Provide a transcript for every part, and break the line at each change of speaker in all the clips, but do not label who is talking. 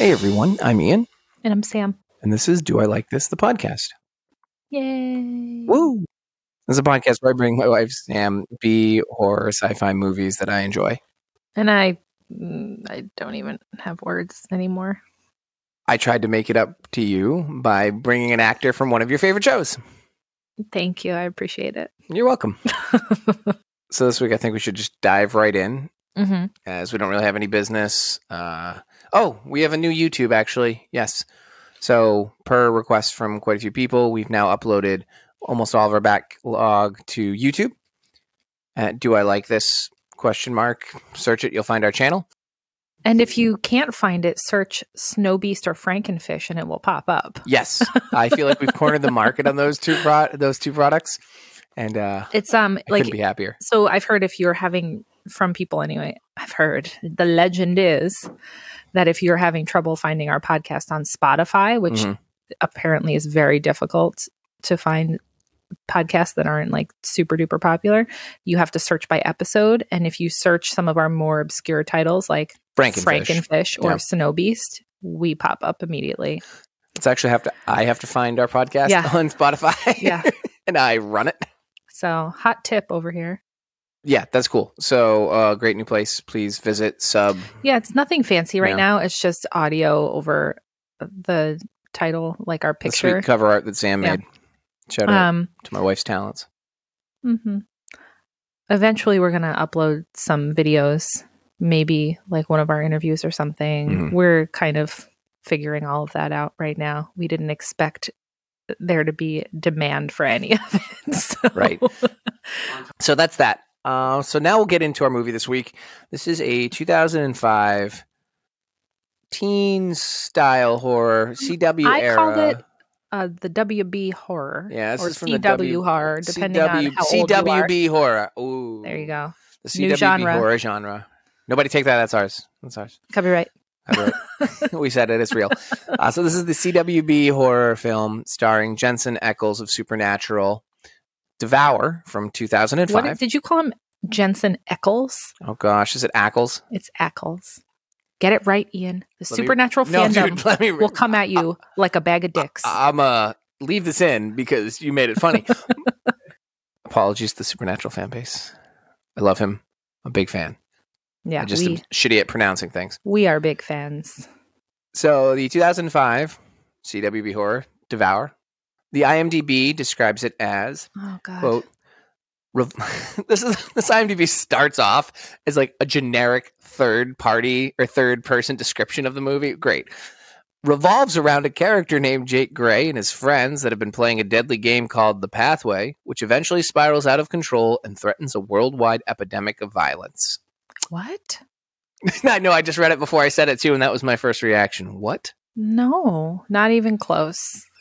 Hey everyone, I'm Ian,
And I'm Sam.
and this is Do I Like This, the podcast.
Yay.
Woo! This is a podcast where I bring my wife Sam B horror sci fi movies that I enjoy.
And I mm, I don't even have words anymore.
I tried to make it up to you by bringing an actor from one of your favorite shows.
Thank you. I appreciate it.
You're welcome. so this week I think we should just dive right in
hmm
as we don't really have any business. Uh, oh, we have a new YouTube actually. Yes. So per request from quite a few people, we've now uploaded almost all of our backlog to YouTube. At do I like this question mark? Search it, you'll find our channel.
And if you can't find it, search Snow Beast or Frankenfish and it will pop up.
Yes, I feel like we've cornered the market on those two pro- those two products, and uh,
It's um
I
like
couldn't be happier.
so I've heard if you're having from people anyway, I've heard the legend is that if you're having trouble finding our podcast on Spotify, which
Mhm.
apparently is very difficult to find podcasts that aren't like super duper popular, you have to search by episode. And if you search some of our more obscure titles like
Frankenfish.
Frankenfish or
Yeah.
Snow Beast, we pop up immediately.
It's actually have to. I have to find our podcast
Yeah.
on Spotify.
Yeah.
and I run it.
So hot tip over here.
Yeah, that's cool. So, uh, great new place. Please visit sub.
Yeah, it's nothing fancy right
Yeah.
now. It's just audio over the title, like our
The sweet
picture.
cover art that Sam
Yeah.
made. Shout out
Um,
to my wife's talents.
Mm-hmm. Eventually, we're going to upload some videos, maybe like one of our interviews or something.
Mhm.
We're kind of figuring all of that out right now. We didn't expect there to be demand for any of it. so-
Right. So that's that. Uh, so now we'll get into our movie this week. This is a 2005 teen style horror CW
Mm, I
era.
called it Uh, the WB horror.
Yeah, this
or
is from the
CW
W-
horror, depending on
CW
how old you are.
CWB horror. Ooh,
There you go.
The
New
CWB
genre.
horror genre. Nobody take that. That's ours. That's ours.
Copyright.
Copyright. we said it. It's real. Uh, so this is the CWB horror film starring Jensen Eccles of Supernatural, Devour from
What
2005.
did, did you call him Jensen Eccles?
oh gosh, is it Ackles?
It's Eccles. Get it right, Ian. The
Let me-
supernatural
No,
fandom
dude, let me.
will come at you like a bag of dicks.
I'm uh leave this in because you made it funny. Apologies to the Supernatural fan base. I love him. I'm a big fan.
Yeah,
I just
we
am shitty at pronouncing things.
we are big fans.
So the 2005 CWB horror Devour. The IMDb describes it as
Oh god.
quote rev- this is this IMDb starts off as like a generic third party or third person description of the movie. Great. Revolves around a character named Jake Gray and his friends that have been playing a deadly game called The Pathway, which eventually spirals out of control and threatens a worldwide epidemic of violence.
what?
I know I just read it before I said it too, and that was my first reaction. What?
No, not even close.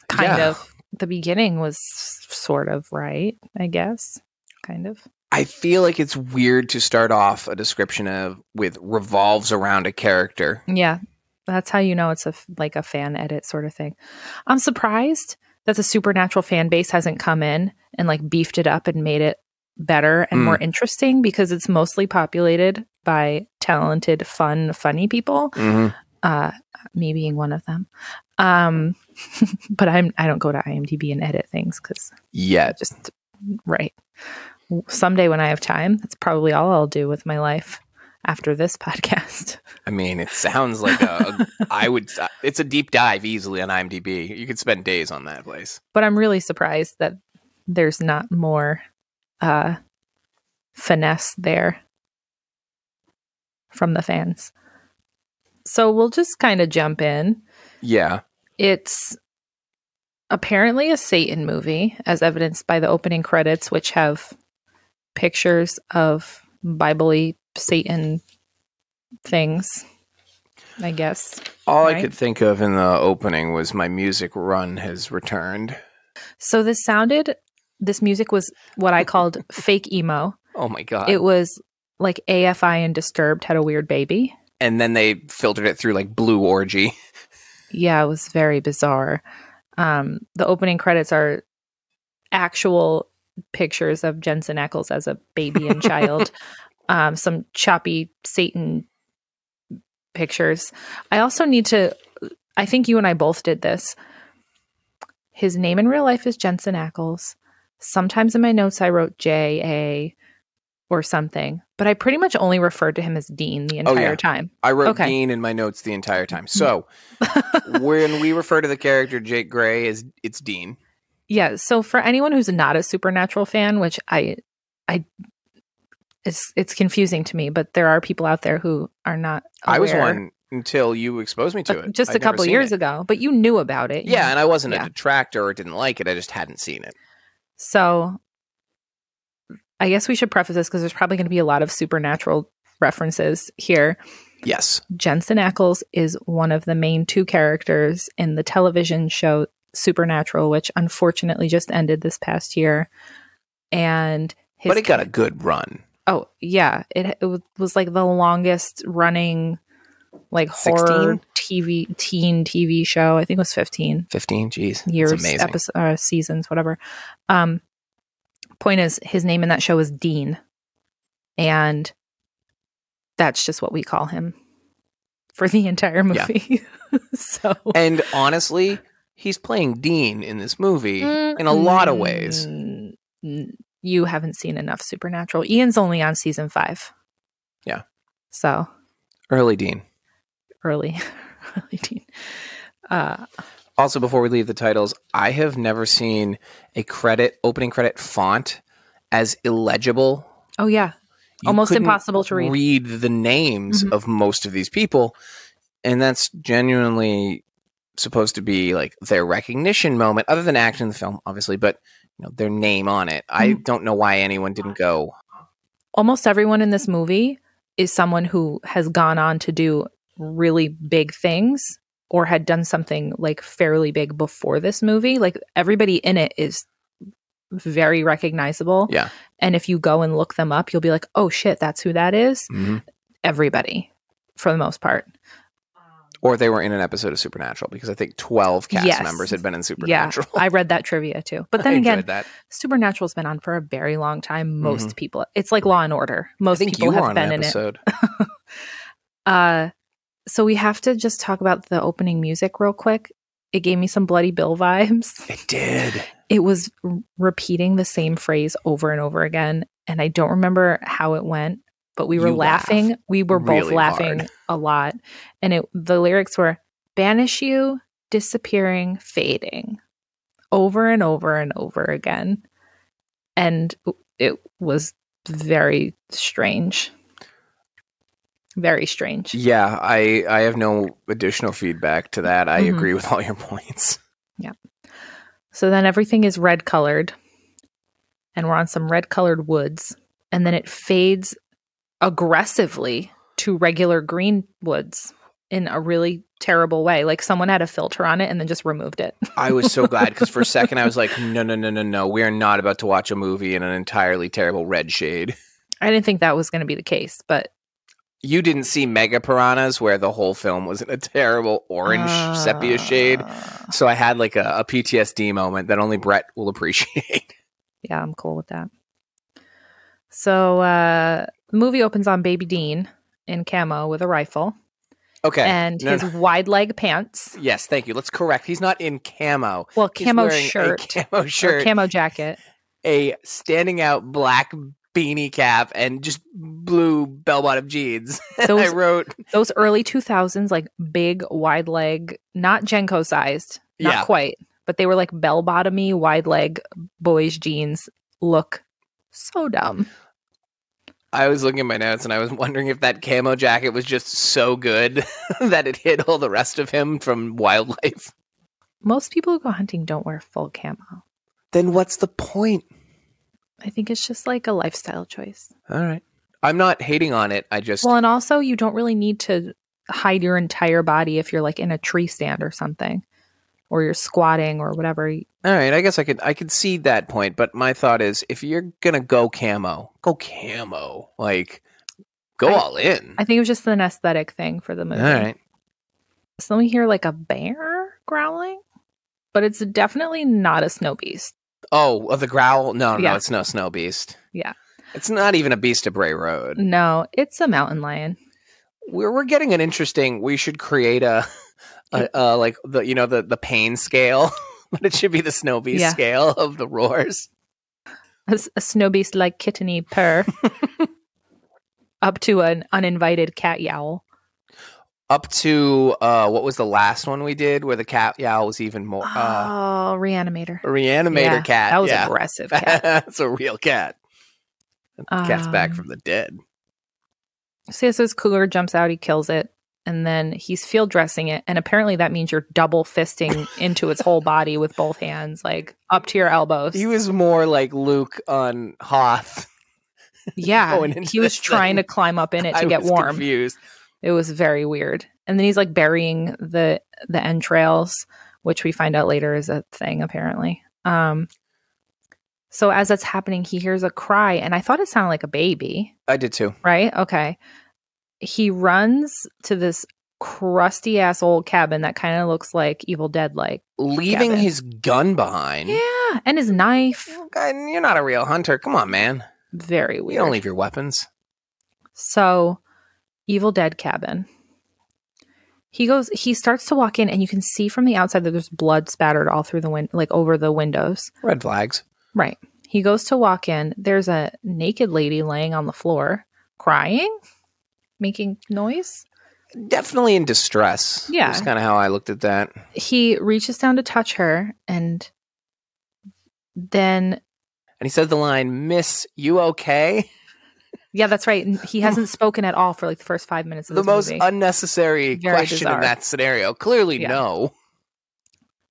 Kind
Yeah.
of. The beginning was sort of right, I guess. Kind of.
I feel like it's weird to start off a description of with revolves around a character.
Yeah. That's how you know it's a f- like a fan edit sort of thing. I'm surprised that the supernatural fan base hasn't come in and like beefed it up and made it better and
Mm.
more interesting because it's mostly populated by talented, fun, funny people.
Mm-hmm.
uh, me being one of them. Um, but I'm I don't go to IMDb and edit things because
Yet.
just right. Someday when I have time, that's probably all I'll do with my life after this podcast.
I mean, it sounds like a. a- I would. uh, It's a deep dive easily on IMDb. You could spend days on that place.
But I'm really surprised that there's not more uh, finesse there from the fans. So we'll just kind of jump in.
Yeah.
It's apparently a Satan movie, as evidenced by the opening credits, which have pictures of Bible Satan things, I guess.
All I
Right.
could think of in the opening was my music run has returned.
So this sounded, this music was what I called fake emo.
Oh my god!
It was like AFI and Disturbed had a weird baby.
and then they filtered it through like Blue Orgy.
yeah, it was very bizarre. Um, the opening credits are actual pictures of Jensen Ackles as a baby and child, um, some choppy Satan pictures. I also need to I think you and I both did this. His name in real life is Jensen Ackles. Sometimes in my notes, I wrote J.A. or something, but I pretty much only referred to him as Dean the
Oh,
entire
yeah.
time.
I wrote
Okay. Mm-hmm.
Dean in my notes the entire time. So when we refer to the character Jake Gray as it's Dean,
yeah. So for anyone who's not a Supernatural fan, which I, I, it's it's confusing to me, but there are people out there who are not. Aware.
I was one until you exposed me to
uh,
it.
just
I'd
a
never
couple
seen
years
it.
ago, but you knew about it. you
Yeah, and I wasn't
Yeah.
a detractor or didn't like it. I just hadn't seen it.
So I guess we should preface this because there's probably going to be a lot of supernatural references here.
Yes.
Jensen Ackles is one of the main two characters in the television show Supernatural, which unfortunately just ended this past year. And his
but it got a good run.
oh yeah, it, it wa- was like the longest running like horror
16?
TV teen TV show. I think it was 15
15, jeez. that's
years,
amazing.
episodes, uh, seasons, whatever. Um, point is, his name in that show is Dean, and that's just what we call him for the entire
Yeah.
movie. so,
and honestly, he's playing Dean in this movie Mm-hmm. in a lot of ways.
Mm, mm, you haven't seen enough Supernatural. Ian's only on season five.
Yeah.
So
Early Dean.
early, early teen. Uh,
Also, before we leave the titles, I have never seen a credit opening credit font as illegible.
oh yeah,
You
almost
couldn't
impossible to read.
Read the names
Mhm.
of most of these people, and that's genuinely supposed to be like their recognition moment. Other than action in the film, obviously, but you know their name on it. I
Mhm.
don't know why anyone didn't go.
almost everyone in this movie is someone who has gone on to do really big things or had done something like fairly big before this movie. Like everybody in it is very recognizable.
Yeah.
And if you go and look them up, you'll be like, oh shit, that's who that is. Everybody for the most part.
Or they were in an episode of Supernatural because I think twelve cast
Yes.
members had been in Supernatural.
I read that trivia too. But
I
then
enjoyed
again,
that.
Supernatural's been on for a very long time. Most people, it's like Law and Order.
Mm-hmm. I
Most
think
people
you were
have
on an
been in it.
episode.
Uh, so we have to just talk about the opening music real quick. It gave me some Bloody Bill vibes.
It did.
It was r- repeating the same phrase over and over again, and I don't remember how it went, but we were
You laugh
laughing. We were both
really
laughing
hard.
a lot, and it the lyrics were "banish you, disappearing, fading," over and over and over again, and it was very strange. Very strange.
Yeah, I I have no additional feedback to that. I
Mhm.
agree with all your points.
So then everything is red colored, and we're on some red colored woods, and then it fades aggressively to regular green woods in a really terrible way. Like someone had a filter on it and then just removed it.
I was so glad because for a second I was like, no, no, no, no, no. We are not about to watch a movie in an entirely terrible red shade.
I didn't think that was going to be the case, but
You didn't see Mega Piranhas where the whole film was in a terrible orange sepia shade.
Uh,
So I had like a, a PTSD moment that only Brett will appreciate.
Yeah, I'm cool with that. So uh the movie opens on baby Dean in camo with a rifle
Okay.
and
No,
his
no.
wide leg pants.
Yes, thank you. Let's correct. He's not in camo.
Well,
He's
camo
wearing a
shirt.
camo
or
shirt.
camo jacket.
a standing out black beanie cap and just blue bell bottom jeans. And I
Those
wrote,
those early 2000s like big wide leg, not Jenko sized, not
Yeah.
quite, but they were like bell bottomy wide leg boys jeans look so dumb.
I was looking at my notes and I was wondering if that camo jacket was just so good that it hid all the rest of him from wildlife.
Most people who go hunting don't wear full camo.
Then what's the point?
I think it's just like a lifestyle choice.
All right. I'm not hating on it. I just,
Well, and also you don't really need to hide your entire body if you're like in a tree stand or something or you're squatting or whatever.
all right. I guess I could, I could see that point. But my thought is if you're going to go camo, go camo. Like, go
I-
all in.
I think it was just an aesthetic thing for the
all
movie.
right.
So we hear like a bear growling, but it's definitely not a snow beast.
Oh, of the growl? No, no,
Yeah.
no, it's no snow beast.
Yeah.
It's not even a beast of Bray Road.
No, it's a mountain lion.
We're, we're getting an interesting, we should create a, uh, uh, like the you know the the pain scale, but it should be the snow beast
Yeah.
scale of the roars.
A, s- a snow beast like kitteny purr up to an uninvited cat yowl.
Up to uh, what was the last one we did where the cat yowl was even more uh,
oh, reanimator.
a reanimator
Yeah,
cat.
That was
yeah.
aggressive cat.
That's a real cat. Cat's back
Um,
from the dead.
So this is cougar jumps out, he kills it, and then he's field dressing it, and apparently that means you're double fisting into its whole body with both hands, like up to your elbows.
He was more like Luke on Hoth.
yeah,
going into
he was
this
trying to
thing.
climb up in it to
I
get
was
warm.
Confused.
It was very weird. And then he's like burying the the entrails, which we find out later is a thing apparently. Um so as that's happening, he hears a cry and I thought it sounded like a baby,
I did too.
right? Okay. He runs to this crusty ass old cabin that kind of looks like Evil Dead like.
Leaving
Gavin.
his gun behind.
Yeah, and his knife.
Guy, You're not a real hunter. Come on, man.
Very
We
weird.
don't leave your weapons.
So, Evil Dead cabin. He goes, he starts to walk in, and you can see from the outside that there's blood spattered all through the wind, like over the windows.
Red flags.
Right. He goes to walk in. There's a naked lady laying on the floor, crying, making noise.
Definitely in distress.
Yeah.
That's kind of how I looked at that.
He reaches down to touch her, and then,
And he says the line, Miss, you okay?
yeah, that's right. He hasn't spoken at all for like the first five minutes of
the
this
most
movie.
unnecessary
Very
question
bizarre.
in that scenario. Clearly,
Yeah.
no.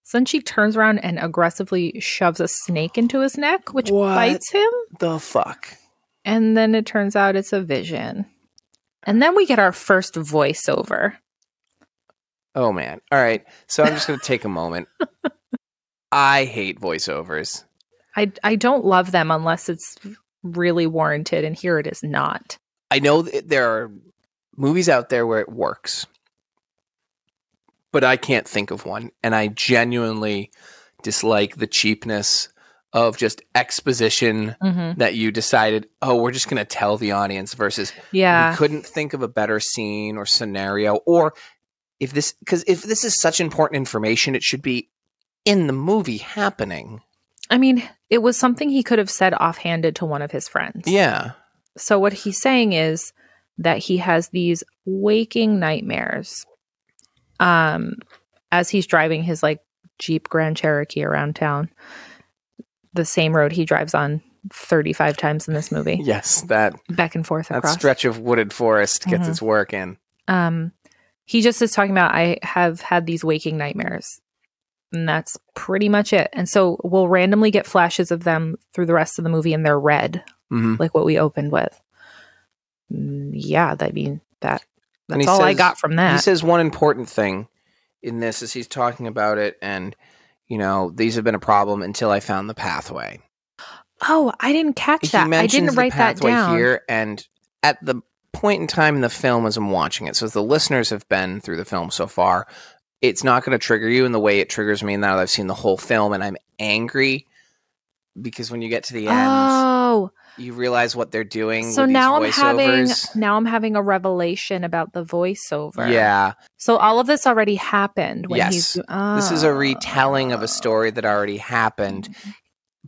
so then she turns around and aggressively shoves a snake into his neck, which
What?
bites him.
The fuck?
And then it turns out it's a vision. And then we get our first voiceover.
Oh, man. All right. So I'm just going to take a moment. I hate voiceovers.
I, I don't love them unless it's really warranted, and here it is not.
I know that there are movies out there where it works, but I can't think of one. And I genuinely dislike the cheapness of just exposition
Mm-hmm.
that you decided, oh, we're just going to tell the audience versus we
Yeah.
couldn't think of a better scene or scenario. Or if this, because if this is such important information, it should be in the movie happening.
I mean, it was something he could have said offhanded to one of his friends.
Yeah.
So, what he's saying is that he has these waking nightmares um, as he's driving his like Jeep Grand Cherokee around town, the same road he drives on 35 times in this movie,
Yes. That,
back and forth
that
across.
stretch of wooded forest gets
Mhm.
its work in.
um he just is talking about i have had these waking nightmares and that's pretty much it and so we'll randomly get flashes of them through the rest of the movie and they're red
Mm-hmm.
like what we opened with Mm, yeah i mean that
And
that's
he
all i
says-
got from
He
that
says one important thing in this is he's talking about it and you know, these have been a problem until I found the pathway.
oh i didn't catch
he
that i
mentions
didn't
the
write that
pathway
down
here and at the point in time in the film as I'm watching it, so as the listeners have been through the film so far, it's not gonna trigger you in the way it triggers me now that I've seen the whole film and I'm angry because when you get to the end
oh
you realize what they're doing.
so
with
now i'm
these
having
voiceovers.
now i'm having a revelation about the voiceover
Yeah.
so all of this already happened when
Yes.
he's
This is a
Oh.
retelling of a story that already happened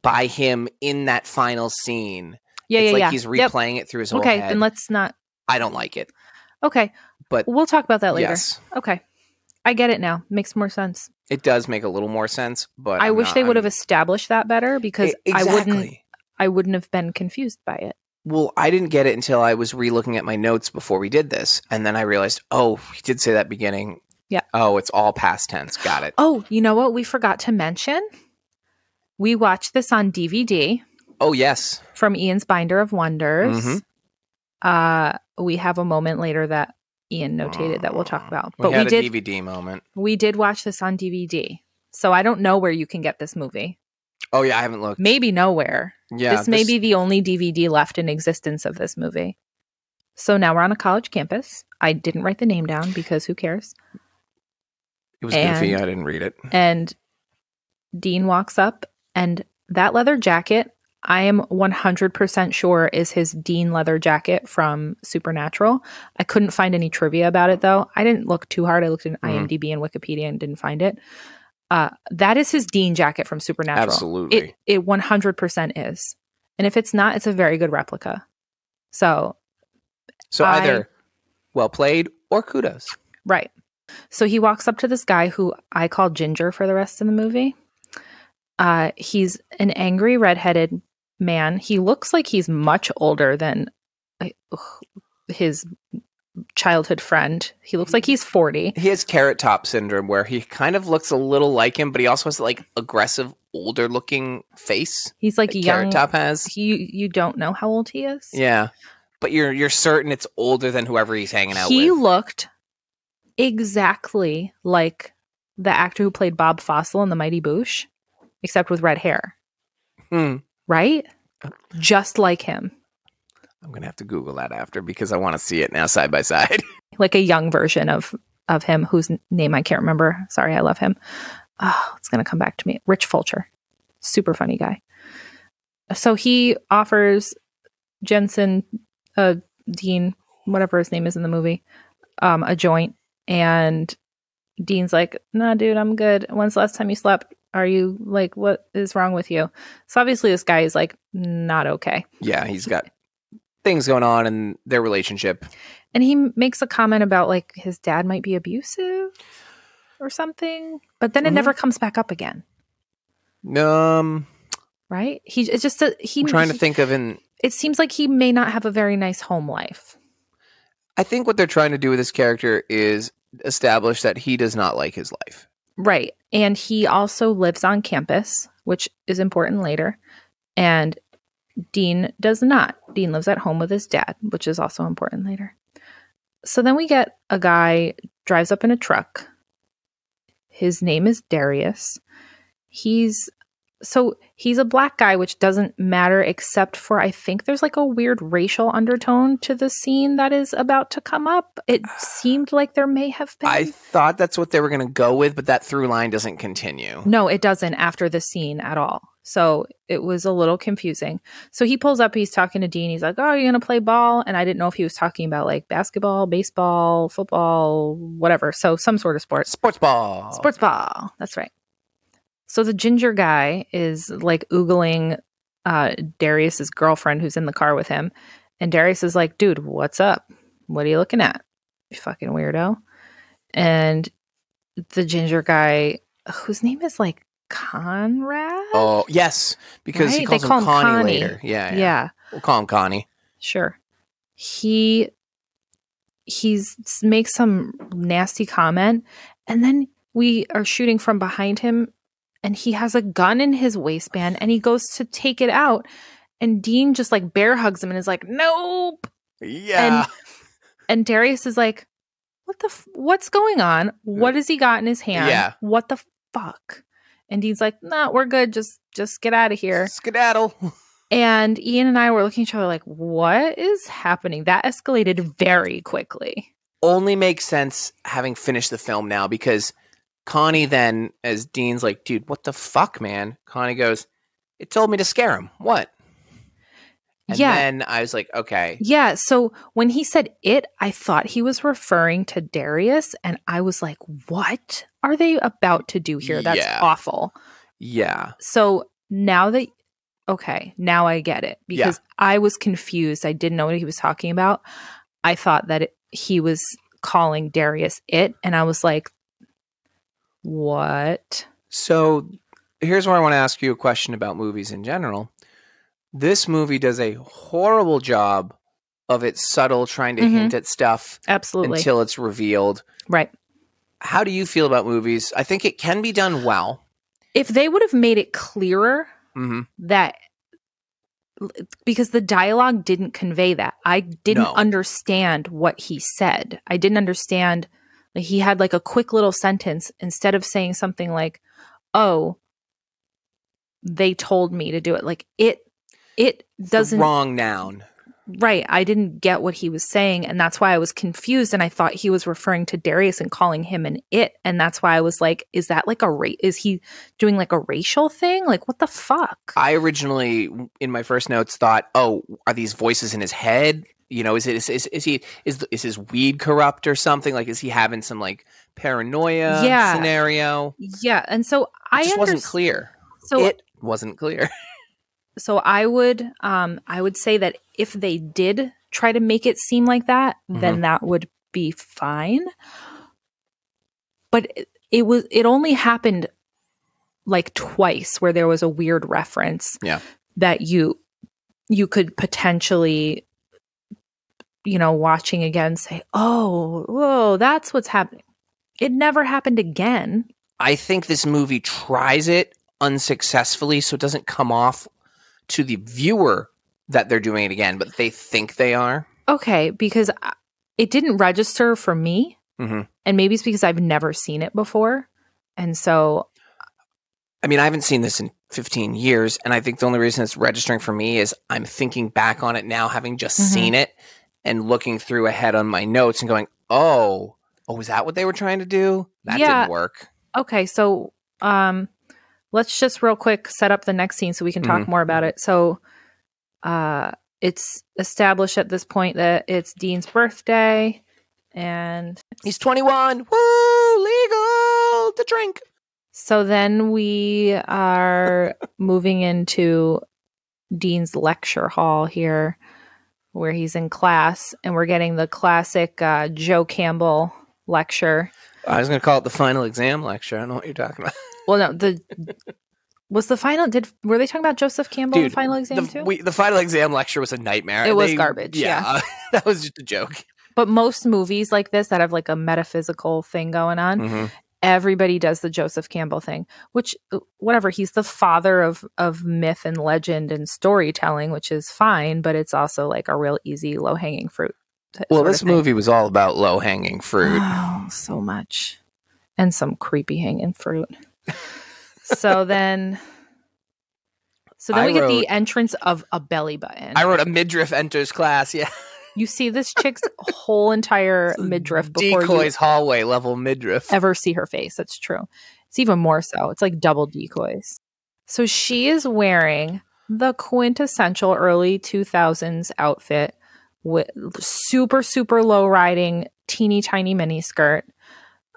by him in that final scene.
yeah
it's
yeah
like
yeah
he's
Yep.
replaying it through his whole
Okay,
head.
then let's not.
I don't like it.
Okay,
But-
we'll talk about that later.
Yes.
Okay, I get it now. Makes more sense.
It does make a little more sense, but
I
I'm
wish
not-
they would have
I'm-
established that better because
E- exactly.
I wouldn't. I wouldn't have been confused by it.
Well, I didn't get it until I was re-looking at my notes before we did this, and then I realized, oh, he did say that beginning.
Yeah.
Oh, it's all past tense. Got it.
Oh, you know what? We forgot to mention. We watched this on DVD
Oh, yes.
from Ian's Binder of Wonders.
Mhm.
Uh, we have a moment later that Ian notated that we'll talk about, but
we
we,
had a
did
DVD moment.
we did watch this on DVD. So I don't know where you can get this movie.
Oh yeah, I haven't looked.
Maybe nowhere.
Yeah,
this may be the only DVD left in existence of this movie. So now we're on a college campus. I didn't write the name down because who cares?
It was goofy.
and-
I didn't read it.
And Dean walks up, and that leather jacket I am 100% sure is his Dean leather jacket from Supernatural. I couldn't find any trivia about it though. I didn't look too hard. I looked in
Mhm.
IMDb and Wikipedia and didn't find it. Uh, that is his Dean jacket from Supernatural.
Absolutely.
It, it 100% is. And if it's not, it's a very good replica. So,
so
I-
either well played or kudos.
right. So he walks up to this guy who I call Ginger for the rest of the movie. Uh, he's an angry redheaded man. He looks like he's much older than uh, his childhood friend. He looks like he's 40.
He has carrot top syndrome where he kind of looks a little like him, but he also has like aggressive, older looking face
He's like,
that
young.
carrot top has.
He, you don't know how old he is.
Yeah. But you're you're certain it's older than whoever he's hanging out
he
with.
looked exactly like the actor who played Bob Fossil in The Mighty Boosh, except with red hair,
Hmm.
right?
Oh.
Just like him,
I'm gonna have to Google that after because I want to see it now side by side.
like a young version of of him whose name I can't remember. Sorry, I love him. Oh, it's gonna come back to me. Rich Fulcher, super funny guy. So he offers Jensen, uh, Dean, whatever his name is in the movie, um, a joint, and Dean's like, "Nah, dude, I'm good. When's the last time you slept? Are you like, what is wrong with you?" So obviously, this guy is like not okay.
yeah, he's got things going on in their relationship.
and he m- makes a comment about like his dad might be abusive or something but then it
Mhm.
never comes back up again
Um
right he it's just a, he
I'm trying to
he-
think of an
it seems like he may not have a very nice home life
I think what they're trying to do with this character is establish that he does not like his life.
right and he also lives on campus which is important later and dean does not dean lives at home with his dad which is also important later so then we get a guy drives up in a truck his name is darius he's so he's a black guy which doesn't matter except for i think there's like a weird racial undertone to the scene that is about to come up it seemed like there may have been
I thought that's what they were going to go with, but that through line doesn't continue.
No, it doesn't after the scene at all. So it was a little confusing. So he pulls up, he's talking to Dean. He's like, Oh, you're going to play ball? And I didn't know if he was talking about like basketball, baseball, football, whatever. So some sort of sports.
Sports ball.
Sports ball. That's right. So the ginger guy is like oogling uh, Darius's girlfriend who's in the car with him. And Darius is like, dude, what's up? What are you looking at? You fucking weirdo. And the ginger guy, whose name is like Conrad?
Oh yes, because
Right? They
he calls
call
him
him
Connie,
Connie.
later. Yeah, yeah,
yeah.
We'll call him Connie.
Sure. He he's makes some nasty comment and then we are shooting from behind him and he has a gun in his waistband and he goes to take it out and Dean just like bear hugs him and is like, "Nope."
Yeah.
And Darius is like, "What the f- what's going on? What has he got in his hand?
Yeah.
What the fuck?" And Dean's like, nah, we're good. Just just get out of here."
Skedaddle.
And Ian and I were looking at each other like, what is happening? That escalated very quickly.
Only makes sense having finished the film now because Connie then, as Dean's like, dude, what the fuck, man? Connie goes, it told me to scare him. What? And
yeah.
then I was like, okay.
yeah. So when he said it, I thought he was referring to Darius. And I was like, what are they about to do here? That's
Yeah.
awful.
Yeah.
So now that, okay, now I get it
Yeah.
because I was confused. I didn't know what he was talking about. I thought that it, he was calling Darius it. And I was like, what?
So here's where I want to ask you a question about movies in general. This movie does a horrible job of its subtle trying to
Mhm.
hint at stuff
Absolutely.
until it's revealed.
right.
How do you feel about movies? I think it can be done well.
if they would have made it clearer
hmm
that because the dialogue didn't convey that i didn't
No.
understand what he said i didn't understand like he had like a quick little sentence instead of saying something like oh they told me to do it like it it doesn't
Wrong noun.
right. I didn't get what he was saying. And that's why I was confused. And I thought he was referring to Darius and calling him an it. And that's why I was like, is that like a rate? Is he doing like a racial thing? Like, what the fuck?
I originally, in my first notes, thought, "Oh, are these voices in his head? You know, is it is is, is he is th- is his weed corrupt or something? Like, is he having some like paranoia
Yeah.
scenario?
yeah. And so
It
I
just wasn't
underst-
clear.
So
it wasn't clear.
so I would um I would say that if they did try to make it seem like that, then that would be fine. But it, it was it only happened like twice where there was a weird reference
Yeah.
that you you could potentially you know watching again say, "Oh, whoa, that's what's happening." It never happened again.
I think this movie tries it unsuccessfully, so it doesn't come off to the viewer that they're doing it again, but they think they are.
Okay, because I- it didn't register for me.
Mhm.
And maybe it's because I've never seen it before. And so,
I mean, I haven't seen this in 15 years, and I think the only reason it's registering for me is I'm thinking back on it now, having just
Mhm.
seen it and looking through ahead on my notes and going, oh, oh, was that what they were trying to do? That
Yeah.
didn't work.
okay, so um let's just real quick set up the next scene so we can talk more about it. So uh it's established at this point that it's Dean's birthday and
He's 21. Woo, legal to drink.
So then we are moving into Dean's lecture hall here, where he's in class, and we're getting the classic uh, Joe Campbell lecture.
I was going to call it the final exam lecture. I don't know what you're talking about.
Well, no, the was the final. Did were they talking about Joseph Campbell in
Dude,
final exam
the,
too?
we- the final exam lecture was a nightmare.
It was garbage,
that was just a joke.
but most movies like this that have like a metaphysical thing going on,
Mm-hmm.
everybody does the Joseph Campbell thing, which uh, whatever, he's the father of of myth and legend and storytelling, which is fine, but it's also like a real easy low hanging fruit. t-
Well,
sort of
this
thing.
movie was all about low hanging fruit.
Oh, so much. And some creepy hanging fruit. so then so then
I
we get
wrote-
the entrance of a belly button.
I wrote a midriff enters class. Yeah.
you see this chick's whole entire midriff before you
Decoys hallway level midriff.
ever see her face. That's true. It's even more so. It's like double decoys. So she is wearing the quintessential early 2000s outfit with super, super low riding, teeny tiny mini skirt.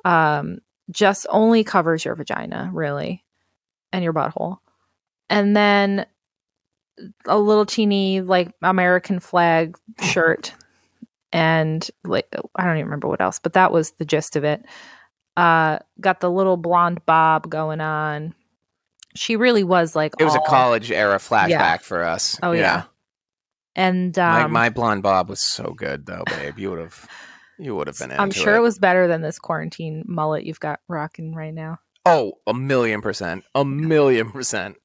Um, just only covers your vagina, really, and your butthole. And then a little teeny, like American flag shirt. And like, I don't even remember what else, but that was the gist of it uh got the little blonde bob going on she really was like
It was a
all-
college era flashback
Yeah.
for us.
Oh, yeah. and um
my, my blonde Bob was so good though, babe. You would have, you would have been. Into
i'm sure it.
it
was better than this quarantine mullet you've got rocking right now
Oh, a million percent, a million percent.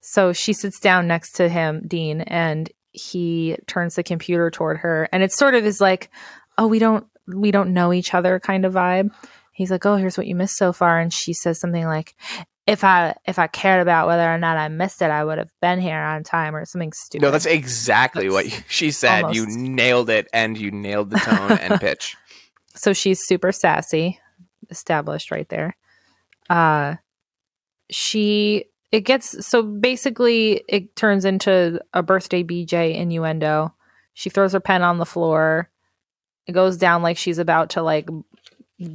so she sits down next to him dean and he turns the computer toward her and it sort of is like oh we don't we don't know each other kind of vibe he's like oh here's what you missed so far and she says something like if i if i cared about whether or not i missed it i would have been here on time or something stupid
No, that's exactly what
That's
you- she said. You
almost-
nailed it, and you nailed the tone and pitch.
so she's super sassy established right there uh she it gets so basically it turns into a birthday bj innuendo she throws her pen on the floor it goes down like she's about to like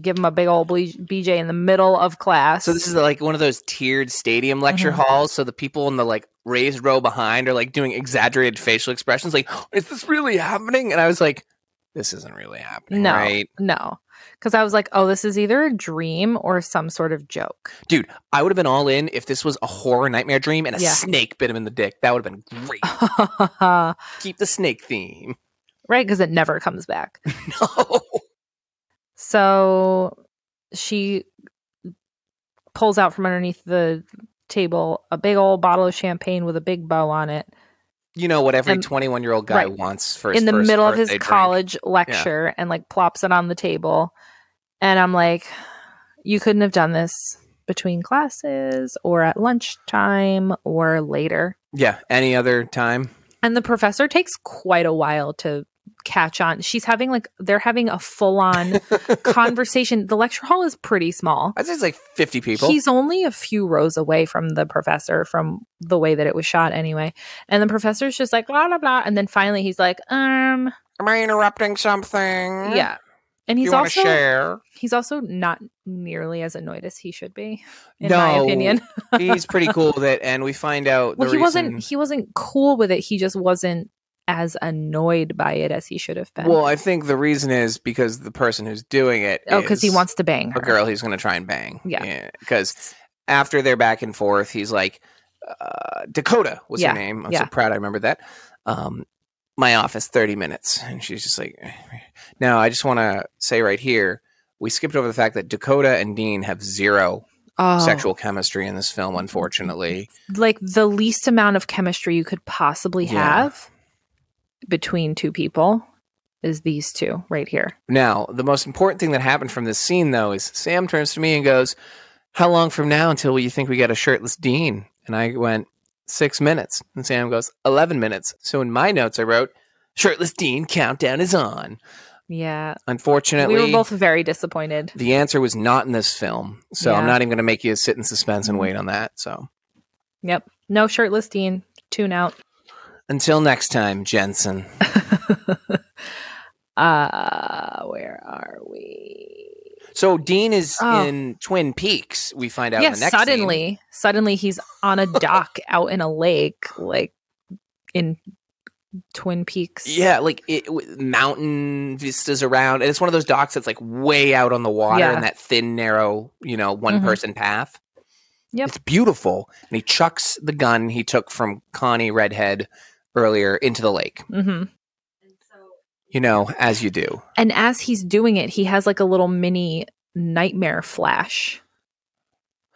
give him a big old ble- bj in the middle of class
So this is like one of those tiered stadium lecture
Mhm.
halls. So the people in the like raised row behind are like doing exaggerated facial expressions, like "Is this really happening?" And I was like, "This isn't really happening."
no
right?
no because i was like oh this is either a dream or some sort of joke
I would have been all in if this was a horror nightmare dream and a
Yeah. Ah.
snake bit him in the dick. That would have been great.
right
Keep the snake theme.
because it never comes back
No.
So she pulls out from underneath the table a big old bottle of champagne with a big bow on it
You know what every
Um,
21 year old guy
right.
wants for his
in the
first
middle of his
birthday drink.
college lecture and like plops it on the table. And I'm like, you couldn't have done this between classes or at lunchtime or later.
Yeah. Any other time?
And the professor takes quite a while to catch on. She's having like they're having a full on conversation. The lecture hall is pretty small.
I'd say it's like 50 people.
He's only a few rows away from the professor from the way that it was shot anyway. And the professor's just like blah blah blah and then finally he's like, "Um,
Am I interrupting something?
yeah." And
Do
he's
you want to
also
share?
he's also not nearly as annoyed as he should be in
no,
my opinion.
he's pretty cool with it, and we find out.
well,
the
he wasn't
reason-
he wasn't cool with it. He just wasn't as annoyed by it as he should have been.
Well, I think the reason is because the person who's doing it.
oh, because he
is
wants to bang her.
a girl he's going to try and bang.
Yeah.
Because after they're back and forth, he's like, uh, Dakota was
Yeah,
her name. I'm so
yeah.
proud I remember that. Um, my office, 30 minutes. And she's just like, now I just want to say right here, we skipped over the fact that Dakota and Dean have zero
Oh.
sexual chemistry in this film, unfortunately.
like the least amount of chemistry you could possibly
Yeah.
have between two people is these two right here.
Now, the most important thing that happened from this scene, though, is Sam turns to me and goes, How long from now until you think we get a shirtless Dean? And I went, Six minutes. And Sam goes, 11 minutes. So in my notes, I wrote, Shirtless Dean countdown is on.
Yeah.
Unfortunately,
we were both very disappointed.
the answer was not in this film. So I'm
Yeah.
not even going to make you sit in suspense and wait on that. So
Yep. No shirtless Dean. Tune out.
until next time, Jensen.
Uh where are we?
So Dean is
Oh.
in Twin Peaks, we find out
Yeah,
in the next scene.
suddenly, suddenly he's on a dock out in a lake, like in Twin Peaks.
Yeah, like it, w- mountain vistas around, and it's one of those docks that's like way out on the water
Yeah. Mm-hmm.
and that thin, narrow, you know, one person path.
Yep.
it's beautiful. And he chucks the gun he took from Connie Redhead earlier into the lake.
hmm
You know, as you do.
And as he's doing it, he has like a little mini nightmare flash.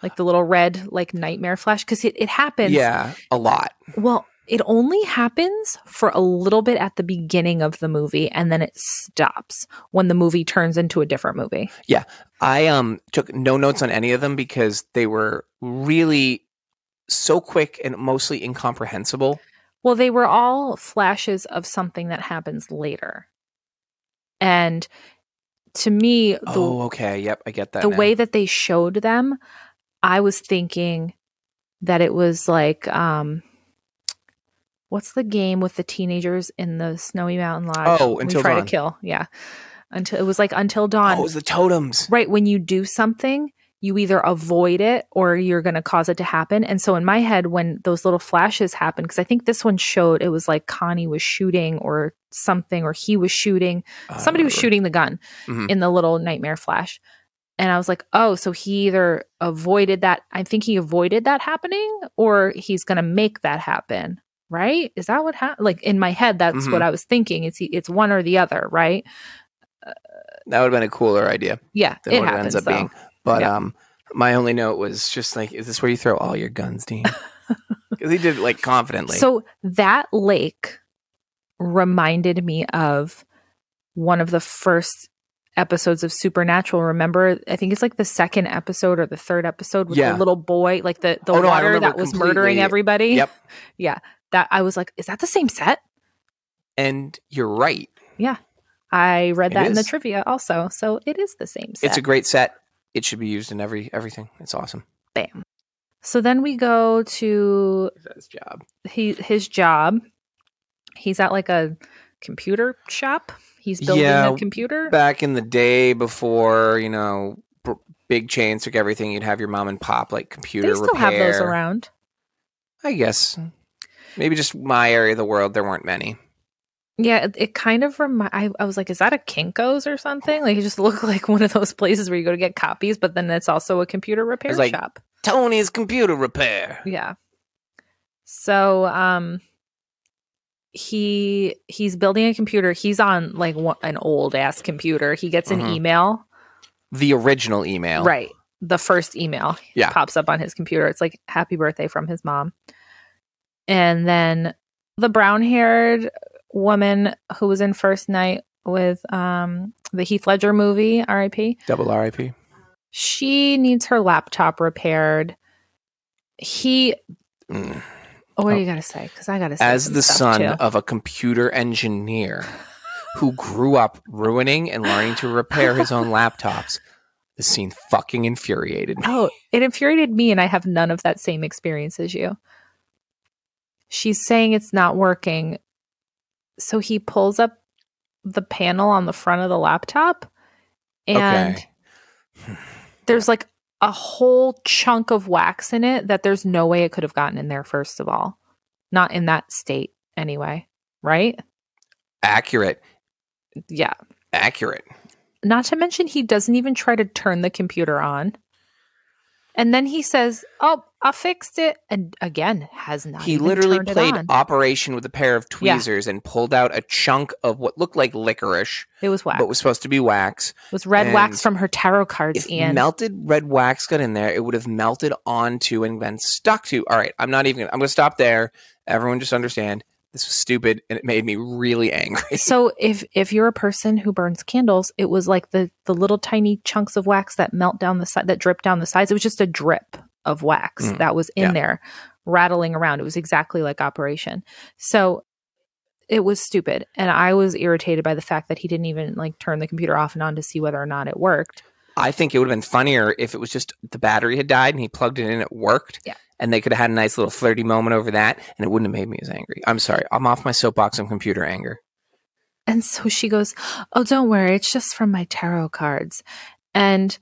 Like the little red like nightmare flash cuz it, it happens.
Yeah, a lot.
Well, it only happens for a little bit at the beginning of the movie and then it stops when the movie turns into a different movie.
I um took no notes on any of them because they were really so quick and mostly incomprehensible.
Well, they were all flashes of something that happens later. And to me, the
oh, okay. Yep, I get that.
the
now.
way that they showed them, I was thinking that it was like um what's the game with the teenagers in the snowy mountain lodge?
Oh,
We
Until
try
Dawn.
to kill. Yeah. Until it was like until
oh,
dawn.
it was the totems.
right when you do something, you either avoid it or you're going to cause it to happen. And so in my head when those little flashes happened because I think this one showed it was like Connie was shooting or something or he was shooting
I don't
somebody was
remember.
shooting the gun
Mhm.
in the little nightmare flash and i was like oh so he either avoided that i think he avoided that happening or he's going to make that happen right is that what happened like in my head that's
Mhm.
what i was thinking it's e-, it's one or the other right
That would have been a cooler idea.
yeah
than
it
what it ends
happens
up
though.
being. But
Yeah.
um, my only note was just like, is this where you throw all your guns, Dean? Because he did it like confidently.
So that lake reminded me of one of the first episodes of Supernatural. Remember, I think it's like the second episode or the third episode with
Yeah.
the little boy, like the the
Oh, no, I
water
remember
that was murdering
completely.
everybody.
Yep.
Yeah. That I was like, is that the same set?
and you're right.
I
It
read that in the
is.
trivia also. So it is the same set.
It's a great set. It should be used in every everything. It's awesome.
Bam. So then we go to
That's job.
he his job. He's at like a computer shop. He's building
Yeah,
a computer.
Back in the day before, you know, b- big chains took everything, you'd have your mom and pop like computer
They still have those
repair.
around.
I guess. Maybe just my area of the world, there weren't many.
Yeah, it, it kind of remind. I, I was like, is that a Kinkos or something? Like, it just looked like one of those places where you go to get copies, but then it's also a computer repair
like-
shop.
Tony's computer repair.
Yeah. So, um, he he's building a computer. He's on like one, an old ass computer. He gets an
Mhm.
email.
The original email.
Right. The first email
Yeah.
pops up on his computer. It's like happy birthday from his mom. And then the brown haired woman who was in first night with um the Heath Ledger movie, R.I.P.
Double RIP.
She needs her laptop repaired. He
Mm.
Oh, what do you gotta say? Because I gotta say
as
some
the
stuff,
son
too.
of a computer engineer who grew up ruining and learning to repair his own laptops, the scene fucking infuriated me.
Oh, it infuriated me, and I have none of that same experience as you. She's saying it's not working. So he pulls up the panel on the front of the laptop, and
Okay.
there's like a whole chunk of wax in it that there's no way it could have gotten in there, first of all. Not in that state, anyway, right?
Accurate,
Yeah.
accurate.
Not to mention, he doesn't even try to turn the computer on. And then he says, Oh, I fixed it. And again, has not.
He
even
literally
turned it
played
on.
Operation with a pair of
Yeah.
tweezers and pulled out a chunk of what looked like licorice,
It was wax.
but was supposed to be wax.
it was red
and
wax from her tarot cards.
If
And
melted red wax got in there, it would have melted onto and been stuck to. All right, I'm not even. I'm going to stop there. Everyone, just understand this was stupid, and it made me really angry.
so, if if you're a person who burns candles, it was like the the little tiny chunks of wax that melt down the side that drip down the sides. It was just a drip of wax
Mm,
that was in
yeah.
there, rattling around. It was exactly like Operation. So. It was stupid, and I was irritated by the fact that he didn't even like turn the computer off and on to see whether or not it worked.
I think it would have been funnier if it was just the battery had died and he plugged it in, it worked.
Yeah.
And they could have had a nice little flirty moment over that, and it wouldn't have made me as angry. I'm sorry. I'm off my soapbox on computer anger.
And so she goes, Oh, don't worry. It's just from my tarot cards. And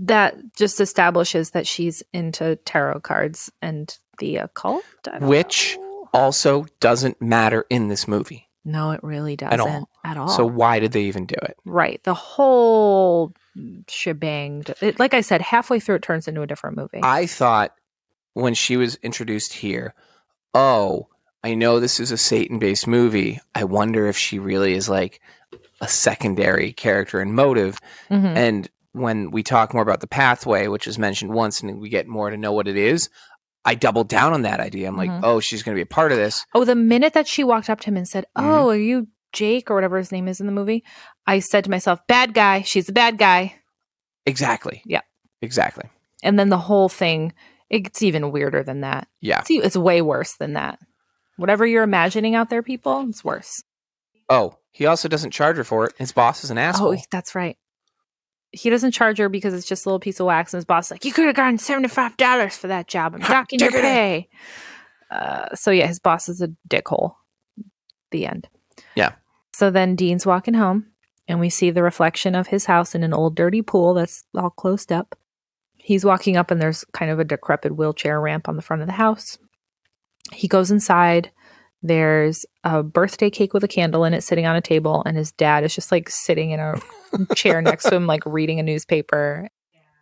that just establishes that she's into tarot cards and the occult. I don't
Which-
know.
Also, doesn't matter in this movie.
No, it really doesn't
At
at
all.
all.
So, why did they even do it?
right. The whole shebang. It, like I said, halfway through it turns into a different movie.
I thought when she was introduced here, oh, I know this is a Satan based movie. I wonder if she really is like a secondary character and motive.
Mhm.
And when we talk more about the pathway, which is mentioned once, and we get more to know what it is, I double down on that idea. I'm like,
Mhm.
oh, she's going to be a part of this.
Oh, the minute that she walked up to him and said, Oh,
Mhm.
are you Jake or whatever his name is in the movie? I said to myself, Bad guy. She's a bad guy.
Exactly.
Yeah.
Exactly.
and then the whole thing it gets even weirder than that
Yeah.
it's, e- it's way worse than that whatever you're imagining out there people it's worse
Oh, he also doesn't charge her for it. His boss is an asshole.
oh that's right he doesn't charge her because it's just a little piece of wax and his boss is like you could have gotten $75 for that job i'm docking your
Diggity.
pay uh, so yeah his boss is a dickhole the end
Yeah.
so then dean's walking home and we see the reflection of his house in an old dirty pool that's all closed up he's walking up and there's kind of a decrepit wheelchair ramp on the front of the house he goes inside there's a birthday cake with a candle in it sitting on a table and his dad is just like sitting in a chair next to him like reading a newspaper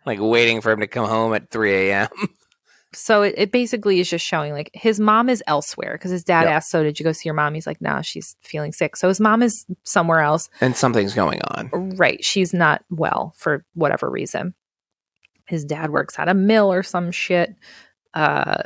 Like waiting for him to come home at 3 a.m.
so it, it basically is just showing like his mom is elsewhere because his dad
Yeah.
asked so did you go see your mom he's like nah she's feeling sick so his mom is somewhere else
and something's going on.
Right. She's not well for whatever reason. His dad works at a mill or some shit. Uh,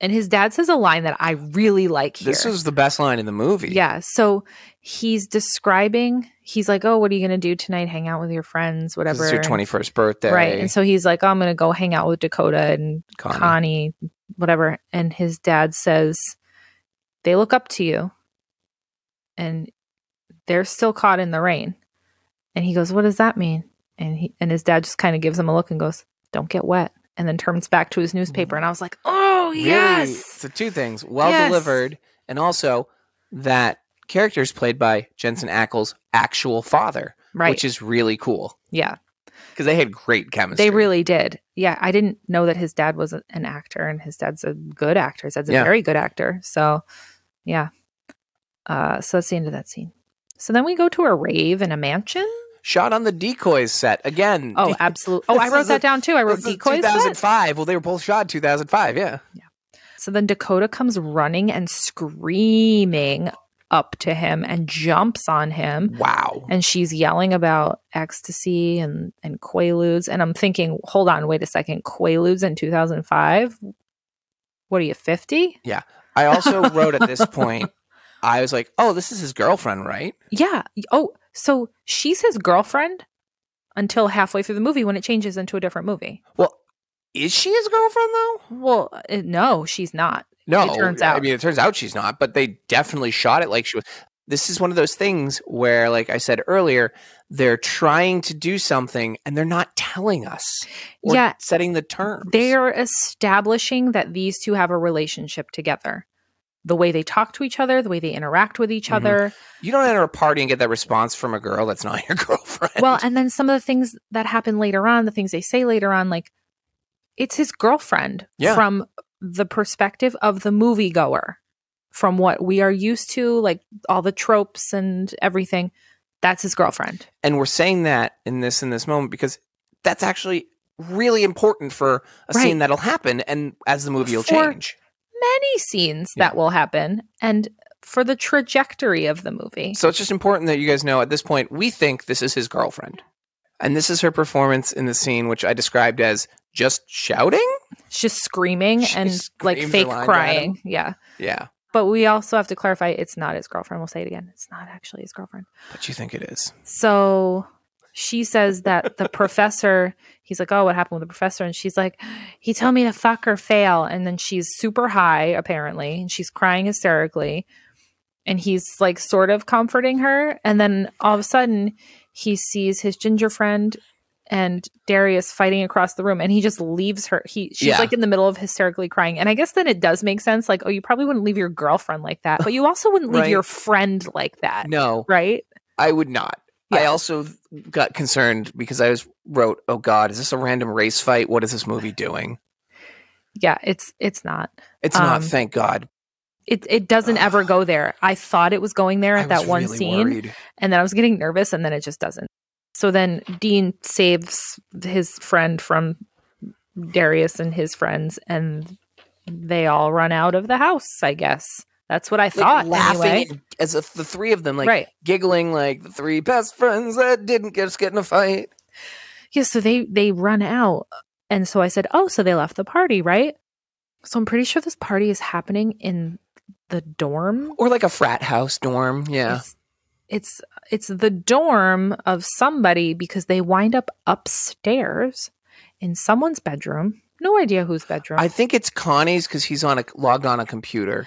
and his dad says a line that I really like here.
This was the best line in the movie.
yeah. So he's describing, he's like, Oh, what are you going to do tonight? Hang out with your friends,
'Cause
whatever.
It's your
And-
21st birthday.
Right. And so he's like, Oh, I'm going to go hang out with Dakota and
Connie.
Connie, whatever. And his dad says, They look up to you and they're still caught in the rain. And he goes, What does that mean? And he and his dad just kind of gives him a look and goes, Don't get wet. And then turns back to his newspaper. And I was like, Oh
Mm-hmm. Really,
yes.
So, two things well
Yes.
delivered, and also that character is played by Jensen Ackles' actual father,
Right.
which is really cool.
yeah.
because they had great chemistry.
They really did. Yeah. I didn't know that his dad was a- an actor and his dad's a good actor. His dad's a
Yeah.
very good actor. So yeah. Uh so that's the end of that scene. So then we go to a rave in a mansion.
shot on the decoys set again.
Oh, absolutely. Oh, I
This
wrote
is
that
a-
down too. I wrote
This is
decoys. set.
2005. Well, they were both shot in 2005. Yeah,
So then Dakota comes running and screaming up to him and jumps on him.
wow.
And she's yelling about ecstasy and, and Quaaludes. And I'm thinking, hold on, wait a second. Quaaludes in 2005? What are you, 50?
I also wrote at this point. I was like, oh, this is his girlfriend, right?
Yeah. Oh, so she's his girlfriend until halfway through the movie when it changes into a different movie.
Well, is she his girlfriend though?
Well, uh, no, she's not.
No,
It turns
I
out.
mean, it turns out she's not, but they definitely shot it like she was. This is one of those things where, like I said earlier, they're trying to do something and they're not telling us. Or
Yeah.
setting the terms.
They're establishing that these two have a relationship together. The way they talk to each other, the way they interact with each
Mhm.
other.
you don't enter a party and get that response from a girl that's not your girlfriend.
Well, and then some of the things that happen later on, the things they say later on, like it's his girlfriend
Yeah.
from the perspective of the moviegoer, from what we are used to, like all the tropes and everything. That's his girlfriend.
and we're saying that in this in this moment because that's actually really important for a
Right.
scene that'll happen and as the movie will
For-
change.
Many scenes
Yeah.
that will happen and for the trajectory of the movie.
So it's just important that you guys know at this point, we think this is his girlfriend. And this is her performance in the scene, which I described as just shouting.
She's screaming
She
and like
screams her
fake
lines at
crying. Yeah.
Yeah.
But we also have to clarify it's not his girlfriend. We'll say it again. It's not actually his girlfriend.
But you think it is.
So she says that the professor, he's like, Oh, what happened with the professor? And she's like, He told me to fuck or fail. And then she's super high, apparently, and she's crying hysterically. And he's like, sort of comforting her. And then all of a sudden, he sees his ginger friend and Darius fighting across the room and he just leaves her. He she's
Yeah.
like in the middle of hysterically crying. And I guess then it does make sense like oh you probably wouldn't leave your girlfriend like that, but you also wouldn't leave
Right.
your friend like that,
No,
right?
I would not. I
Uh, Yeah.
also got concerned because I was wrote, "Oh God, is this a random race fight? What is this movie doing?"
yeah it's it's not
It's not.
Um,
Thank God.
it it doesn't ever go there i thought it was going there
I
at that
was
one
really
scene
worried.
and then i was getting nervous and then it just doesn't so then dean saves his friend from darius and his friends and they all run out of the house i guess that's what i
Like,
thought
laughing
anyway
and- as if the three of them, like
right
giggling, like the three best friends that didn't get, get in a fight.
yeah so they they run out and so i said oh so they left the party right so i'm pretty sure this party is happening in the dorm
or like a frat house dorm. Yeah.
It's, it's it's the dorm of somebody because they wind up upstairs in someone's bedroom. No idea whose bedroom.
I think it's Connie's because he's on a logged on a computer.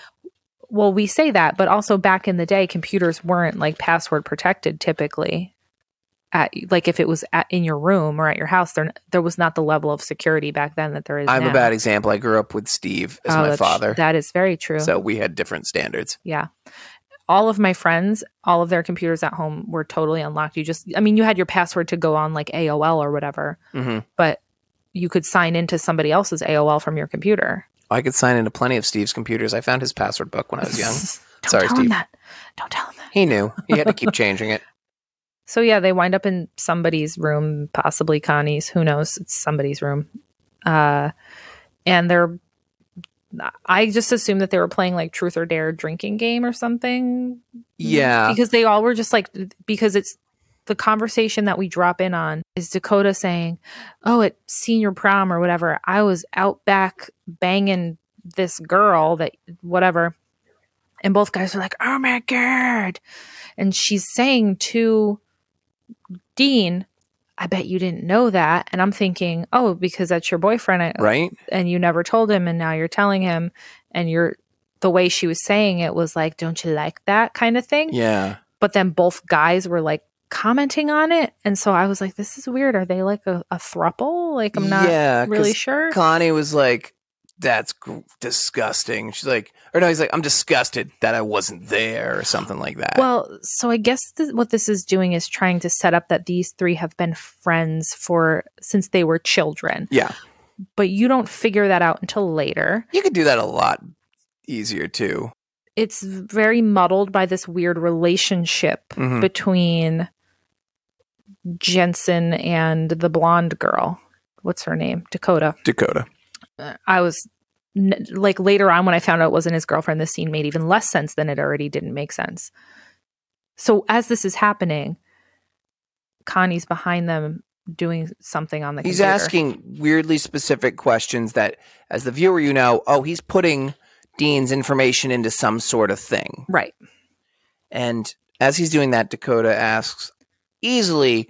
well, we say that, but also back in the day, computers weren't like password protected typically. At, like if it was at, in your room or at your house, there there was not the level of security back then that there is.
I'm
now.
a bad example. I grew up with Steve as
Oh,
my
that's-
father,
That is very true.
so we had different standards.
Yeah. All of my friends, all of their computers at home were totally unlocked. You just, I mean, you had your password to go on like AOL or whatever,
hmm
but you could sign into somebody else's AOL from your computer.
I could sign into plenty of Steve's computers. I found his password book when I was young.
Don't
Sorry,
tell
Steve.
him that. Don't tell him that.
he knew he had to keep changing it.
So yeah, they wind up in somebody's room, possibly Connie's. Who knows? It's somebody's room, uh, and they're. I just assumed that they were playing like truth or dare drinking game or something
Yeah,
Mm-hmm. because they all were just like because it's the conversation that we drop in on is Dakota saying, "Oh, at senior prom or whatever, I was out back banging this girl that whatever." And both guys are like, "Oh my god." And she's saying to Dean, "I bet you didn't know that." And I'm thinking, "Oh, because that's your boyfriend I-
right.
and you never told him and now you're telling him and you're the way she was saying it was like, "Don't you like that?" kind of thing
Yeah,
but then both guys were like commenting on it and so i was like this is weird are they like a, a thruple like i'm not
yeah, 'cause
really sure
Connie was like, "That's gr- disgusting." She's like, or no, he's like, "I'm disgusted that I wasn't there," or something like that.
well so i guess th- what this is doing is trying to set up that these three have been friends for since they were children
yeah,
but you don't figure that out until later
you could do that a lot easier too.
it's very muddled by this weird relationship
Mhm.
between jensen and the blonde girl what's her name dakota
Dakota.
I was n- like later on when I found out it wasn't his girlfriend, this scene made even less sense than it already didn't make sense. So as this is happening, Connie's behind them doing something on the
he's
computer.
asking weirdly specific questions that as the viewer you know oh he's putting dean's information into some sort of thing
right.
and as he's doing that dakota asks easily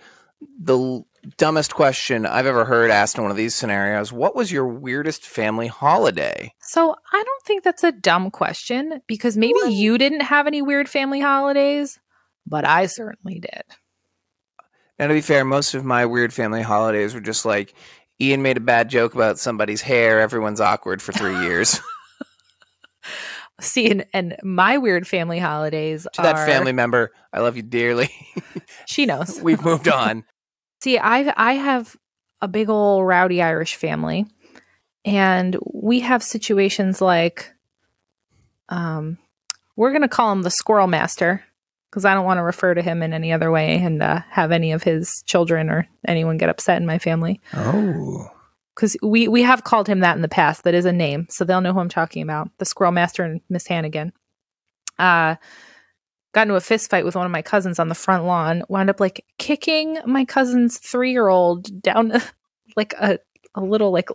the l- dumbest question I've ever heard asked in one of these scenarios. What was your weirdest family holiday?
So I don't think that's a dumb question because maybe
What?
you didn't have any weird family holidays, but I certainly did.
Now, to be fair, most of my weird family holidays were just like Ian made a bad joke about somebody's hair. Everyone's awkward for three years.
See, and, and my weird family holidays
to that
are-
family member, I love you dearly.
She knows.
We've moved on.
See, I I have a big old rowdy Irish family, and we have situations like, um, we're gonna call him the Squirrel Master because I don't want to refer to him in any other way and uh, have any of his children or anyone get upset in my family
Oh.
because we we have called him that in the past. That is a name, so they'll know who I'm talking about. The Squirrel Master and Miss Hannigan. Uh got into a fist fight with one of my cousins on the front lawn. Wound up like kicking my cousin's three year old down like a a little like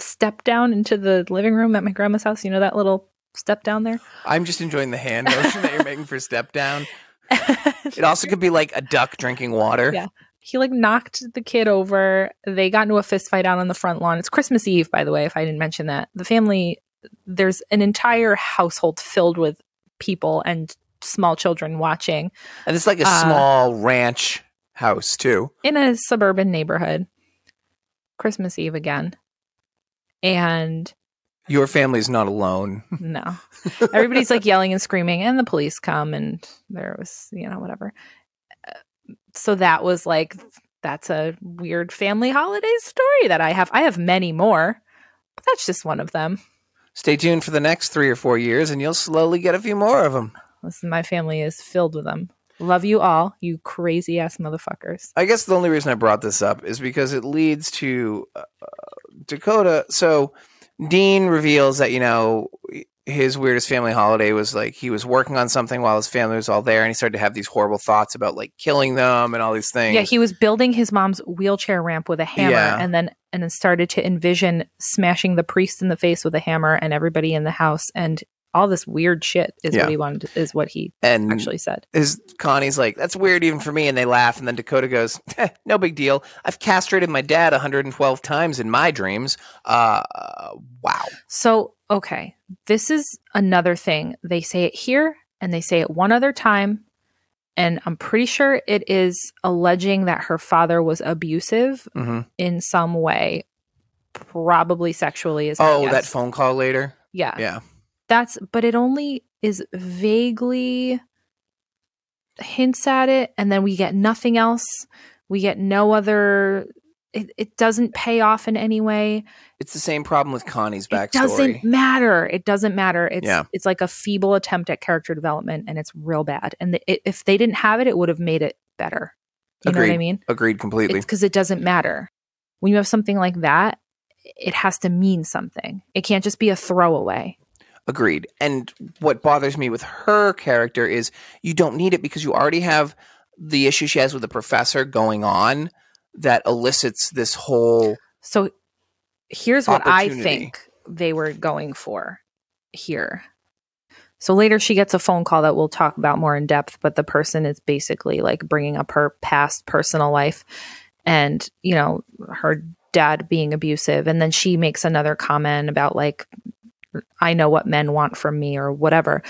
step down into the living room at my grandma's house. You know that little step down there.
I'm just enjoying the hand motion that you're making for step down. It also could be like a duck drinking water.
Yeah. he like knocked the kid over. They got into a fist fight out on the front lawn. It's Christmas Eve, by the way, if I didn't mention that. The family there's an entire household filled with people and small children watching
And it's like a
Uh,
small ranch house, too.
in a suburban neighborhood. Christmas Eve again. And
Your family's not alone.
no. Everybody's like yelling and screaming, and the police come, and there was, you know, whatever. Uh, So that was like, that's a weird family holiday story that I have. I have many more, but that's just one of them.
Stay tuned for the next three or four years, and you'll slowly get a few more of them.
Listen, my family is filled with them. Love you all, you crazy ass motherfuckers.
I guess the only reason I brought this up is because it leads to uh, Dakota. So Dean reveals that, you know, his weirdest family holiday was like he was working on something while his family was all there, and he started to have these horrible thoughts about like killing them and all these things.
Yeah, he was building his mom's wheelchair ramp with a hammer,
Yeah.
and then and then started to envision smashing the priest in the face with a hammer and everybody in the house and all this weird shit is
Yeah.
what he wanted is what he
and
actually said.
his Connie's like, "That's weird, even for me." And they laugh, and then Dakota goes, "Heh, "No big deal. I've castrated my dad 112 times in my dreams." Uh, wow.
So, okay, this is another thing. They say it here and they say it one other time. And I'm pretty sure it is alleging that her father was abusive
hmm
in some way, probably sexually. Is my
Oh,
guess.
that phone call later.
yeah,
Yeah.
that's but it only is vaguely hints at it, and then we get nothing else. We get no other. It, it doesn't pay off in any way.
It's the same problem with Connie's
It doesn't
backstory.
matter. It doesn't matter. It's
Yeah.
it's like a feeble attempt at character development, and it's real bad. And the, it, if they didn't have it, it would have made it better. You know what
Agreed.
I mean?
Agreed completely.
It's because it doesn't matter. When you have something like that, it has to mean something. It can't just be a throwaway.
Agreed. And what bothers me with her character is you don't need it because you already have the issue she has with the professor going on that elicits this whole
So here's what I
Opportunity.
think they were going for here. So later she gets a phone call that we'll talk about more in depth, but the person is basically like bringing up her past personal life and, you know, her dad being abusive. And then she makes another comment about like, I know what men want from me or whatever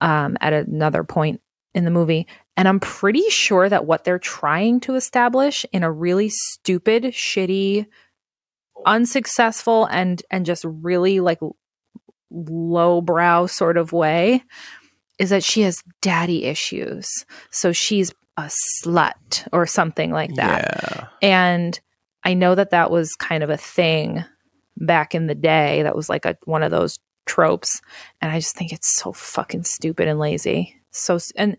um, at another point in the movie. And I'm pretty sure that what they're trying to establish in a really stupid, shitty, unsuccessful, and and just really like lowbrow sort of way is that she has daddy issues. So she's a slut or something like that.
yeah.
And I know that that was kind of a thing back in the day. That was like a one of those tropes, and I just think it's so fucking stupid and lazy. So s- and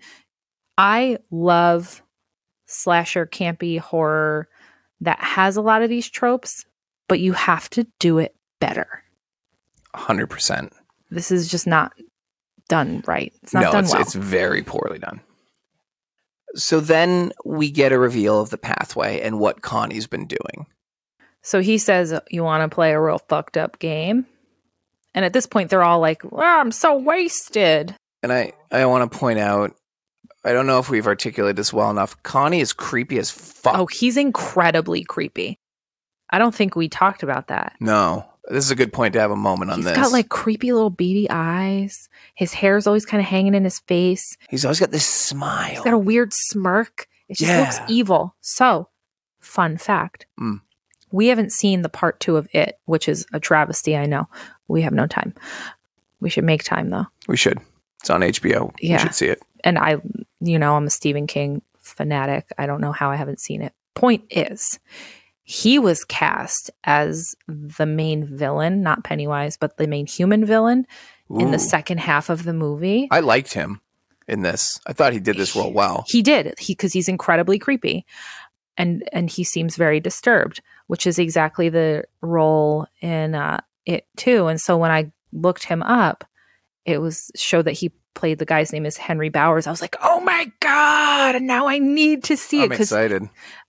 I love slasher campy horror that has a lot of these tropes, but you have to do it better.
100%.
This is just not done right. It's not
no,
done
it's,
well.
it's very poorly done. So then we get a reveal of the pathway and what Connie's been doing.
So he says, You want to play a real fucked up game? And at this point, they're all like, "Well, I'm so wasted.
And I, I want to point out I don't know if we've articulated this well enough. Connie is creepy as fuck.
Oh, he's incredibly creepy. I don't think we talked about that.
no, this is a good point to have a moment on
He's
this.
got like creepy little beady eyes. His hair's always kind of hanging in his face.
he's always got this smile.
He's got a weird smirk. It just looks
Yeah.
evil. So, fun fact
Mm.
we haven't seen the part two of it, which is a travesty. I know we have no time. We should make time though.
we should. It's on HBO.
Yeah.
We should see it.
And I, you know, I'm a Stephen King fanatic. I don't know how I haven't seen it. Point is, he was cast as the main villain, not Pennywise, but the main human villain in the
Ooh.
second half of the movie.
I liked him in this. I thought he did this real well.
He did. He because he's incredibly creepy, and and he seems very disturbed, which is exactly the role in uh, it too. And so when I looked him up, it was showed that he played the guy's name is Henry Bowers. I was like, oh my god! And now I need to see it
I'm
because
excited.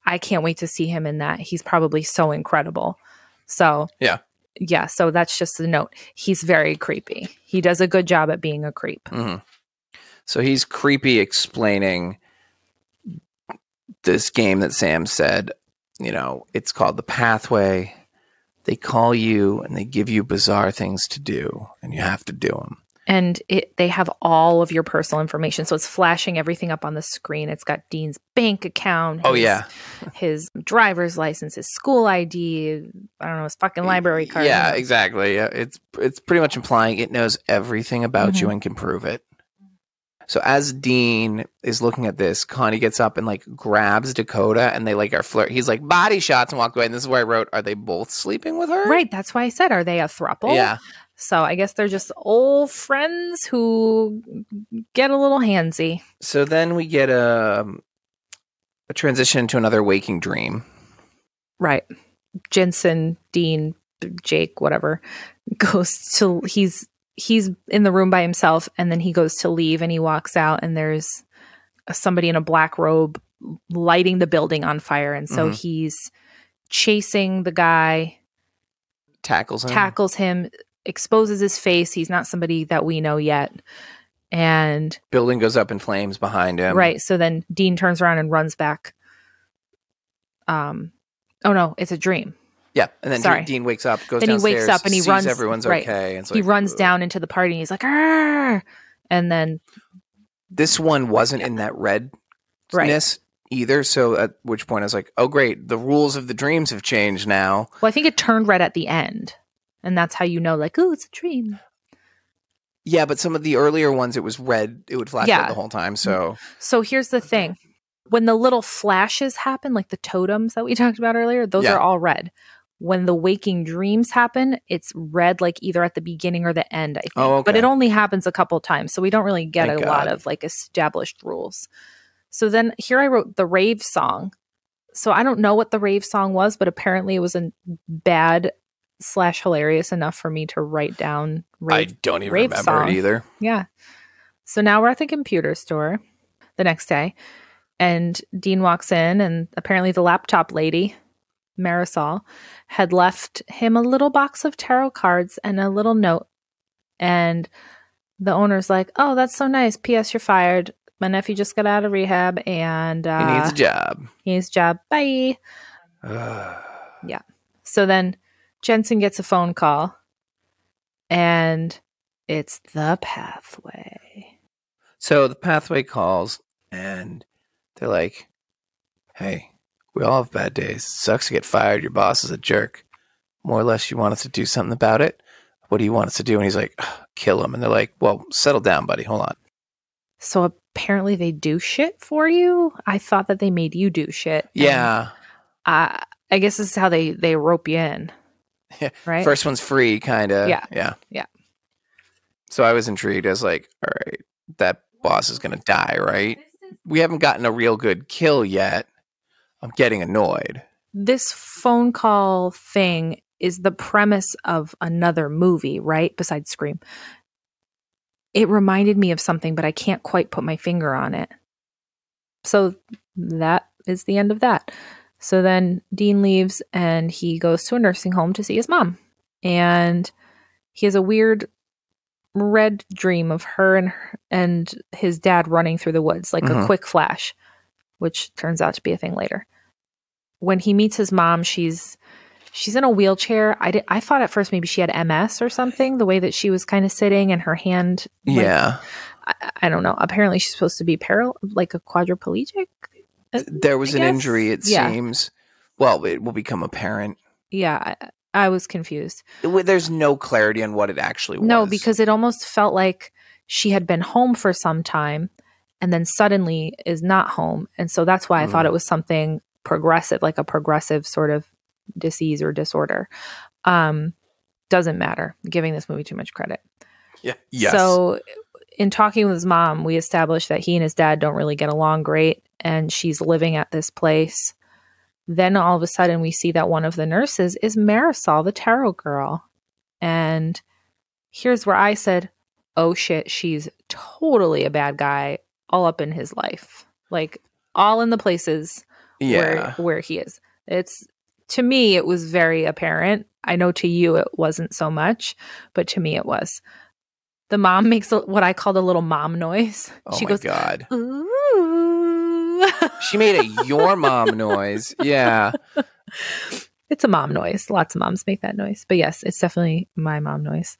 I can't wait to see him in that. He's probably so incredible. So
Yeah.
yeah. So that's just the note. He's very creepy. He does a good job at being a creep.
hmm So he's creepy explaining this game that Sam said, you know, it's called The Pathway. They call you and they give you bizarre things to do, and you have to do them.
and it they have all of your personal information so it's flashing everything up on the screen it's got dean's bank account
Oh,
his-
yeah.
his driver's license his school id i don't know his fucking library card
Yeah, exactly. Yeah, It's it's pretty much implying it knows everything about
Mm-hmm.
you and can prove it. So as Dean is looking at this, Connie gets up and like grabs Dakota and they like are flirt. He's like body shots and walked away. And this is where I wrote, are they both sleeping with her?
right that's why i said are they a throuple
Yeah.
so i guess they're just old friends who get a little handsy
So then we get a a transition to another waking dream.
right jensen dean jake whatever goes to he's he's in the room by himself and then he goes to leave and he walks out and there's somebody in a black robe lighting the building on fire and so
Mhm.
he's chasing the guy
Tackles him.
tackles him exposes his face he's not somebody that we know yet and
Building goes up in flames behind him.
right so then dean turns around and runs back um oh no it's a dream
Yeah. And then
Sorry.
Dean wakes up, goes
Then he wakes
downstairs,
up and he
sees
runs-
Everyone's
right.
okay. And it's
he
like, uh,
runs
"Ugh."
down into the party and he's like, "Arr!" and then
This one wasn't in that redness
right.
either. So at which point I was like, oh great, the rules of the dreams have changed now.
Well, I think it turned red at the end, and that's how you know, like, oh, it's a dream.
Yeah, but some of the earlier ones it was red. It would flash
Yeah. Mm-hmm.
red the whole time. So
So here's the thing: when the little flashes happen, like the totems that we talked about earlier, those
Yeah.
are all red. When the waking dreams happen, it's red, like either at the beginning or the end. I think,
Oh,
but
okay.
it only happens a couple times, so we don't really get
Thank
a lot
God.
of like established rules. So then here I wrote the rave song. So I don't know what the rave song was, but apparently it was a bad slash hilarious enough for me to write down rave
I don't even
rave
remember
song.
it either.
yeah. So now we're at the computer store the next day, and Dean walks in, and apparently the laptop lady, Marisol, had left him a little box of tarot cards and a little note. And the owner's like, Oh, that's so nice. P.S. You're fired. My nephew just got out of rehab and
He
uh,
needs a job.
he needs a job. Bye.
Ugh.
So then Jensen gets a phone call, and it's the pathway.
So the pathway calls and they're like, hey, we all have bad days. Sucks to get fired. Your boss is a jerk. More or less, you want us to do something about it? What do you want us to do? And he's like, "Ugh, kill him. And they're like, well, settle down, buddy. Hold on.
So apparently they do shit for you. I thought that they made you do shit.
Yeah.
Uh, I guess this is how they they rope you in.
Yeah,
Right.
First one's free, kind of.
Yeah.
Yeah.
Yeah.
So I was intrigued. I was like, all right, that boss is going to die, right? We haven't gotten a real good kill yet. I'm getting annoyed.
this phone call thing is the premise of another movie, right? Besides Scream. It reminded me of something, but I can't quite put my finger on it. So that is the end of that. So then Dean leaves and he goes to a nursing home to see his mom. And he has a weird red dream of her and and his dad running through the woods like
Mhm.
a quick flash, which turns out to be a thing later. When he meets his mom, she's she's in a wheelchair. I did, I thought at first maybe she had MS or something. The way that she was kind of sitting and her hand, like,
yeah.
I, I don't know. Apparently, she's supposed to be paral like a quadriplegic.
There was
Uh, I
an
guess-
injury, it
yeah.
seems. Well, it will become apparent.
Yeah, I, I was confused.
It- There's no clarity on what it actually was.
No, because it almost felt like she had been home for some time and then suddenly is not home. And so that's why I thought
Mm.
it was something progressive, like a progressive sort of disease or disorder. Um, doesn't matter. Giving this movie too much credit.
yeah, yes.
So, in talking with his mom, we established that he and his dad don't really get along great, and she's living at this place. Then all of a sudden, we see that one of the nurses is Marisol, the tarot girl. And here's where I said, Oh shit, she's totally a bad guy all up in his life. Like, all in the places where
yeah,
where he is. It's to me it was very apparent. I know to you it wasn't so much, but to me it was. The mom makes a, what I called a little mom noise.
oh
she
my
goes,
god,
"Ooh."
she made a your mom noise. Yeah,
it's a mom noise. Lots of moms make that noise. But yes, it's definitely my mom noise.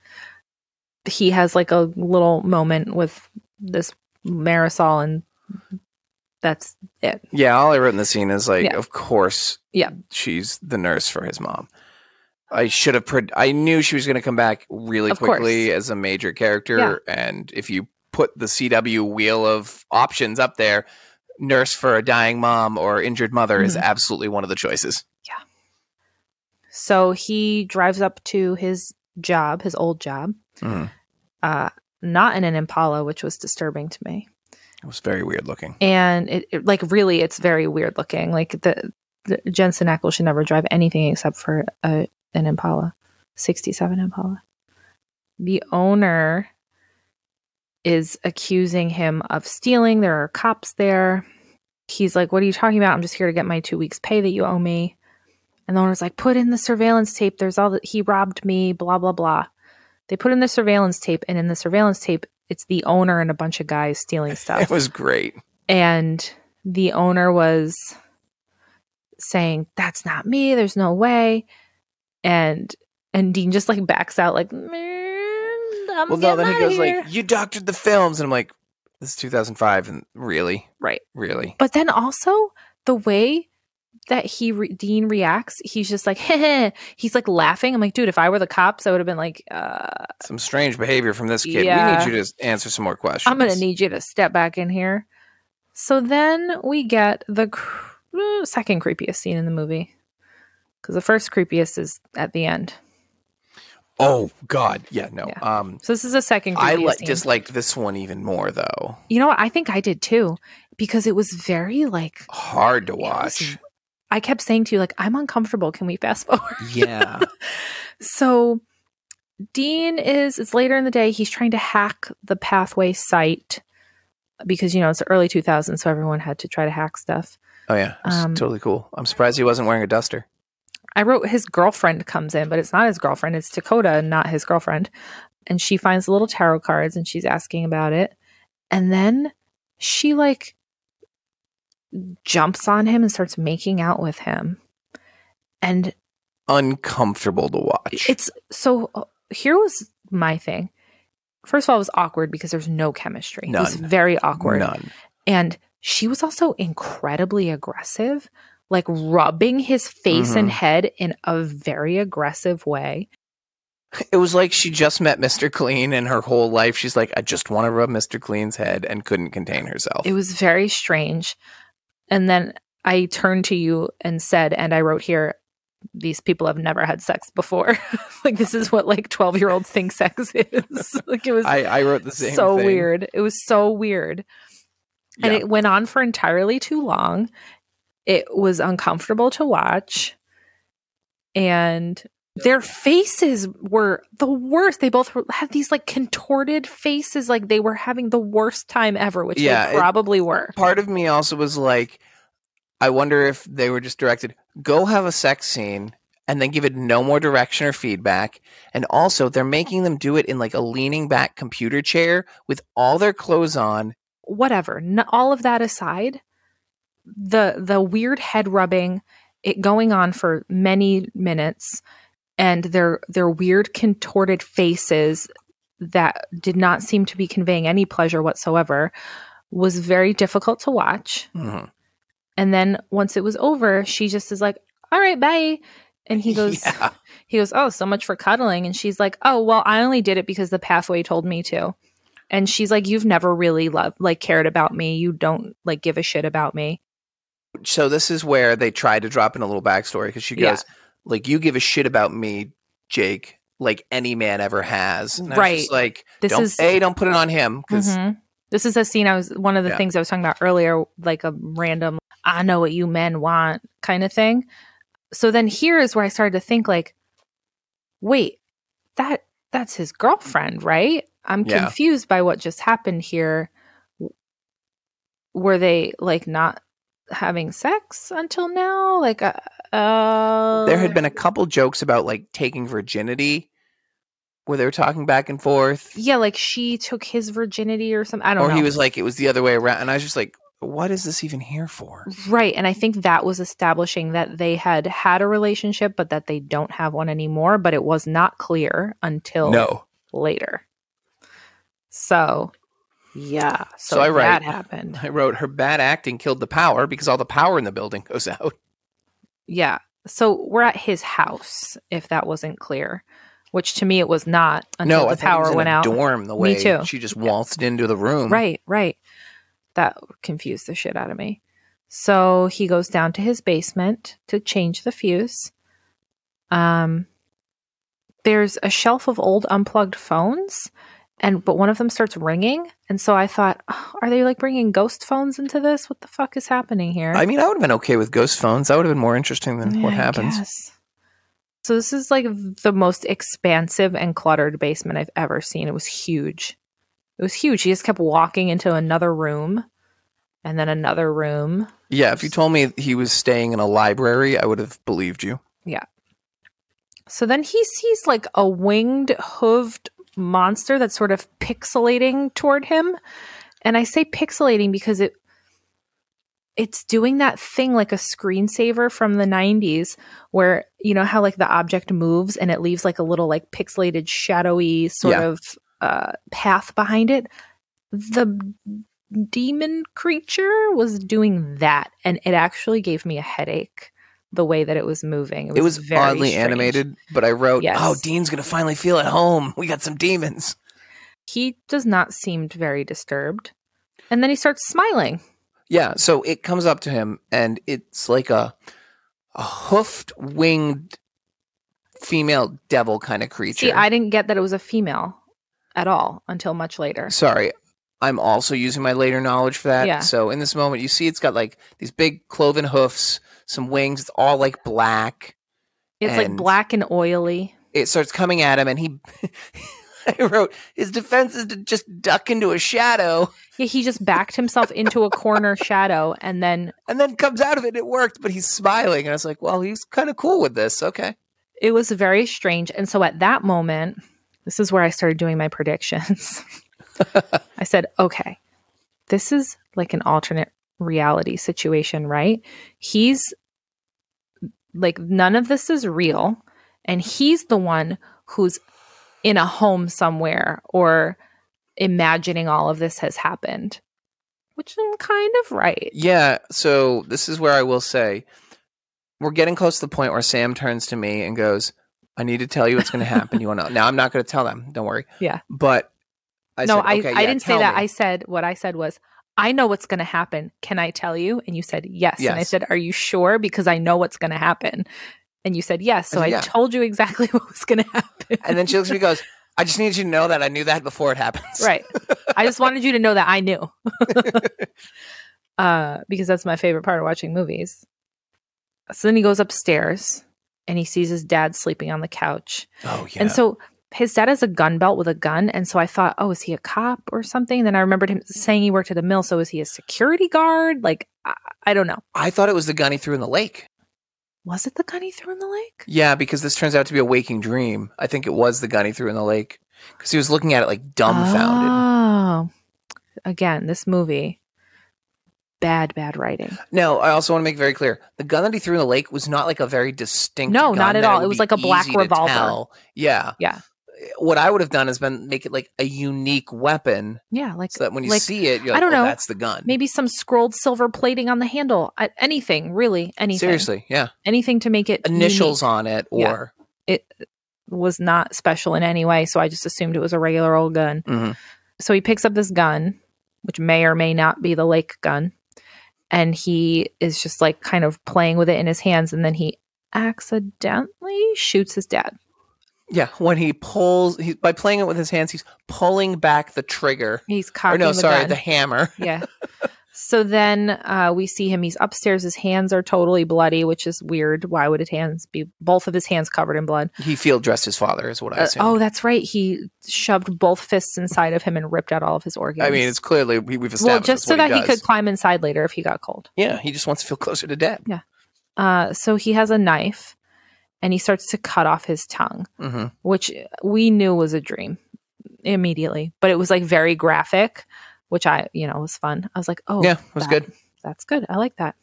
He has like a little moment with this Marisol and that's it.
yeah. All I wrote in the scene is like,
Yeah.
of course,
Yeah.
she's the nurse for his mom. I should have. Pred- I knew she was going to come back really
Of course.
quickly as a major character,
Yeah.
and if you put the CW wheel of options up there, nurse for a dying mom or injured mother is
Mhm.
absolutely one of the choices.
So he drives up to his job, his old job,
Mhm.
uh, not in an Impala, which was disturbing to me.
It was very weird looking.
And it, it- like really, it's very weird looking. Like the, the Jensen Ackles should never drive anything except for a, an Impala, sixty-seven Impala. The owner is accusing him of stealing. There are cops there. He's like, "What are you talking about? I'm just here to get my two weeks' pay that you owe me." And the owner's like, "Put in the surveillance tape. There's all that he robbed me. Blah blah blah." They put in the surveillance tape, and in the surveillance tape, it's the owner and a bunch of guys stealing stuff
It was great.
and the owner was saying that's not me there's no way and and dean just like backs out like "Mm, I'm
Well, no, then he goes
here.
like, "You doctored the films," and I'm like, "This is 2005, and really,
right
really,
but then also the way that he re- dean reacts he's just like he's like laughing i'm like dude if i were the cops i would have been like uh
some strange behavior from this kid.
Yeah.
We need you to answer some more questions."
i'm gonna need you to step back in here so then we get the cr- uh, second creepiest scene in the movie because the first creepiest is at the end
Oh God, yeah, no.
Yeah.
Um,
So this is a second.
I
creepy
li-
scene.
disliked this one even more though.
You know what? I think I did too, because it was very like
Hard to
it was-
watch.
I kept saying to you, like, I'm uncomfortable. Can we fast forward?
yeah,
So Dean is. It's later in the day. He's trying to hack the pathway site because you know it's the early 2000s, so everyone had to try to hack stuff.
oh yeah, it's
Um,
totally cool. I'm surprised he wasn't wearing a duster.
I wrote his girlfriend comes in, but it's not his girlfriend. It's Dakota, not his girlfriend. And she finds the little tarot cards and she's asking about it. And then she like jumps on him and starts making out with him. And
Uncomfortable to watch.
it's so uh, here was my thing. First of all, it was awkward because there's no chemistry. It was
None.
very awkward.
None.
And she was also incredibly aggressive, like rubbing his face and
Mhm.
head in a very aggressive way.
It was like she just met Mr. Clean, and her whole life she's like, "I just want to rub Mr. Clean's head," and couldn't contain herself.
It was very strange. And then I turned to you and said, and I wrote here, these people have never had sex before. like this is what like 12 year olds think sex is. like it was
I, I wrote the same.
so
thing.
weird. It was so weird. And
Yeah.
it went on for entirely too long. It was uncomfortable to watch. And their faces were the worst. They both were- had these like contorted faces, like they were having the worst time ever, which
Yeah,
they
it-
probably were.
part of me also was like, I wonder if they were just directed, go have a sex scene and then give it no more direction or feedback. And also, they're making them do it in like a leaning back computer chair with all their clothes on.
Whatever. N- all of that aside, the the weird head rubbing, it going on for many minutes, and their their weird contorted faces that did not seem to be conveying any pleasure whatsoever was very difficult to watch.
Mhm.
And then once it was over, she just is like, "All right, bye." And he goes,
Yeah.
he goes, "Oh, so much for cuddling." And she's like, "Oh, well, I only did it because the pathway told me to." And she's like, "You've never really loved like cared about me. You don't like give a shit about me."
So this is where they try to drop in a little backstory because she
Yeah.
goes, "Like you give a shit about me, Jake, like any man ever has." And I was
Right.
just like
This
don't,
is
a don't put it on him because
Mhm. This is a scene I was one of the
Yeah.
things I was talking about earlier, like a random I know what you men want kind of thing. So then here is where I started to think like, wait, that that's his girlfriend, right? I'm
Yeah.
confused by what just happened here. W- Were they like not having sex until now? Like, uh, uh
there had been a couple jokes about like taking virginity, where they were talking back and forth,
yeah, like she took his virginity or something. I don't
or
know.
Oh, he was like it was the other way around, and I was just like, "What is this even here for?"
Right. And I think that was establishing that they had had a relationship, but that they don't have one anymore. But it was not clear until
No,
later. So, yeah. So,
So I write-
that happened.
I wrote her bad acting killed the power because all the power in the building goes out.
Yeah. So we're at his house, if that wasn't clear, which to me it was not until
no, I
the
thought it was
power
in
went
a
out.
Dorm the
Me
way
too.
she just waltzed into the room.
Right, right. That confused the shit out of me. So he goes down to his basement to change the fuse. Um there's a shelf of old unplugged phones and but one of them starts ringing and so I thought "Oh, are they like bringing ghost phones into this? What the fuck is happening here?
I mean, I would have been okay with ghost phones. That would have been more interesting than what
Yeah, I
happens.
guess. So this is like the most expansive and cluttered basement I've ever seen. It was huge. It was huge. He just kept walking into another room and then another room.
Yeah, if you told me he was staying in a library, I would have believed you.
So then he sees like a winged, hooved monster that's sort of pixelating toward him. And I say pixelating because it it's doing that thing like a screensaver from the 90s where you know how like the object moves and it leaves like a little like pixelated shadowy sort
Yeah.
of uh, path behind it. The demon creature was doing that and it actually gave me a headache the way that it was moving.
It was,
very
oddly
strange.
animated, but I wrote,
Yes.
"Oh, Dean's gonna finally feel at home. We got some demons."
He does not seem very disturbed. And then he starts smiling.
Yeah, so it comes up to him, and it's like a, a hoofed, winged female devil kind of creature.
See, I didn't get that it was a female at all until much later.
Sorry, I'm also using my later knowledge for that.
Yeah.
So in this moment, you see it's got like these big cloven hoofs, some wings. It's all like black.
It's like
And-
black and oily.
it starts coming at him and he I wrote his defense is to just duck into a shadow
Yeah, he just backed himself into a corner shadow and then
and then comes out of it and it worked but he's smiling and I was like well he's kind of cool with this okay
it was very strange. And so at that moment, this is where I started doing my predictions. I said, okay, this is like an alternate reality situation, right? He's like, none of this is real. And he's the one who's in a home somewhere or imagining all of this has happened, which I'm kind of right.
yeah so this is where I will say we're getting close to the point where Sam turns to me and goes I need to tell you what's going to happen you want to now I'm not going to tell them don't worry
Yeah.
but I
no,
said,
I,
"Okay,
I
yeah,
didn't say
tell
that.
me."
I said what I said was, I know what's going to happen. Can I tell you? And you said yes. And I
Yes.
said, Are you sure? Because I know what's going to happen. And you said yes. So
I
I,
said, "Yeah."
told you exactly what was going to happen.
and then she looks at me and goes I just need you to know that I knew that before it happens
right. I just wanted you to know that I knew. uh, because that's my favorite part of watching movies. So then he goes upstairs and he sees his dad sleeping on the couch.
oh yeah
And so his dad has a gun belt with a gun. And so I thought, oh, is he a cop or something? Then I remembered him saying he worked at a mill. So is he a security guard? Like, I, I don't know.
I thought it was the gun he threw in the lake
Was it the gun he threw in the lake?
Yeah, because this turns out to be a waking dream. I think it was the gun he threw in the lake because he was looking at it like dumbfounded.
Oh. Again, this movie. Bad, bad writing.
No, I also want to make very clear: the gun that he threw in the lake was not like a very distinct.
No,
gun
not at
that
all.
would
It was
be
like a black
easy to
revolver.
tell. Yeah,
Yeah.
What I would have done is been make it like a unique weapon,
Yeah, like
so that when you
like,
see it, you're
I
like,
don't
"Oh,
know.
that's the gun."
maybe some scrolled silver plating on the handle. I- Anything, really, anything.
seriously, yeah.
Anything to make it
Initials on it,
Yeah.
or
unique was not special in any way, so I just assumed it was a regular old gun.
Mhm.
So he picks up this gun, which may or may not be the lake gun, and he is just like kind of playing with it in his hands, and then he accidentally shoots his dad.
yeah. When he pulls, he, by playing it with his hands, he's pulling back the trigger.
He's
Or
cocking
no,
the
sorry,
gun.
the hammer.
yeah. So then uh, we see him. He's upstairs. His hands are totally bloody, which is weird. Why would his hands be both of his hands covered in blood?
He field dressed his father, is what I
Uh,
assume.
oh, that's right. He shoved both fists inside of him and ripped out all of his organs.
I mean, it's clearly we, we've established.
well,
that's
just so
what
that he,
does.
could climb inside later if he got cold.
Yeah, he just wants to feel closer to dad.
Uh, so he has a knife, and he starts to cut off his tongue,
hmm
which we knew was a dream immediately, but it was like very graphic, which I, you know, was fun. I was like, oh,
yeah, it was
that-
good.
That's good. I like that.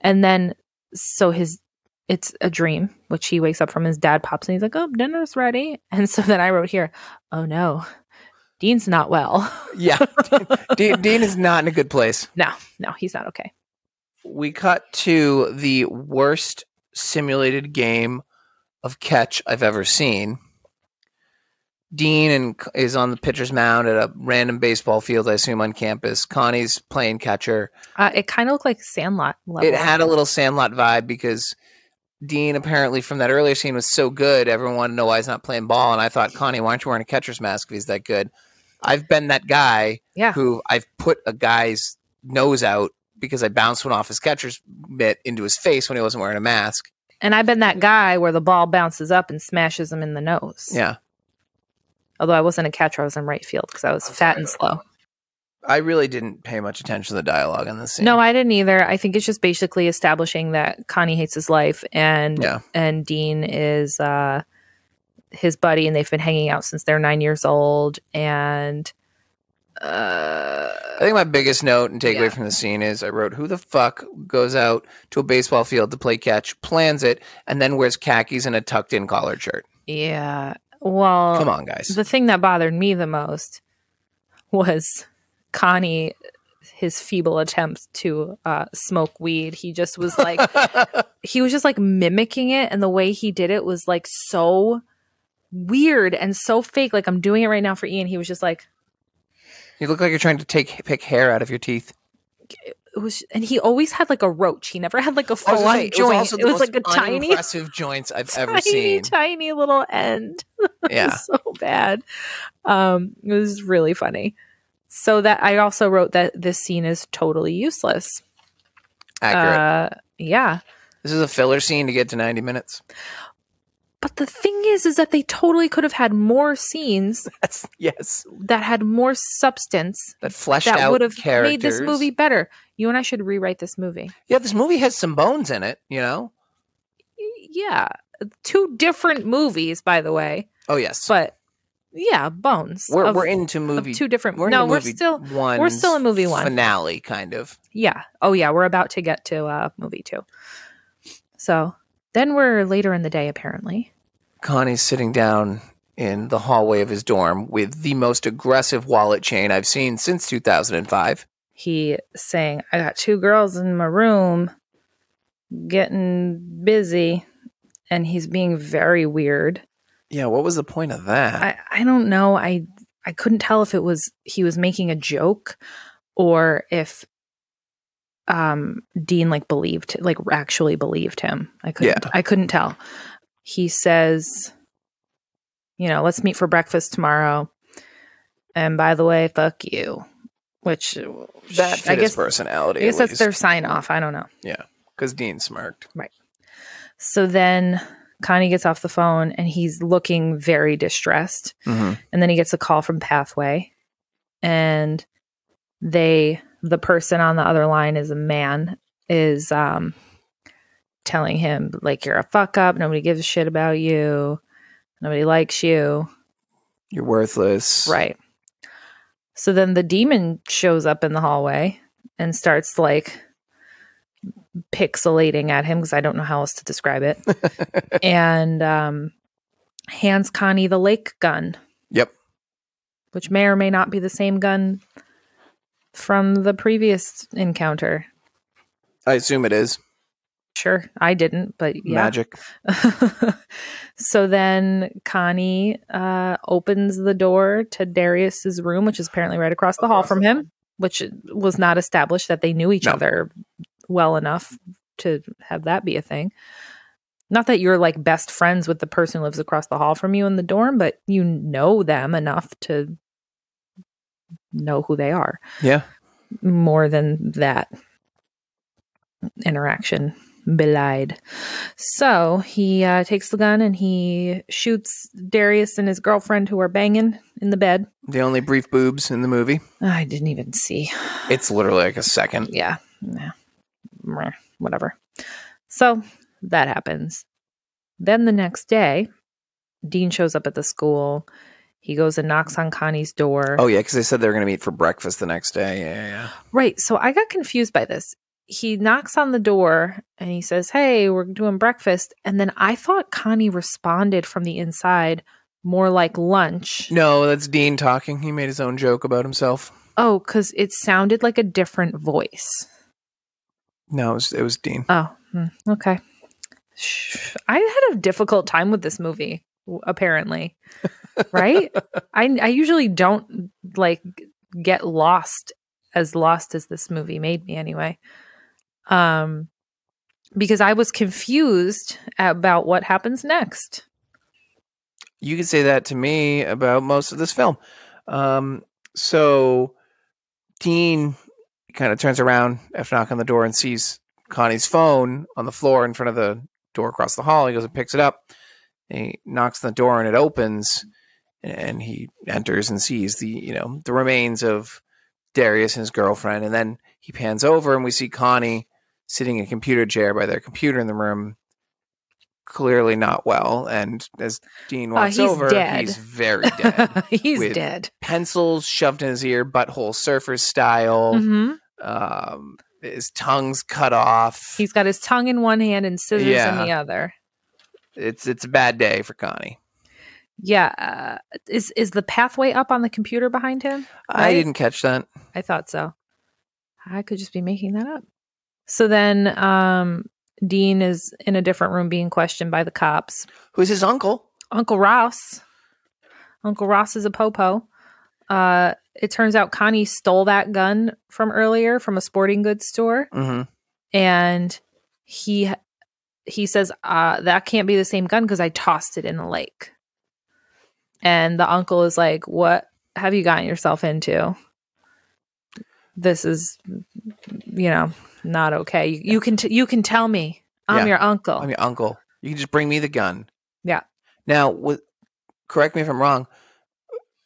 And then, so his, it's a dream, which he wakes up from. His dad pops and he's like, "Oh, dinner's ready." And so then I wrote here, "Oh no, Dean's not well.
Yeah, Dean, Dean is not in a good place.
no, no, he's not okay."
We cut to the worst simulated game of catch I've ever seen. Dean and is on the pitcher's mound at a random baseball field, I assume, on campus. Connie's playing catcher.
Uh, it kind of looked like Sandlot level.
It had a little Sandlot vibe because Dean apparently from that earlier scene was so good, everyone wanted to know why he's not playing ball. And I thought, Connie, why aren't you wearing a catcher's mask if he's that good? I've been that guy
yeah,
who I've put a guy's nose out because I bounced one off his catcher's mitt into his face when he wasn't wearing a mask.
and I've been that guy where the ball bounces up and smashes him in the nose.
Yeah.
Although I wasn't a catcher, I was in right field because I
Oh,
was fat and slow.
I really didn't pay much attention to the dialogue in this scene.
No, I didn't either. I think it's just basically establishing that Connie hates his life and
Yeah.
and Dean is uh his buddy and they've been hanging out since they're 9 years old and
I
uh
think my biggest note and takeaway
Yeah.
from the scene is I wrote, Who the fuck goes out to a baseball field to play catch, plans it, and then wears khakis and a tucked in collared shirt?
yeah. Well,
Come on, guys.
the thing that bothered me the most was Connie his feeble attempt to uh, smoke weed. He just was like he was just like mimicking it and the way he did it was like so weird and so fake like i'm doing it right now for ian he was just like
you look like you're trying to take pick hair out of your teeth.
it was and he always had like a roach he never had like a full on
It was
joint
also
Oh, it
the
was
most
like a tiny
unimpressive joints I've ever
tiny
seen.
tiny little end It
yeah.
was so bad um it was really funny so that i also wrote that this scene is totally useless
Accurate.
uh yeah
this is a filler scene to get to 90 minutes.
but the thing is is that they totally could have had more scenes
That's yes.
that had more substance
that fleshed
that
out
would have
characters.
made this movie better. You and I should rewrite this movie.
Yeah, this movie has some bones in it. You know.
Y- Yeah, two different movies, by the way,
Oh yes,
but yeah, bones.
we're
of-
we're into
of
movie.
two different.
We're
no,
into
we're
movie
still
one.
we're still in movie one.
finale, kind of.
Yeah. Oh yeah, we're about to get to uh, movie two. So then we're later in the day, apparently.
Connie's sitting down in the hallway of his dorm with the most aggressive wallet chain I've seen since 2005.
He saying, "I got two girls in my room, getting busy," and he's being very weird.
Yeah, what was the point of that?
I, I don't know. I I couldn't tell if it was he was making a joke or if um Dean like believed like actually believed him. I couldn't I couldn't tell. He says, you know, let's meet for breakfast tomorrow. And by the way, fuck you. Which
that
I
fit his
guess, I
personality.
guess
at
that's their sign off. I don't know.
because Dean smirked.
So then Connie gets off the phone and he's looking very distressed.
Mm-hmm.
and then he gets a call from pathway and they the person on the other line is a man is um telling him like you're a fuck up, nobody gives a shit about you, nobody likes you.
You're worthless.
Right. So then the demon shows up in the hallway and starts like pixelating at him because I don't know how else to describe it. and um, hands Connie the lake gun.
Yep.
Which may or may not be the same gun from the previous encounter.
I assume it is.
Sure, I didn't, but yeah.
Magic.
so then Connie uh, opens the door to Darius's room, which is apparently right across the hall from him, which was not established that they knew each
No.
other well enough to have that be a thing. Not that you're like best friends with the person who lives across the hall from you in the dorm, but you know them enough to know who they are
Yeah.
more than that interaction belied. So he uh, takes the gun and he shoots Darius and his girlfriend who are banging in the bed.
The only brief boobs in the movie.
I didn't even see.
It's literally like a second.
Yeah. yeah. Meh, Whatever. So that happens. Then the next day, Dean shows up at the school. He goes and knocks on Connie's door.
Oh yeah, because they said they were going to meet for breakfast the next day. Yeah, yeah, yeah.
Right. So I got confused by this. He knocks on the door and he says, Hey, we're doing breakfast. And then I thought Connie responded from the inside more like lunch.
No, that's Dean talking. He made his own joke about himself.
Oh, because it sounded like a different voice.
No, it was, it was Dean.
Oh, hmm, okay. Sh- I had a difficult time with this movie, w- apparently. Right? I, I usually don't like get lost as lost as this movie made me anyway. Um, because I was confused about what happens next.
You could say that to me about most of this film. Um, so Dean kind of turns around after knocking on the door and sees Connie's phone on the floor in front of the door across the hall. He goes and picks it up. He knocks on the door and it opens, and he enters and sees the you know the remains of Darius and his girlfriend. And then he pans over and we see Connie sitting in a computer chair by their computer in the room, clearly not well. And as Dean walks
Oh, he's
over,
dead.
he's very dead.
He's
With-
dead.
Pencils shoved in his ear, butthole surfer style
hmm
um his tongue's cut off
He's got his tongue in one hand and scissors
Yeah.
in the other.
it's it's a bad day for connie
Yeah, uh, is is the pathway up on the computer behind him?
i
Right?
didn't catch that
I thought so. I could just be making that up. So then um Dean is in a different room being questioned by the cops.
who's his uncle
Uncle Ross. Uncle Ross is a popo. Uh it turns out Connie stole that gun from earlier from a sporting goods store
mm-hmm.
and he he says uh that can't be the same gun because I tossed it in the lake. And the uncle is like, "What have you gotten yourself into? This is you know, not okay. You, you can t- you can tell me. I'm
Yeah.
your uncle."
i'm your uncle you can just bring me the gun
Oh. Yeah.
now with, correct me if i'm wrong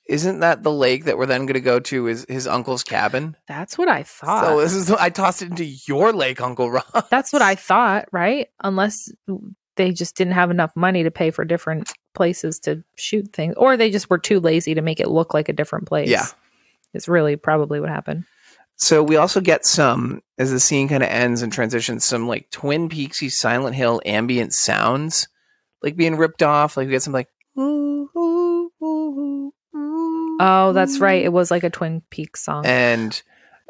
isn't that the lake that we're then going to go to is his uncle's cabin
That's what I thought.
so this is i tossed it into your lake uncle ron
That's what I thought, right? Unless they just didn't have enough money to pay for different places to shoot things, or they just were too lazy to make it look like a different place.
Yeah.
It's really probably what happened.
So we also get some as the scene kind of ends and transitions some like Twin Peaksy Silent Hill ambient sounds like being ripped off. Like we get some like
Oh,
oh,
that's right. It was like a Twin Peaks song.
And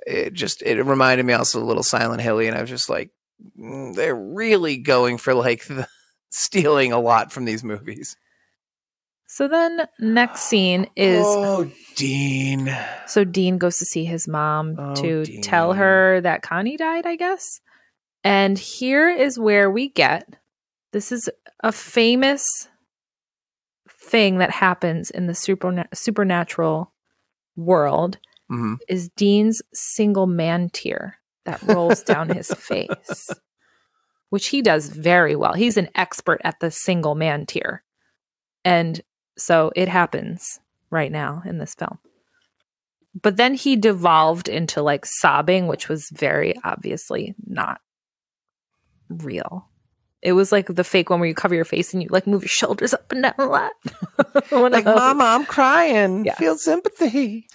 it just it reminded me also a little Silent Hilly, and I was just like, mm, they're really going for like the, stealing a lot from these movies.
so then, next scene is
oh Dean?
so Dean goes to see his mom
Oh,
to tell
Dean.
her that Connie died, I guess. And here is where we get this is a famous thing that happens in the super, supernatural world
hmm
is Dean's single man tear that rolls down his face, which he does very well. He's an expert at the single man tear. And so it happens right now in this film. But then he devolved into like sobbing, which was very obviously not real. It was like the fake one where you cover your face and you like move your shoulders up and down a lot. One
Like,
of those.
Mama, I'm crying.
Yeah.
Feel sympathy.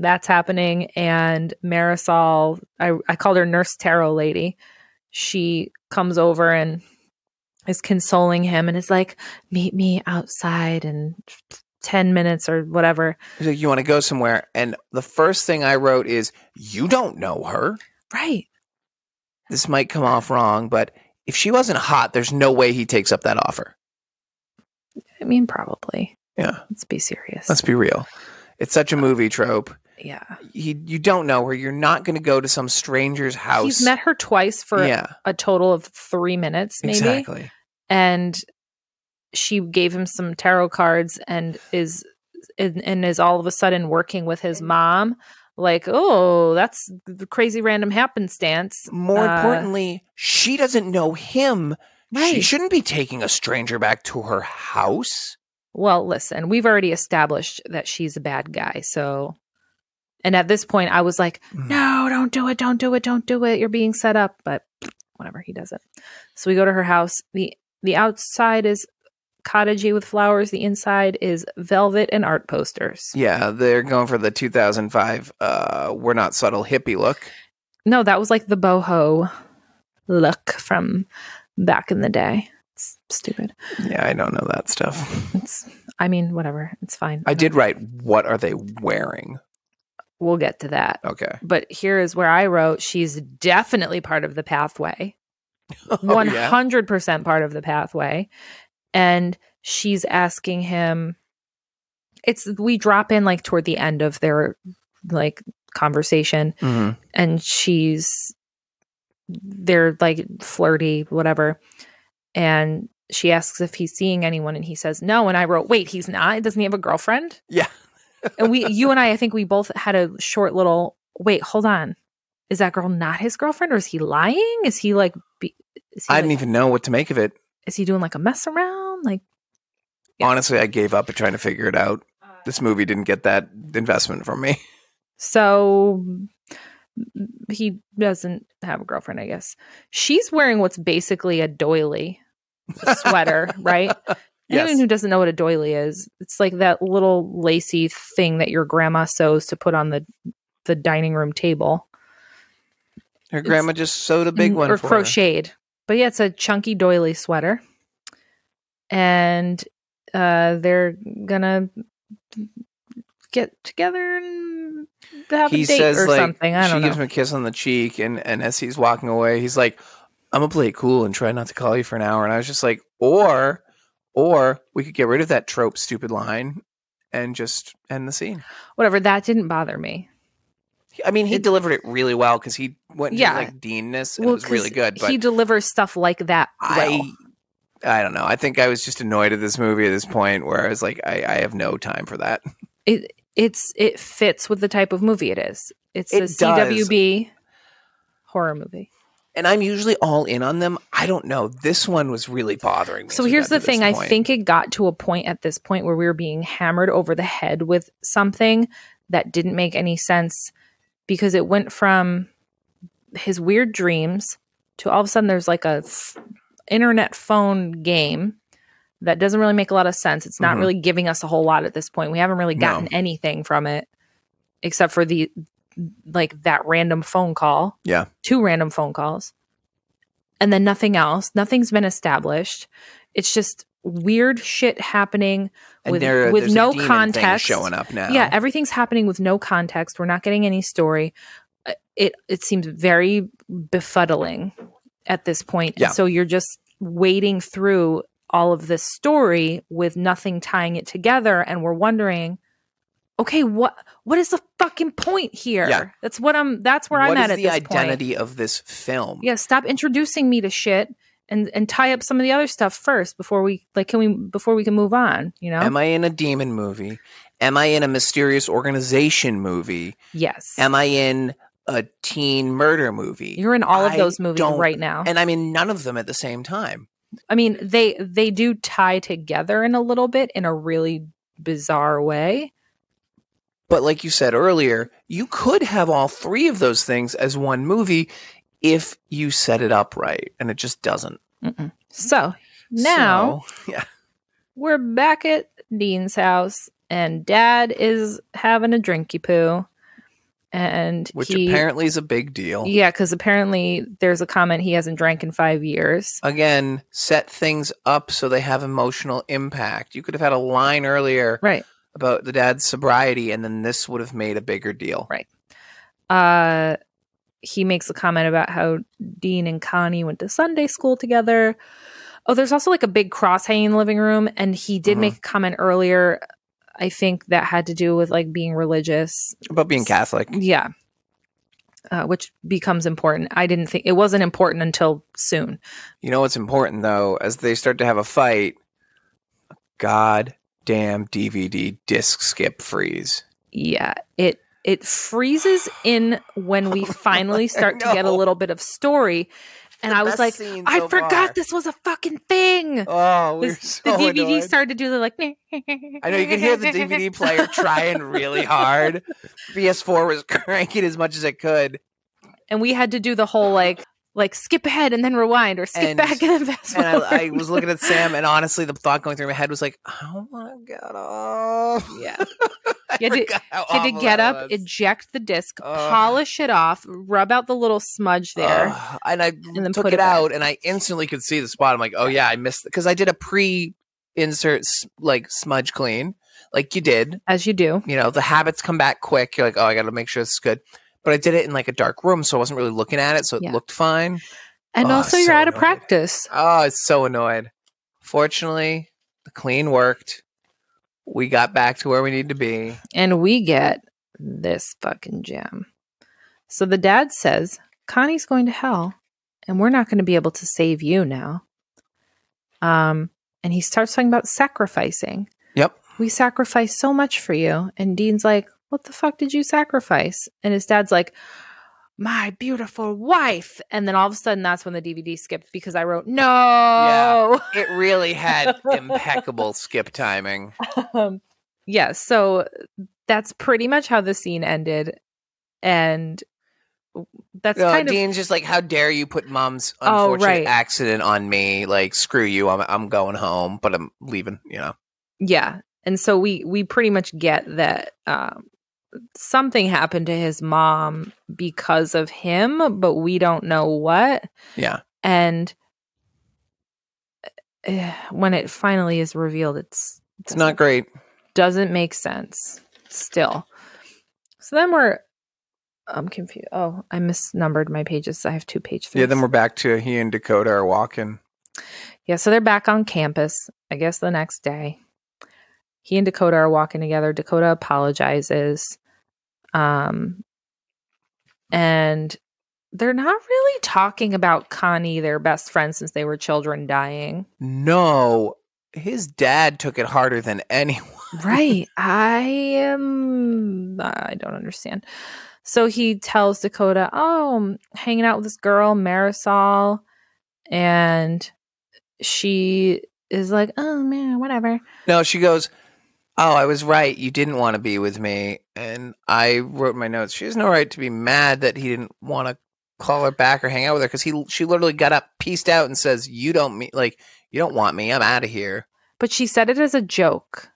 that's happening and marisol I, I called her nurse tarot lady she comes over and is consoling him and is like meet me outside in 10 minutes or whatever
He's like, you want to go somewhere? And the first thing I wrote is, you don't know her.
right
This might come off wrong, but if she wasn't hot, there's no way he takes up that offer.
i mean probably
Yeah.
let's be serious
Let's be real. It's such a movie trope.
yeah
You, you don't know her. You're not going to go to some stranger's house.
he's met her twice for
yeah,
a total of three minutes maybe
exactly.
and she gave him some tarot cards and is and, and is all of a sudden working with his mom like oh that's the crazy random happenstance
More
Uh,
importantly, she doesn't know him. She
Right.
shouldn't be taking a stranger back to her house.
well listen we've already established that she's a bad guy so and at this point i was like
Hmm. Mm.
no don't do it don't do it don't do it you're being set up but whatever he does it so we go to her house the the outside is cottagey with flowers the inside is velvet and art posters
Yeah, they're going for the 2005 uh, We're Not Subtle hippie look.
No, that was like the boho look from back in the day. It's stupid.
Yeah, I don't know that stuff.
It's I mean, whatever. It's fine.
I did write, what are they wearing?
We'll get to that.
Okay.
But here is where I wrote she's definitely part of the pathway.
Oh,
One
yeah.
hundred percent part of the pathway. And she's asking him it's we drop in like toward the end of their like conversation
Mhm.
and she's they're like flirty whatever and she asks if he's seeing anyone and he says no and i wrote wait he's not doesn't he have a girlfriend
Yeah.
and we you and i i think we both had a short little wait hold on is that girl not his girlfriend or is he lying is he like be, is, he
I
like-
didn't even know what to make of it.
is he doing like a mess around like Yeah.
Honestly, I gave up at trying to figure it out. This movie didn't get that investment from me.
So he doesn't have a girlfriend, I guess. She's wearing what's basically a doily a sweater, right? Anyone
Yes.
who doesn't know what a doily is, it's like that little lacy thing that your grandma sews to put on the the dining room table
Her grandma just sewed a big
Mm,
one
or
for her.
crocheted. But yeah, it's a chunky doily sweater, and uh, they're gonna get together and have
He
a date
says,
or
like,
something. I
she
don't know.
gives him a kiss on the cheek, and, and as he's walking away, he's like, "I'm gonna play it cool and try not to call you for an hour." And I was just like, "Or, or we could get rid of that trope, stupid line, and just end the scene."
whatever that didn't bother me
I mean, he
It-
delivered it really well because he went into
Yeah.
like deanness, and it was really
'cause
good. But
he delivers stuff like that well.
I, I don't know. I think I was just annoyed at this movie at this point, where I was like, I, I have no time for that.
it it's it fits with the type of movie it is it's
It
a
does.
cwb horror movie
And I'm usually all in on them. I don't know. This one was really bothering me.
so
as we
here's
got
the
to this
thing i
point.
think it got to a point at this point where we were being hammered over the head with something that didn't make any sense because it went from his weird dreams to all of a sudden there's like a f- internet phone game that doesn't really make a lot of sense. It's not
Mhm.
really giving us a whole lot at this point. We haven't really
No.
gotten anything from it except for the like that random phone call.
Yeah.
Two random phone calls. And then nothing else. Nothing's been established. It's just weird shit happening with
there-
with
there's a
no
demon thing
context.
showing up now.
Yeah, everything's happening with no context. We're not getting any story. Uh, It it seems very befuddling at this point.
Yeah.
And so you're just wading through all of this story with nothing tying it together and we're wondering okay, what what is the fucking point here?
Yeah.
That's what I'm that's where I'm
What
at
is
at
the
this point.
identity of this film?
Yeah, stop introducing me to shit and and tie up some of the other stuff first before we like can we before we can move on, you know?
Am I in a demon movie? Am I in a mysterious organization movie?
yes.
Am I in a teen murder movie?
You're in all of
I
those movies
don't-
right now.
and I'm in none of them at the same time.
I mean, they they do tie together in a little bit in a really bizarre way.
But like you said earlier, you could have all three of those things as one movie if you set it up right, and it just doesn't.
Mm-mm. So now
So, yeah.
we're back at Dean's house, and Dad is having a drinky poo, and
Which
he,
apparently is a big deal.
yeah, because apparently there's a comment he hasn't drank in five years.
Again, set things up so they have emotional impact. You could have had a line earlier
Right.
about the dad's sobriety, and then this would have made a bigger deal.
Right. Uh, he makes a comment about how Dean and Connie went to Sunday school together. Oh, there's also like a big cross hanging in the living room, and he did
Mhm.
make a comment earlier. I think that had to do with like being religious
About being Catholic.
Yeah. Uh, which becomes important. I didn't think it wasn't important until soon.
You know what's important though, as they start to have a fight, god damn DVD disc skip freeze.
Yeah. It it freezes in when we finally start to get a
know.
little bit of story. And I was like, I forgot this was a fucking thing.
Oh, we're
This-
so
the DVD
annoyed.
started to do the like
I know you could hear the DVD player trying really hard. PS4 was cranking as much as it could,
And we had to do the whole like like skip ahead and then rewind or skip
And-
back and then fast
and
forward.
I, I was looking at Sam, and honestly, the thought going through my head was like, "Oh "I want to get up."
yeah.
oh I
You had to-
forgot how
Had to
awful
get
that
up,
was.
eject the disc,
Ugh.
polish it off, rub out the little smudge there.
Ugh. and I
then
took
put
it,
it back.
out, and I instantly could see the spot. I'm like, oh yeah, I missed because I did a pre-insert s- like smudge clean, like you did.
as you do.
You know, the habits come back quick. You're like, oh, I got to make sure this is good. But I did it in like a dark room, so I wasn't really looking at it, so it
Yeah.
looked fine.
And
Oh,
also,
so
you're out of
annoyed.
practice.
Oh, it's so annoyed. Fortunately, the clean worked. We got back to where we need to be.
And we get this fucking gem. So the dad says, Connie's going to hell, and we're not going to be able to save you now. Um, and he starts talking about sacrificing.
Yep.
We sacrificed so much for you. And Dean's like, What the fuck did you sacrifice? And his dad's like, My beautiful wife. And then all of a sudden, that's when the DVD skipped because I wrote, No.
It really had impeccable skip timing.
um, yeah, so that's pretty much how the scene ended, and that's
No,
kind of
Dean's just like, how dare you put mom's
Oh,
unfortunate
right.
accident on me? Like, screw you. I'm I'm going home, but I'm leaving. You know,
yeah. And so we we pretty much get that um, something happened to his mom because of him, but we don't know what.
yeah.
And eh, when it finally is revealed, it's
It's not great.
doesn't make sense still. So then we're. I'm confused. Oh, I misnumbered my pages. I have two page things.
Yeah. Then we're back to he and Dakota are walking.
Yeah, so they're back on campus, I guess the next day. He and Dakota are walking together. Dakota apologizes. Um and they're not really talking about Connie, their best friend since they were children dying.
No, his dad took it harder than anyone.
Right. I am uh, I don't understand. So he tells Dakota, "Oh, I'm hanging out with this girl, Marisol, and she is like, "Oh, man, whatever."
No, she goes. Oh, I was right. You didn't want to be with me, and I wrote in my notes. She has no right to be mad that he didn't want to call her back or hang out with her because he she literally got up, pieced out, and says, "You don't mean like you don't want me. I'm out of here."
but she said it as a joke.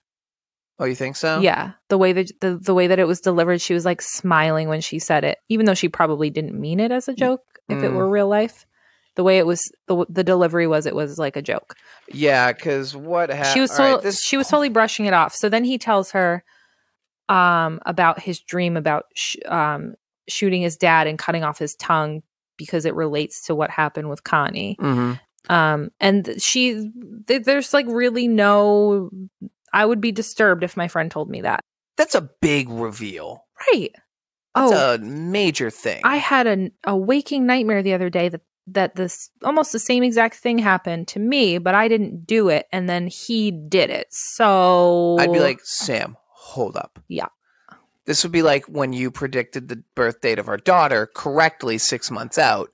Oh, you think so?
Yeah, the way that the, the way that it was delivered, she was like smiling when she said it, even though she probably didn't mean it as a joke. If it
Mm.
were real life, the way it was, the the delivery was, it was like a joke.
Yeah, because what happened?
she was so, she was totally brushing it off. So then he tells her, um, about his dream about sh- um shooting his dad and cutting off his tongue because it relates to what happened with Connie.
Mm-hmm.
um and she th- there's like really no i would be disturbed if my friend told me that
That's a big reveal.
right
That's
oh
a major thing.
I had an, a waking nightmare the other day that that this almost the same exact thing happened to me but i didn't do it and then he did it so
I'd be like, Sam, hold up.
Yeah.
This would be like when you predicted the birth date of our daughter correctly six months out,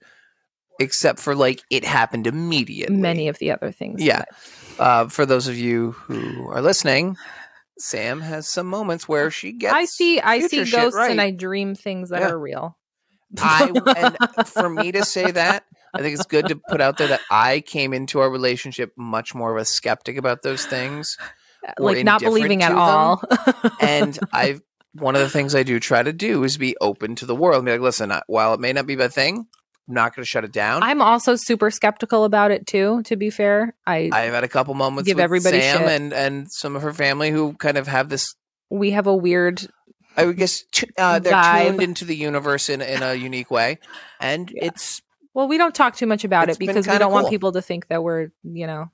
except for like it happened immediately.
many of the other things
Yeah.
but-
Uh, for those of you who are listening, Sam has some moments where she gets.
i see i
future
see
shit
ghosts
right.
and i dream things that
Yeah.
are real
I and for me to say that I think it's good to put out there that I came into our relationship much more of a skeptic about those things Or
like not
indifferent
believing at
to them.
all.
and I've one of the things I do try to do is be open to the world. Be like, listen, I, while it may not be my thing, I'm not going to shut it down.
I'm also super skeptical about it too. To be fair, I,
I've had a couple moments
Give
with
everybody
Sam
shit.
and and some of her family who kind of have this.
we have a weird
I would guess tu- uh, they're
Vibe.
tuned into the universe in in a unique way, and
Yeah.
it's
well. We don't talk too much about
It's
it
been
because we
kinda
don't want
cool.
people to think that we're you know.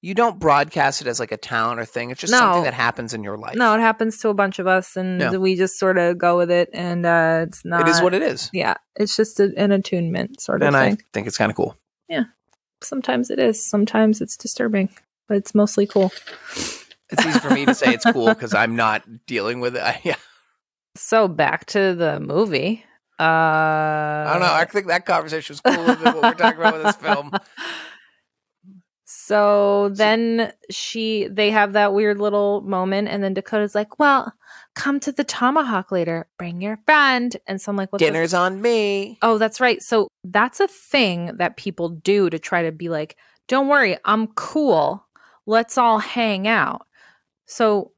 you don't broadcast it as like a talent or thing. It's just
No.
something that happens in your life.
No, it happens to a bunch of us, and
Yeah.
we just sort of go with it, and uh, it's not.
it is what it is,
yeah, it's just a, an attunement sort of
and I
thing.
think it's kind of cool.
Sometimes it is. Sometimes it's disturbing, but it's mostly cool.
It's easy for me to say it's cool because I'm not dealing with it. I, yeah.
So back to the movie. Uh, I
I
Uh.
don't know. I think that conversation was cooler than what we're talking about with this film.
So then she they have that weird little moment and then Dakota's like, "Well, come to the tomahawk later. Bring your friend." And so I'm like, "What the-
Dinner's on me.
Oh, that's right. So that's a thing that people do to try to be like, "Don't worry, I'm cool. Let's all hang out." So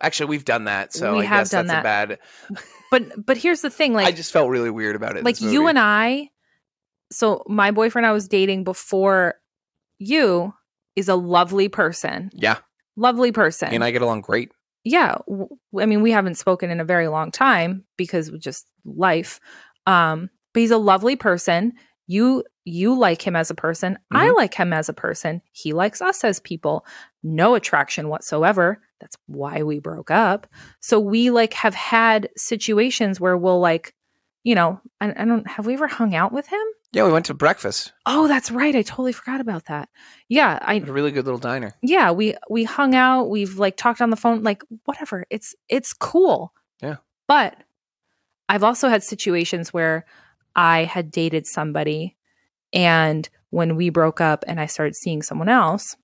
Actually, we've done that, so
We
I
have
guess
done
that's a bad.
but but here's the thing like
I just felt really weird about it. in
like
this movie.
you and I. So my boyfriend I was dating before you is a lovely person,
yeah,
lovely person.
me and I get along great.
yeah, w- I mean we haven't spoken in a very long time because we just life. Um, but he's a lovely person. You you like him as a person. I like him as a person. He likes us as people. No attraction whatsoever. That's why we broke up. So we like have had situations where we'll like, you know, I, I don't have we ever hung out with him?
Yeah, we went to breakfast
Oh, that's right. I totally forgot about that. Yeah, I
at a really good little diner.
yeah we we hung out we've like talked on the phone like whatever it's it's cool
Yeah.
but i've also had situations where i had dated somebody and when we broke up and i started seeing someone else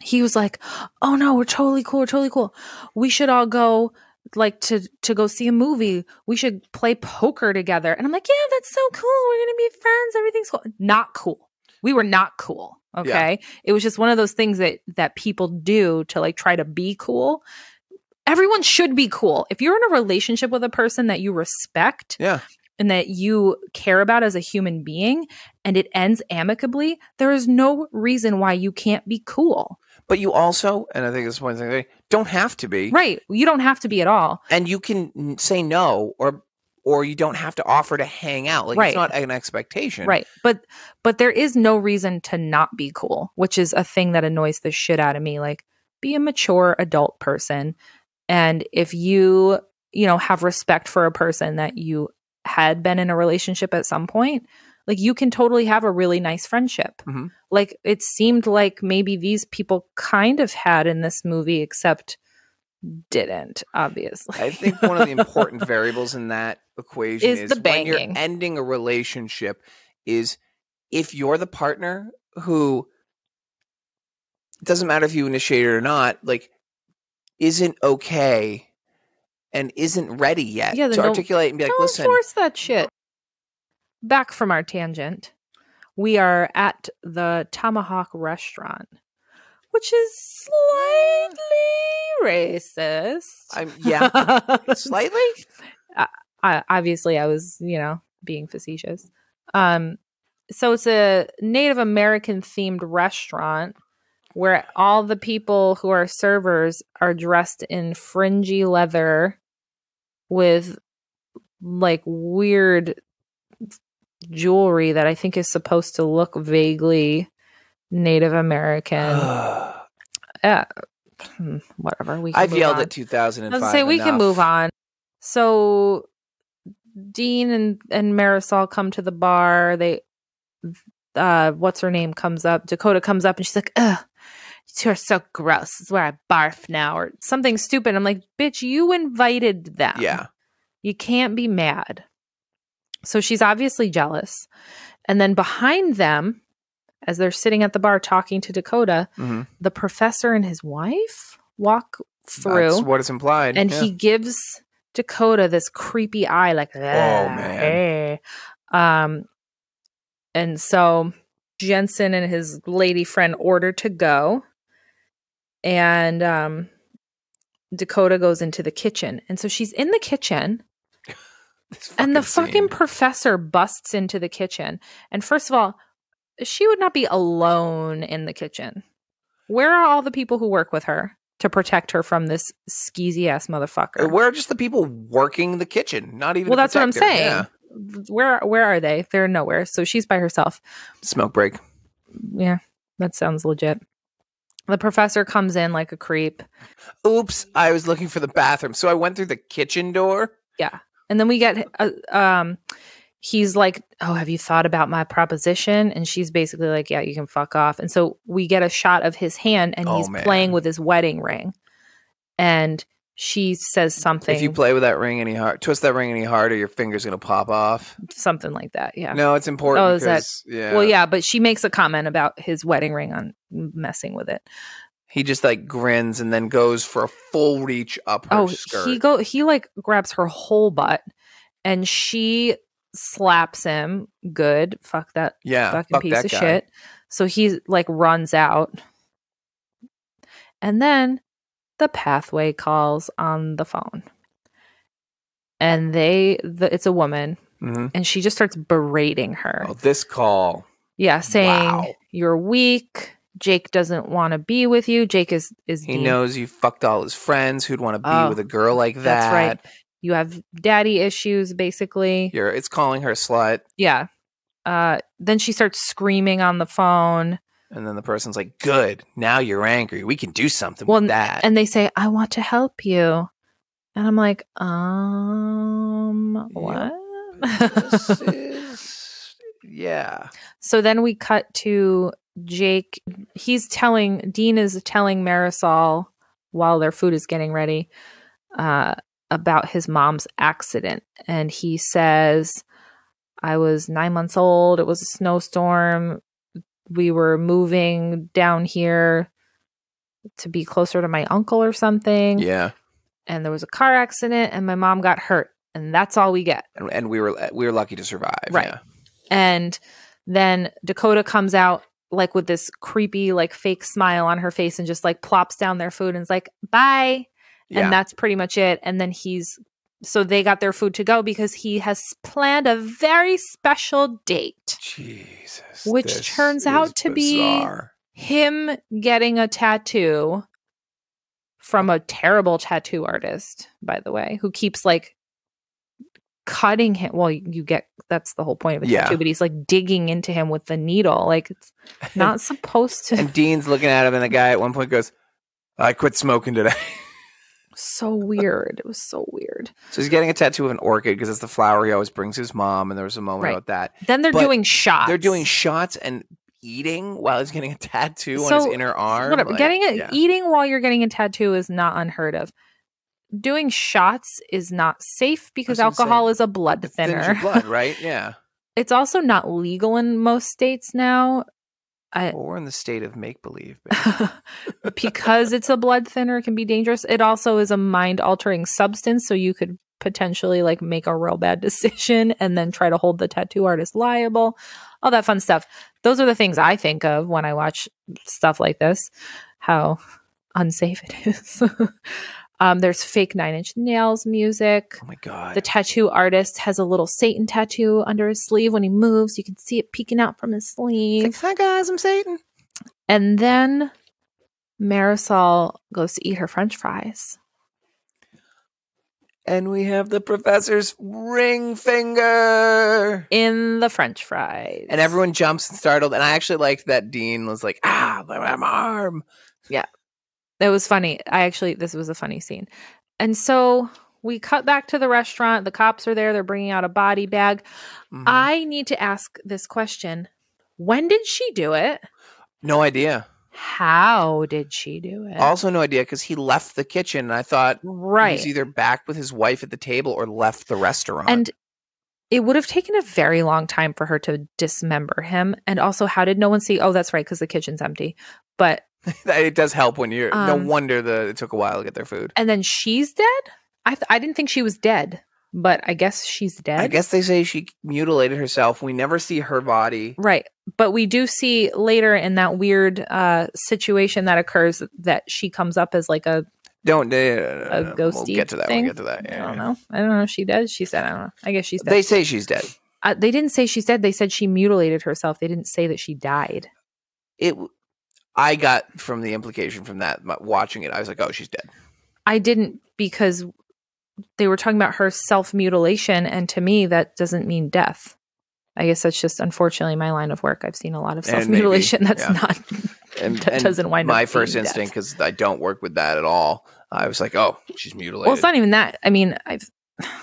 he was like oh no we're totally cool we're totally cool we should all go like to to go see a movie we should play poker together and i'm like yeah that's so cool we're gonna be friends everything's cool not cool we were not cool okay it was just one of those things that that people do to like try to be cool everyone should be cool if you're in a relationship with a person that you respect
Yeah.
and that you care about as a human being and it ends amicably there is no reason why you can't be cool
But you also, and I think this is one thing, don't have to be,
right you don't have to be at all
and you can n- say no, or or you don't have to offer to hang out. Like
Right.
it's not an expectation,
right but but there is no reason to not be cool which is a thing that annoys the shit out of me like be a mature adult person and if you you know have respect for a person that you had been in a relationship at some point like you can totally have a really nice friendship
Mhm.
like it seemed like maybe these people kind of had in this movie except didn't obviously
I think one of the important variables in that equation
Is
is,
the
when you're
banging.
ending a relationship is if you're the partner who it doesn't matter if you initiate it or not, like isn't okay and isn't ready yet
Yeah,
to
then don't-
articulate and be like,
Don't
listen,
force that shit. Back from our tangent, we are at the Tomahawk restaurant, which is slightly racist.
I'm yeah, slightly.
I, obviously, I was, you know, being facetious. Um, so it's a Native American themed restaurant where all the people who are servers are dressed in fringy leather with like weird jewelry that I think is supposed to look vaguely Native American. uh, hmm, whatever. We can
I've
move
yelled
on.
at 2005.
I was say we can
enough.
move on. So Dean and and Marisol come to the bar. They, uh, what's her name comes up. Dakota comes up and she's like, "Ugh, you two are so gross. This is where I barf now," or something stupid. I'm like, "Bitch, you invited them.
Yeah,
you can't be mad." So she's obviously jealous. And then behind them, as they're sitting at the bar talking to Dakota,
Mhm.
the professor and his wife walk through
That's what is implied.
and
yeah. Oh,
he gives Dakota this creepy eye, like "Ah,
man.
hey." Um, And so Jensen and his lady friend order to go. And um, Dakota goes into the kitchen. And so she's in the kitchen.
This
And the
scene.
fucking professor busts into the kitchen. And first of all, she would not be alone in the kitchen. Where are all the people who work with her to protect her from this skeezy ass motherfucker?
Where are just the people working the kitchen? Not even.
Well,
a
that's what I'm
protector.
saying.
Yeah.
Where where are they? They're nowhere. So she's by herself.
Smoke break.
Yeah, that sounds legit. The professor comes in like a creep.
Oops, I was looking for the bathroom, so I went through the kitchen door.
And then we get uh, um he's like, "Oh, have you thought about my proposition?" And she's basically like, "Yeah, you can fuck off." And so we get a shot of his hand and
Oh,
he's
man.
playing with his wedding ring. And she says something
If you play with that ring any hard, twist that ring any harder, your finger's gonna pop off.
something like that. Yeah.
No, it's important.
Oh, is that-
'cause- Yeah.
Well, yeah, but she makes a comment about his wedding ring on messing with it.
He just like grins and then goes for a full reach up her
oh,
skirt.
he go he like grabs her whole butt and she slaps him good. Fuck that
yeah,
fucking
fuck
piece
that
of
guy.
shit. So he like runs out. And then the pathway calls on the phone. And they the, it's a woman
Mhm.
and she just starts berating her.
Oh, this call.
yeah, saying
wow.
you're weak. Jake doesn't want to be with you. Jake is is
He
deemed
knows you fucked all his friends. Who'd want to be
Oh,
with a girl like that?
That's right. You have daddy issues, basically.
You're, it's calling her a slut,
Yeah. Uh, then she starts screaming on the phone.
and then the person's like, "Good, now you're angry. We can do something
Well,
with that."
And they say, I want to help you. And I'm like, um,
Yep.
what?
this is, yeah.
so then we cut to Jake. He's telling, Dean is telling Marisol while their food is getting ready uh, about his mom's accident. And he says, I was nine months old. It was a snowstorm. We were moving down here to be closer to my uncle or something.
Yeah.
And there was a car accident, and my mom got hurt. And that's all we get.
And, and we were we were lucky to survive.
Right.
yeah.
And then Dakota comes out like with this creepy, like fake smile on her face and just like plops down their food and is like, bye.
Yeah.
And that's pretty much it. And then he's so they got their food to go because he has planned a very special date.
Jesus.
Which
this
turns
is
out to be-
bizarre.
Him getting a tattoo from a terrible tattoo artist, by the way, who keeps like cutting him. Well, you get that's the whole point of a
Yeah.
tattoo, but he's like digging into him with the needle. Like it's not supposed to.
and Dean's looking at him, and the guy at one point goes, "I quit smoking today."
so weird. It was so weird.
so he's getting a tattoo of an orchid because it's the flower he always brings his mom, and there was a moment
Right. Ah,
about that.
Then they're
But
doing shots.
They're doing shots and eating while he's getting a tattoo on
So,
his inner arm.
whatever.
like,
getting it,
yeah.
eating while you're getting a tattoo is not unheard of. Doing shots is not safe because
what I'm saying.
alcohol is a blood
It thins
thinner.
your blood, right? Yeah.
It's also not legal in most states now Eh.
Well, we're in the state of Oh make believe.
because it's a blood thinner. It can be dangerous. It also is a mind altering substance, so you could potentially like make a real bad decision and then try to hold the tattoo artist liable. All that fun stuff. Those are the things I think of when I watch stuff like this. How unsafe it is. um, there's fake Nine Inch Nails music.
Oh my god.
The tattoo artist has a little Satan tattoo under his sleeve. When he moves, you can see it peeking out from his
It's
sleeve.
like, Hi guys, I'm Satan.
And then Marisol goes to eat her french fries.
And we have the professor's ring finger.
In the french fries.
And everyone jumps and startled. And I actually liked that Dean was like, ah, my my arm.
It was funny. I actually, this was a funny scene. And so we cut back to the restaurant. The cops are there. They're bringing out a body bag.
Mhm.
I need to ask this question When did she do it?
no idea.
How did she do it?
Also, no idea because he left the kitchen. And I thought
right.
he's either back with his wife at the table or left the restaurant.
And it would have taken a very long time for her to dismember him. And also, how did no one see? Oh, that's right, because the kitchen's empty. But
it does help when you're. no
Um,
wonder the it took a while to get their food.
and then she's dead. I th- I didn't think she was dead. but I guess she's dead.
I guess they say she mutilated herself. We never see her body.
Right. But we do see later in that weird uh, situation that occurs that she comes up as like a
Don't they? Uh,
A ghosty
We'll get to that.
thing?
We'll get to that.
I
Yeah.
don't know. I don't know if she does. She said I don't know. I guess she's dead.
They say she's dead.
uh, they didn't say she's dead. They said she mutilated herself. They didn't say that she died.
It. I got from the implication from that my- watching it. I was like, oh, she's dead.
I didn't because they were talking about her self mutilation, and to me, that doesn't mean death. I guess that's just unfortunately my line of work. I've seen a lot of
And maybe,
self mutilation that's
yeah.
not
And,
that
and
doesn't wind up.
my
being
first
death.
instinct because I don't work with that at all. I was like, oh, she's mutilated.
Well, it's not even that. I mean, I've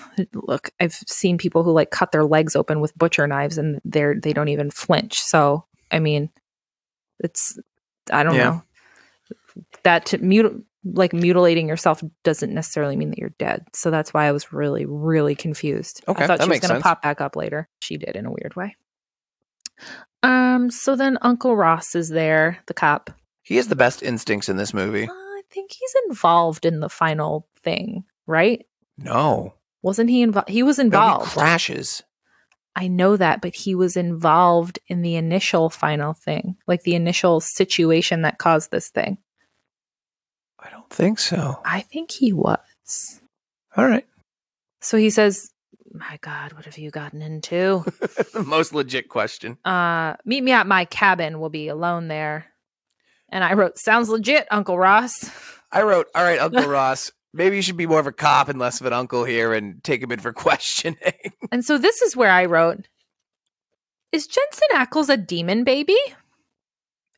look, I've seen people who like cut their legs open with butcher knives, and they're they don't even flinch. So I mean, it's I don't
Yeah.
know that to mutil like mutilating yourself doesn't necessarily mean that you're dead. So that's why I was really really confused.
Okay,
I thought
that
she was
makes
going to
sense.
pop back up later. She did in a weird way. Um. So then Uncle Ross is there, the cop.
he has the best instincts in this movie.
Uh, I think he's involved in the final thing, right?
No,
Wasn't he involved? He was
no he
involved.
crashes.
I know that, but he was involved in the initial final thing, like the initial situation that caused this thing.
I don't think so.
I think he was.
All right,
So he says, My God, what have you gotten into?
the most legit question.
Uh, meet me at my cabin. We'll be alone there. And I wrote, Sounds legit, Uncle Ross.
I wrote, all right, Uncle Ross. Maybe you should be more of a cop and less of an uncle here, and take him in for questioning.
And so this is where I wrote Is Jensen Ackles a demon baby?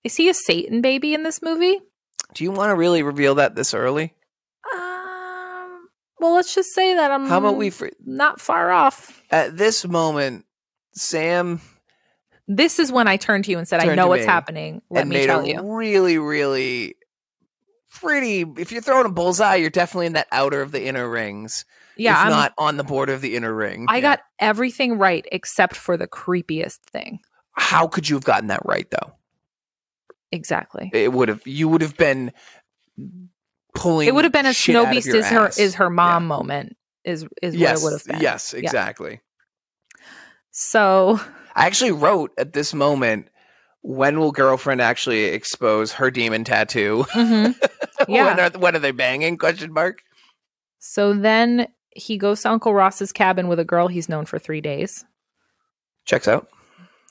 Is he a Satan baby in this movie?
Do you want to really reveal that this early?
Um, well, let's just say that I'm.
How about we, fr-
not far off?
at this moment, Sam
This is when I turned to you and said, "I
Turned
know
to
what's
me
happening. Let
and
me
made
tell
a
you."
really, really pretty. If you're throwing a bullseye, you're definitely in that outer of the inner rings.
Yeah,
if
I'm,
not on the border of the inner ring.
I
Yeah.
got everything right except for the creepiest thing.
How could you have gotten that right though?
Exactly.
It would have. You would have been pulling.
It would have been a
shit
snow
out of
beast
your
is her
ass.
is her mom
Yeah.
moment is is
Yes,
what it would have been.
yes,
Yeah.
exactly.
So
I actually wrote at this moment. When will girlfriend actually expose her demon tattoo?
mhm. yeah.
when, are, when are they banging? Question mark.
So then he goes to Uncle Ross's cabin with a girl he's known for three days.
Checks out.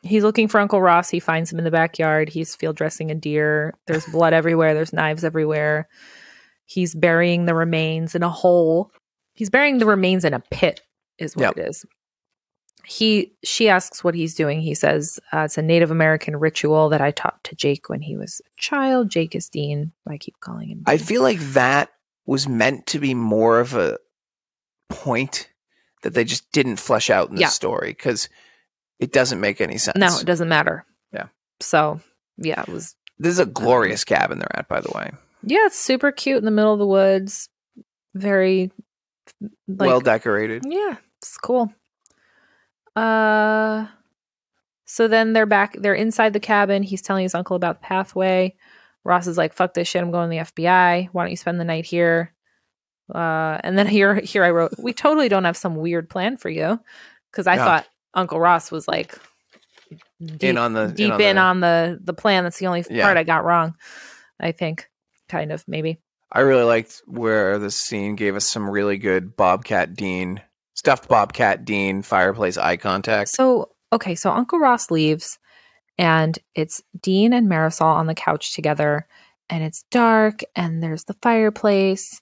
He's looking for Uncle Ross. He finds him in the backyard. He's field dressing a deer. There's blood everywhere. There's knives everywhere. He's burying the remains in a hole. He's burying the remains in a pit, is what
Yep.
it is. He she asks what he's doing. He says uh, it's a Native American ritual that I taught to Jake when he was a child. Jake is Dean. I keep calling him.
I
Dean.
feel like that was meant to be more of a point that they just didn't flesh out in the
Yeah.
story because it doesn't make any sense.
no, it doesn't matter.
Yeah.
So yeah, it was
this is a glorious cabin they're at, by the way.
yeah, it's super cute in the middle of the woods. Very like
well decorated.
Yeah, it's cool. Uh so then they're back they're inside the cabin. He's telling his uncle about the pathway. Ross is like, fuck this shit, I'm going to the FBI. Why don't you spend the night here? Uh and then here here I wrote, We totally don't have some weird plan for you. Cause I
Yeah.
thought Uncle Ross was like deep
in on the
deep in,
the-
on the the plan. That's the only
Yeah.
part I got wrong, I think. Kind of maybe.
I really liked where this scene gave us some really good Bobcat Dean stuffed Bobcat Dean fireplace eye contact.
So, okay, so Uncle Ross leaves and it's Dean and Marisol on the couch together and it's dark and there's the fireplace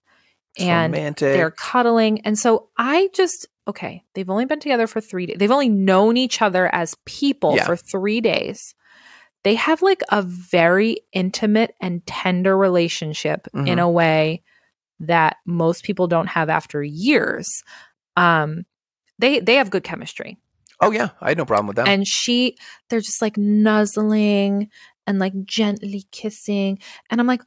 It's
and
romantic.
they're cuddling. And so I just okay, they've only been together for 3 days. They've only known each other as people
Yeah.
for 3 days. They have like a very intimate and tender relationship in
Mhm.
a way that most people don't have after years. Um they they have good chemistry
oh yeah, I had no problem with that.
and she they're just like nuzzling and like gently kissing and i'm like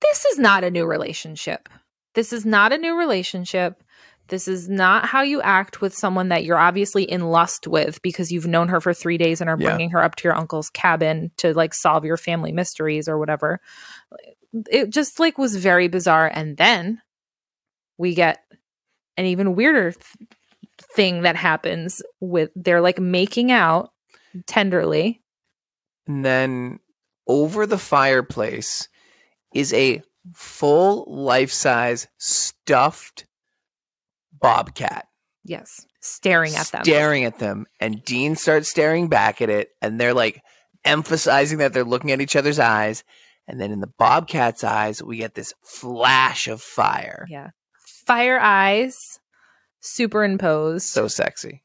this is not a new relationship this is not a new relationship this is not how you act with someone that you're obviously in lust with because you've known her for three days and are
Yeah.
bringing her up to your uncle's cabin to like solve your family mysteries or whatever it just like was very bizarre and then we get an even weirder th- thing that happens with they're like making out tenderly.
And then over the fireplace is a full life size stuffed bobcat
Yes. Staring at them.
staring at them. And Dean starts staring back at it. And they're like emphasizing that they're looking at each other's eyes. And then in the bobcat's eyes, we get this flash of fire.
Yeah. Fire eyes superimposed.
So sexy.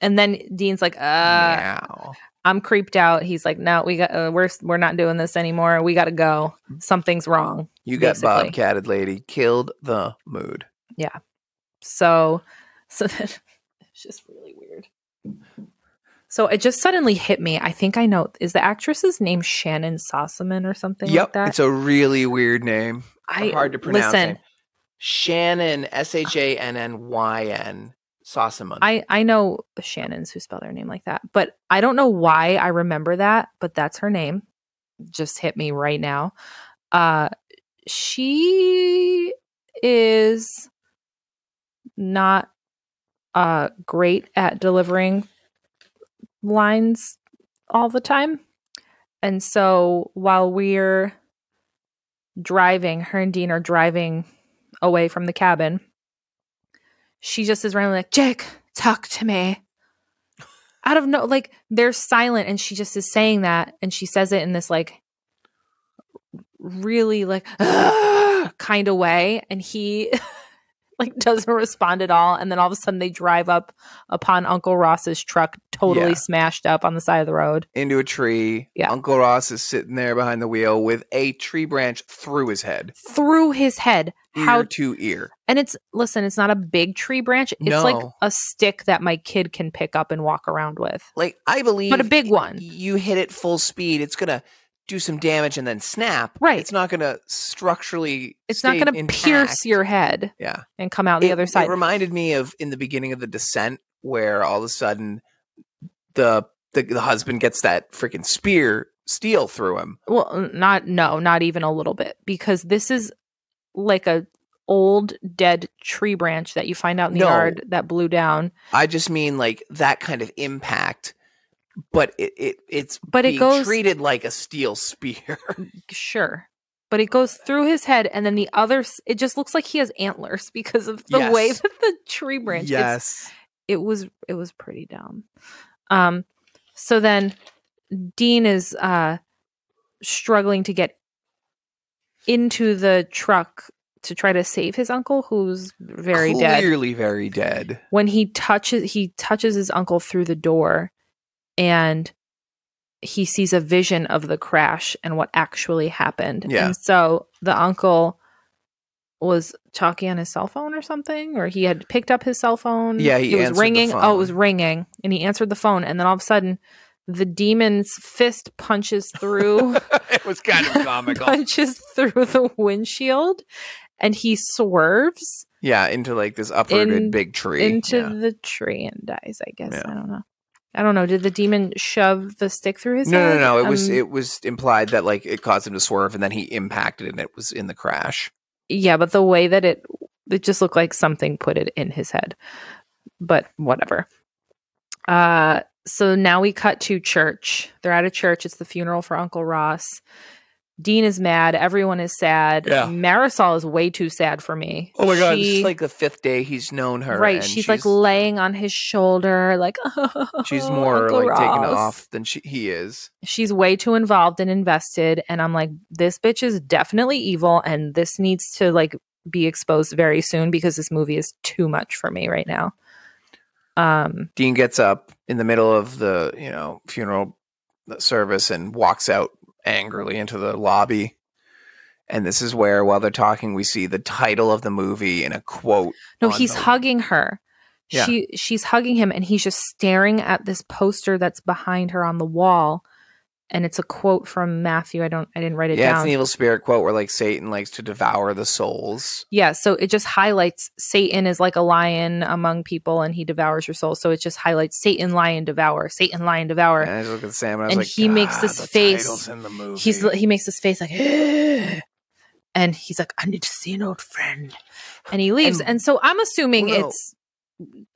and then Dean's like, "Uh,
Meow.
I'm creeped out." He's like, "No, we got uh, we're we're not doing this anymore. We got to go.
Mm-hmm.
Something's wrong."
You got
basically.
bobcatted, lady. Killed the mood.
So so then it's just really weird. So it just suddenly hit me. I think I know is the actress's name Shannon Sossaman or something like
yep.
that.
it's a really weird name.
I
hard to pronounce.
Listen, Uh
name. Shannon, S H A N N Y N, Sossaman.
I I know Shannon's who spell their name like that, but I don't know why I remember that, but that's her name. Just hit me right now. Uh she is not uh great at delivering lines all the time. And so while we're driving, her and Dean are driving away from the cabin she just is randomly like, Jake, talk to me. Out of no, like they're silent, and she just is saying that, and she says it in this like really like kind of way, and he like doesn't respond at all, and then all of a sudden they drive up upon Uncle Ross's truck, totally
Yeah.
smashed up on the side of the road.
Into a tree.
Yeah.
Uncle Ross is sitting there behind the wheel with a tree branch through his head,
Through his head,
ear
how
to ear.
and it's listen, it's not a big tree branch. It's like
No.
a stick that my kid can pick up and walk around with,
Like I believe,
but a big one.
you hit it full speed, it's gonna do some damage and then snap.
Right.
It's not gonna structurally.
it's not going to pierce your head
Yeah.
and come out the
It-
other side.
It reminded me of in the beginning of the descent where all of a sudden the the, the husband gets that freaking spear steel through him.
well, n- not no, not even a little bit because this is like a old dead tree branch that you find out in the
No.
yard that blew down,
I just mean like that kind of impact, but it, it it's
but it
being
goes
treated like a steel spear.
sure. But it goes through his head, and then the other. s- It just looks like he has antlers because of the way
Yes.
that the tree branch. it's- it was it was pretty dumb. Um so then Dean is uh struggling to get into the truck to try to save his uncle who's very dead.
clearly very dead.
When he touches he touches his uncle through the door and he sees a vision of the crash and what actually happened.
Yeah.
And so the uncle was talking on his cell phone or something, or he had picked up his cell phone.
Yeah, he
it
answered
was
the
ringing. Oh, it was
phone.
ringing, and he answered the phone, and then all of a sudden, the demon's fist punches through,
it was kind of comical.
punches through the windshield, and he swerves
yeah, into like this uprooted
In-
big tree.
into
Yeah.
the tree and dies. I guess
Yeah.
I don't know. I don't know. Did the demon shove the stick through his
no, no,
head?
no. It was
Um,
it was implied that like it caused him to swerve, and then he impacted, and it was in the crash.
yeah, but the way that it it just looked like something put it in his head. But whatever. Uh so now we cut to church. They're at a church. It's the funeral for Uncle Ross. Dean is mad. Everyone is sad.
Yeah. Oh
Marisol is way too sad for me.
this
She-
is like the fifth day he's known her.
right.
and
She's, like laying on his shoulder, like
she's more
Uncle
like taken
Ross."
off than she he is.
she's way too involved and invested and i'm like this bitch is definitely evil and this needs to like be exposed very soon because this movie is too much for me right now um
Dean gets up in the middle of the you know funeral uh, service and walks out angrily into the lobby. And this is where, while they're talking, we see the title of the movie in a quote.
no
On
he's
the-
hugging her
Yeah.
she she's hugging him and he's just staring at this poster that's behind her on the wall and it's a quote from matthew i don't i didn't write it
yeah,
down
it's an evil spirit quote where like Satan likes to devour the souls.
Yeah, so it just highlights Satan is like a lion among people and he devours your soul. So it just highlights Satan, lion, devour, Satan, lion, devour.
And I just look at Sam and I was
and
like,
he makes
"God,
this
the
face.
title's in the movie.
he's he makes his face like and he's like i need to see an old friend and he leaves and,
And-
so i'm assuming
Well, no.
it's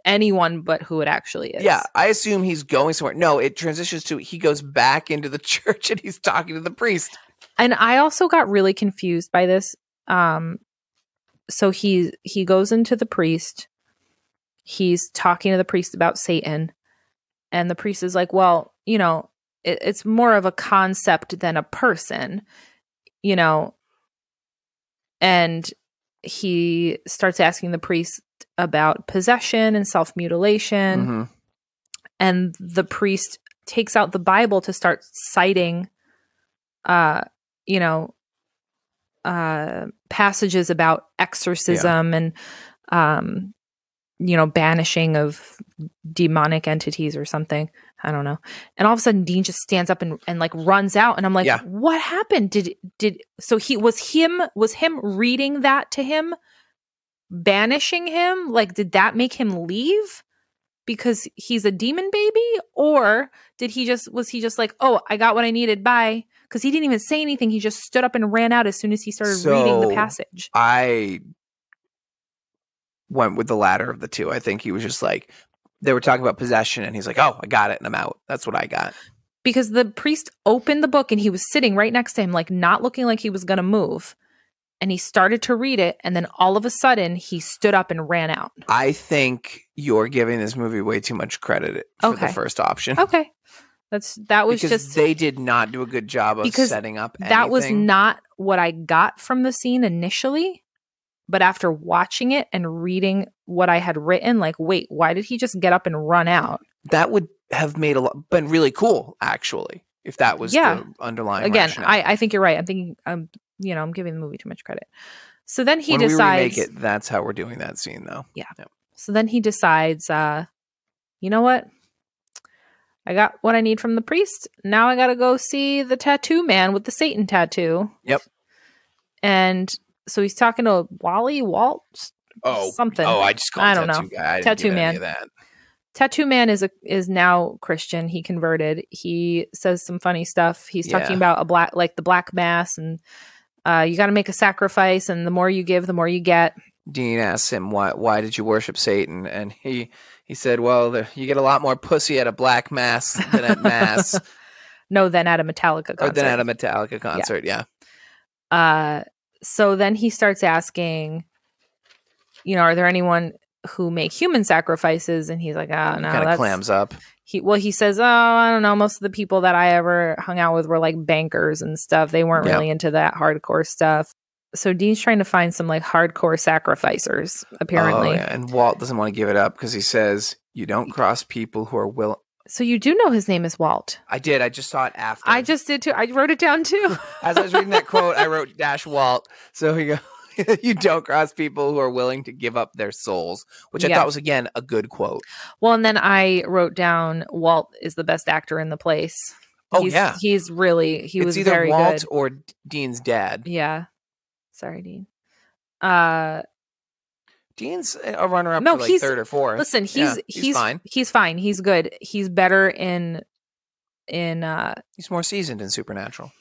anyone but who it actually is.
Yeah, I assume he's going somewhere. No, it transitions to he goes back into the church and he's talking to the priest.
And I also got really confused by this. Um so he he goes into the priest. He's talking to the priest about Satan. And the priest is like, "Well, you know, it, it's more of a concept than a person." You know, and he starts asking the priest about possession and self mutilation.
Mhm.
And the priest takes out the Bible to start citing, uh, you know, uh, passages about exorcism and, um, you know, banishing of demonic entities or something. I don't know. And all of a sudden, Dean just stands up and, and like runs out, and I'm like,
Yeah.
"What happened? Did did so? He was him was him reading that to him banishing him? Like, did that make him leave because he's a demon baby? Or did he just, was he just like, oh, I got what I needed? Bye. Because he didn't even say anything. He just stood up and ran out as soon as he started reading the
So-
passage.
I went with the latter of the two. I think he was just like they were talking about possession and he's like, "Oh, I got it and I'm out." That's what I got.
Because the priest opened the book and he was sitting right next to him, like not looking like he was going to move. And he started to read it. And then all of a sudden, he stood up and ran out.
I think you're giving this movie way too much credit for
Okay.
the first option.
Okay. That's, that was
because
just.
they did not do a good job of
Because
setting up
that was
anything.
not what I got from the scene initially. But after watching it and reading what I had written, like, wait, why did he just get up and run out?
that would have made a lot been really cool actually if that was
Yeah.
the underlying
Again,
rationale.
I, I think you're right. I'm thinking, I'm, you know, I'm giving the movie too much credit. So then he
when
decides.
we remake it that's how we're doing that scene though
So then he decides, uh, you know what? I got what I need from the priest. Now I got to go see the tattoo man with the Satan tattoo.
Yep.
And so he's talking to Wally Walt something.
oh i just called
I don't
tattoo guy I didn't
Tattoo
give any
man.
of that.
Tattoo Man is a is now Christian. He converted. He says some funny stuff. He's
Yeah.
talking about a black like the black mass and uh, you got to make a sacrifice, and the more you give, the more you get.
dean asks him why why did you worship satan and he he said well the, you get a lot more pussy at a black mass than at mass
No, then at a Metallica concert.
or than at a metallica concert yeah,
uh, so then he starts asking, you know, are there anyone who make human sacrifices? And he's like, oh, no,
kind of
that's
clams up
he well he says oh i don't know most of the people that i ever hung out with were like bankers and stuff they weren't
Yeah.
really into that hardcore stuff so dean's trying to find some like hardcore sacrificers apparently
oh, yeah. and walt doesn't want to give it up because he says you don't cross people who are will
so you do know his name is walt
i did i just saw it after
i just did too i wrote it down too
As I was reading that quote, I wrote Dash Walt. So he go, you don't cross people who are willing to give up their souls, which I
Yeah.
thought was again a good quote.
well and then i wrote down walt is the best actor in the place
Oh
he's,
yeah,
he's really he
it's
was
either
very
Walt
good
or D- Dean's dad.
yeah sorry dean uh
Dean's a runner-up
No,
for like
he's-
third or fourth.
Listen, he's,
Yeah,
he's
he's
he's fine.
fine.
He's fine. He's good. He's better in in uh
He's more seasoned in Supernatural.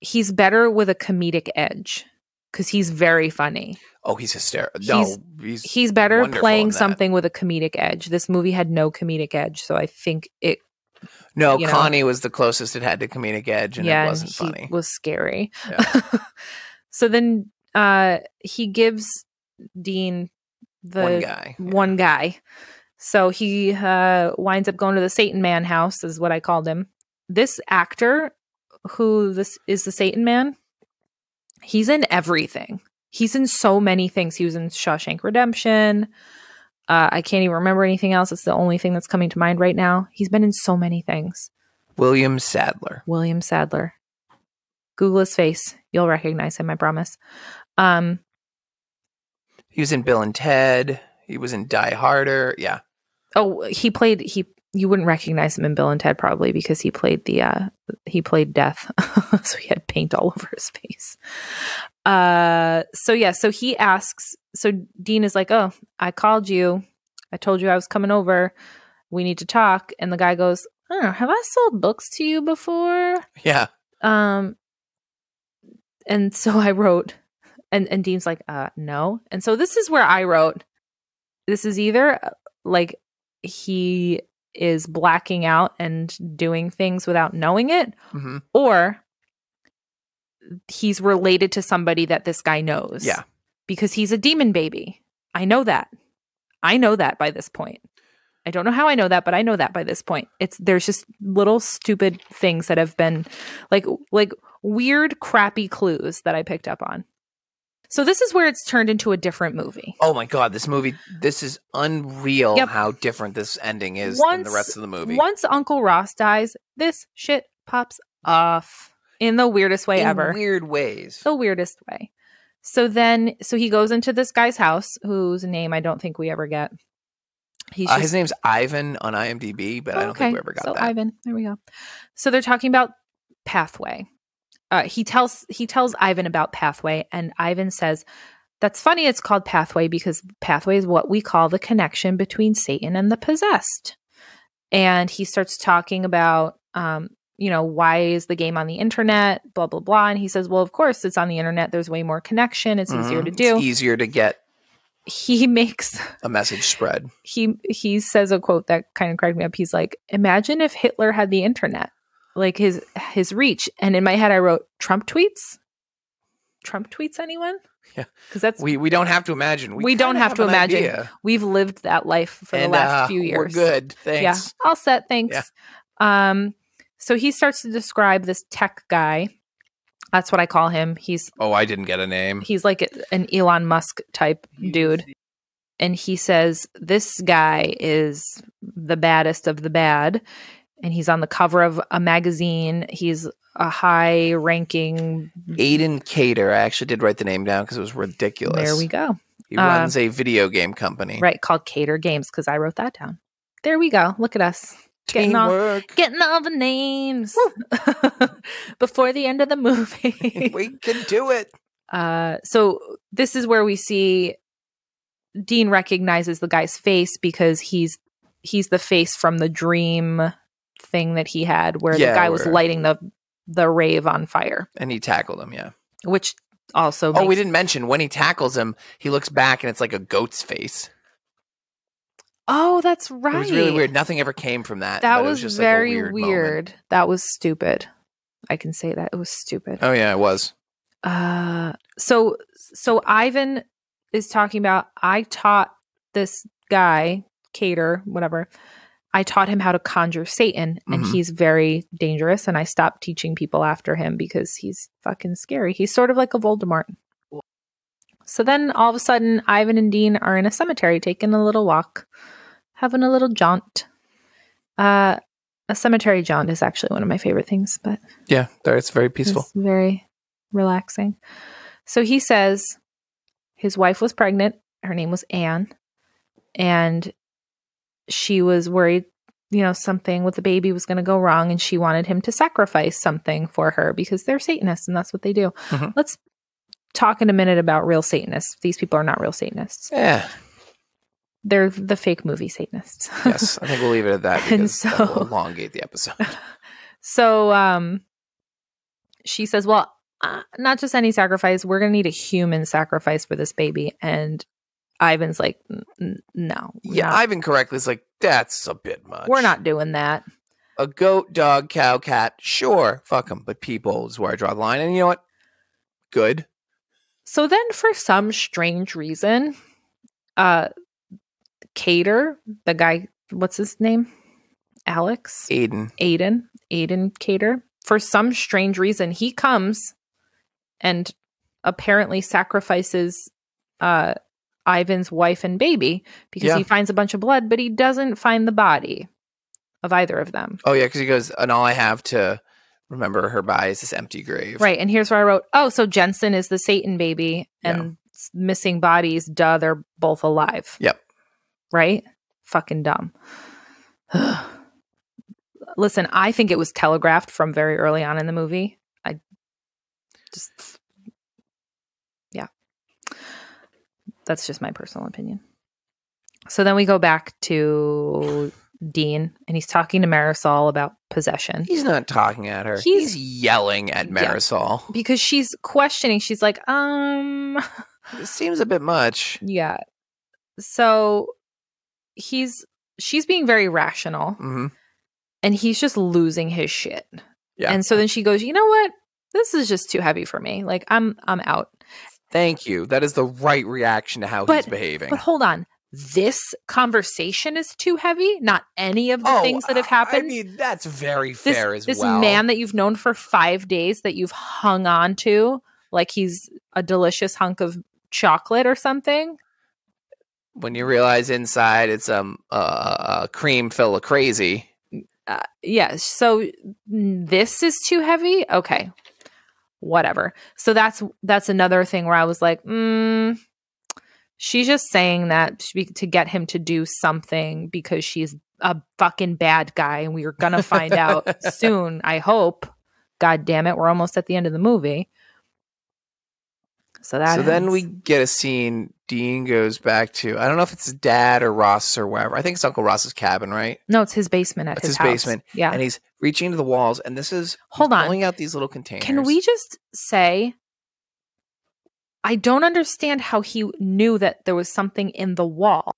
he's better with a comedic edge cuz he's very funny.
Oh, he's hysterical.
He's-
No, he's,
He's better
wonderful in
playing
that.
something with a comedic edge. This movie had no comedic edge, so I think it
no.
you know.
Connie was the closest it had to comedic edge, and it
yeah, and
wasn't
he
funny.
was scary. so then uh he gives Dean the
One guy.
one guy. So he uh, winds up going to the Satan Man house, is what I called him. This actor, who this is the Satan Man, he's in everything. He's in so many things. He was in Shawshank Redemption. Uh, I can't even remember anything else. It's the only thing that's coming to mind right now. He's been in so many things.
William Sadler.
William Sadler. Google his face. You'll recognize him, I promise. Um,
He was in Bill and Ted. He was in Die Harder. Yeah,
Oh, he played he you wouldn't recognize him in Bill and Ted probably because he played the uh he played death. so he had paint all over his face. Uh so yeah, so he asks so Dean is like, "Oh, I called you. I told you I was coming over. We need to talk." And the guy goes, "Oh, have I sold books to you before?"
yeah.
Um, and so I wrote, and and Dean's like, uh, no. And so this is where I wrote, this is either like he is blacking out and doing things without knowing it,
hmm
or he's related to somebody that this guy knows.
Yeah.
Because he's a demon baby. I know that. I know that by this point. I don't know how I know that, but I know that by this point. It's there's just little stupid things that have been like like weird crappy clues that I picked up on. So this is where it's turned into a different movie.
Oh my god, this movie this is unreal
Yep.
how different this ending is than the
Once-
rest of the movie.
Once Uncle Ross dies, this shit pops off in the weirdest way
In
ever.
weird ways.
the weirdest way. So then, so he goes into this guy's house, whose name I don't think we ever get. He's
Uh, his name's Ivan on IMDb, but I
Oh,
don't think we ever got
so
that.
Ivan, there we go. So they're talking about pathway. Uh, he tells he tells Ivan about pathway, and Ivan says, "That's funny. It's called pathway because pathway is what we call the connection between Satan and the possessed." And he starts talking about, um, you know, why is the game on the internet? Blah blah blah. And he says, "Well, of course, it's on the internet. There's way more connection. It's easier
Mhm.
to
It's e
do."
easier to get
He makes
a message spread.
he he says a quote that kind of cracked me up. He's like, "Imagine if Hitler had the internet, like his his reach." And in my head, I wrote, "Trump tweets." Trump tweets anyone?
Yeah.
because that's
We we don't have to imagine. We,
We don't
kinda
have to
an
imagine
idea.
we've lived that life for
And,
the last
uh,
few years.
We're good. Thanks.
Yeah, all set. Thanks. Um, so he starts to describe this tech guy. That's what I call him. He's
Oh, I didn't get a name.
he's like an Elon Musk type dude. And he says, This guy is the baddest of the bad. And he's on the cover of a magazine. He's a high ranking.
Aiden Cater. I actually did write the name down because it was ridiculous.
There we go.
He
uh,
runs a video game company.
Right. Called Cater Games because I wrote that down. There we go. Look at us. Getting all-
Teamwork.
Getting all the names before the end of the movie.
we can do it.
Uh, so this is where we see Dean recognizes the guy's face because he's he's the face from the dream thing that he had where
Yeah,
the guy was
where-
lighting the the rave on fire,
And he tackled him. Yeah.
which also
Oh, we
makes-
didn't mention when he tackles him, he looks back and it's like a goat's face.
oh that's right.
It was really weird. Nothing ever came from that.
That
but it
was,
just like, a
very
weird. moment.
weird. That was stupid. I can say that it was stupid.
Oh yeah, it was.
Uh, so so Ivan is talking about I taught this guy, Cater, whatever. I taught him how to conjure Satan and
Mhm.
he's very dangerous and I stopped teaching people after him because he's fucking scary. He's sort of like a Voldemort. So then all of a sudden Ivan and Dean are in a cemetery taking a little walk, having a little jaunt. Uh a cemetery jaunt is actually one of my favorite things, but
Yeah, there- it's very peaceful.
it's very relaxing. So he says his wife was pregnant. Her name was Anne. And she was worried, you know, something with the baby was going to go wrong. And she wanted him to sacrifice something for her because they're Satanists and that's what they do.
Mhm.
Let's talk in a minute about real Satanists. These people are not real Satanists,
Yeah.
they're the fake movie Satanists.
Yes, I think we'll leave it at that
And
because that
so-
will elongate the episode.
So um she says, "Well, uh, not just any sacrifice, we're going to need a human sacrifice for this baby." And Ivan's like, "N- n- "No. we're
Yeah,
not-
Ivan correctly is like that's a bit much.
we're not doing that."
a goat, dog, cow, cat. Sure, fuck them, but people is where I draw the line. And you know what? Good.
So then for some strange reason, uh Cater, the guy, what's his name? Alex?
Aiden.
Aiden, Aiden Cater, for some strange reason, he comes and apparently sacrifices uh, Ivan's wife and baby because
Yeah.
he finds a bunch of blood, but he doesn't find the body of either of them.
Oh yeah, because he goes, and all I have to remember her by is this empty grave.
Right. And here's where I wrote, oh, so Jensen is the Satan baby and s- missing bodies, duh, they're both alive.
Yep.
Right? Fucking dumb. Listen, I think it was telegraphed from very early on in the movie. I just, yeah. That's just my personal opinion. So then we go back to Dean and he's talking to Marisol about possession.
He's not talking at her. He's,
He's-
yelling at
Yeah.
Marisol.
because she's questioning. She's like, um,
It seems a bit much.
yeah. So he's she's being very rational
hmm
and he's just losing his shit.
Yeah.
And so then she goes, "You know what? This is just too heavy for me. Like I'm I'm out."
Thank you. That is the right reaction to how
But-
he's behaving.
But hold on. This conversation is too heavy, not any of the things that have
Oh, I-
happened.
I mean, that's very
this
fair as
this
well.
man that you've known for 5 days that you've hung on to like he's a delicious hunk of chocolate or something.
when you realize inside it's um uh, uh cream fill of crazy.
uh, yeah, so mm, this is too heavy. Okay, whatever. So that's that's another thing where I was like, mm, she's just saying that to be- to get him to do something because she's a fucking bad guy, and we are gonna find out soon. I hope. God damn it, we're almost at the end of the movie. So that
so then we
ends.
get a scene. Dean goes back to I don't know if it's his dad or Ross or wherever. I think it's Uncle Ross's cabin, right?
no, it's his basement at
It's his
house.
basement,
Yeah,
And he's reaching into the walls, and this is he's
Hold on.
pulling out these little containers.
Can we just say I don't understand how he knew that there was something in the wall.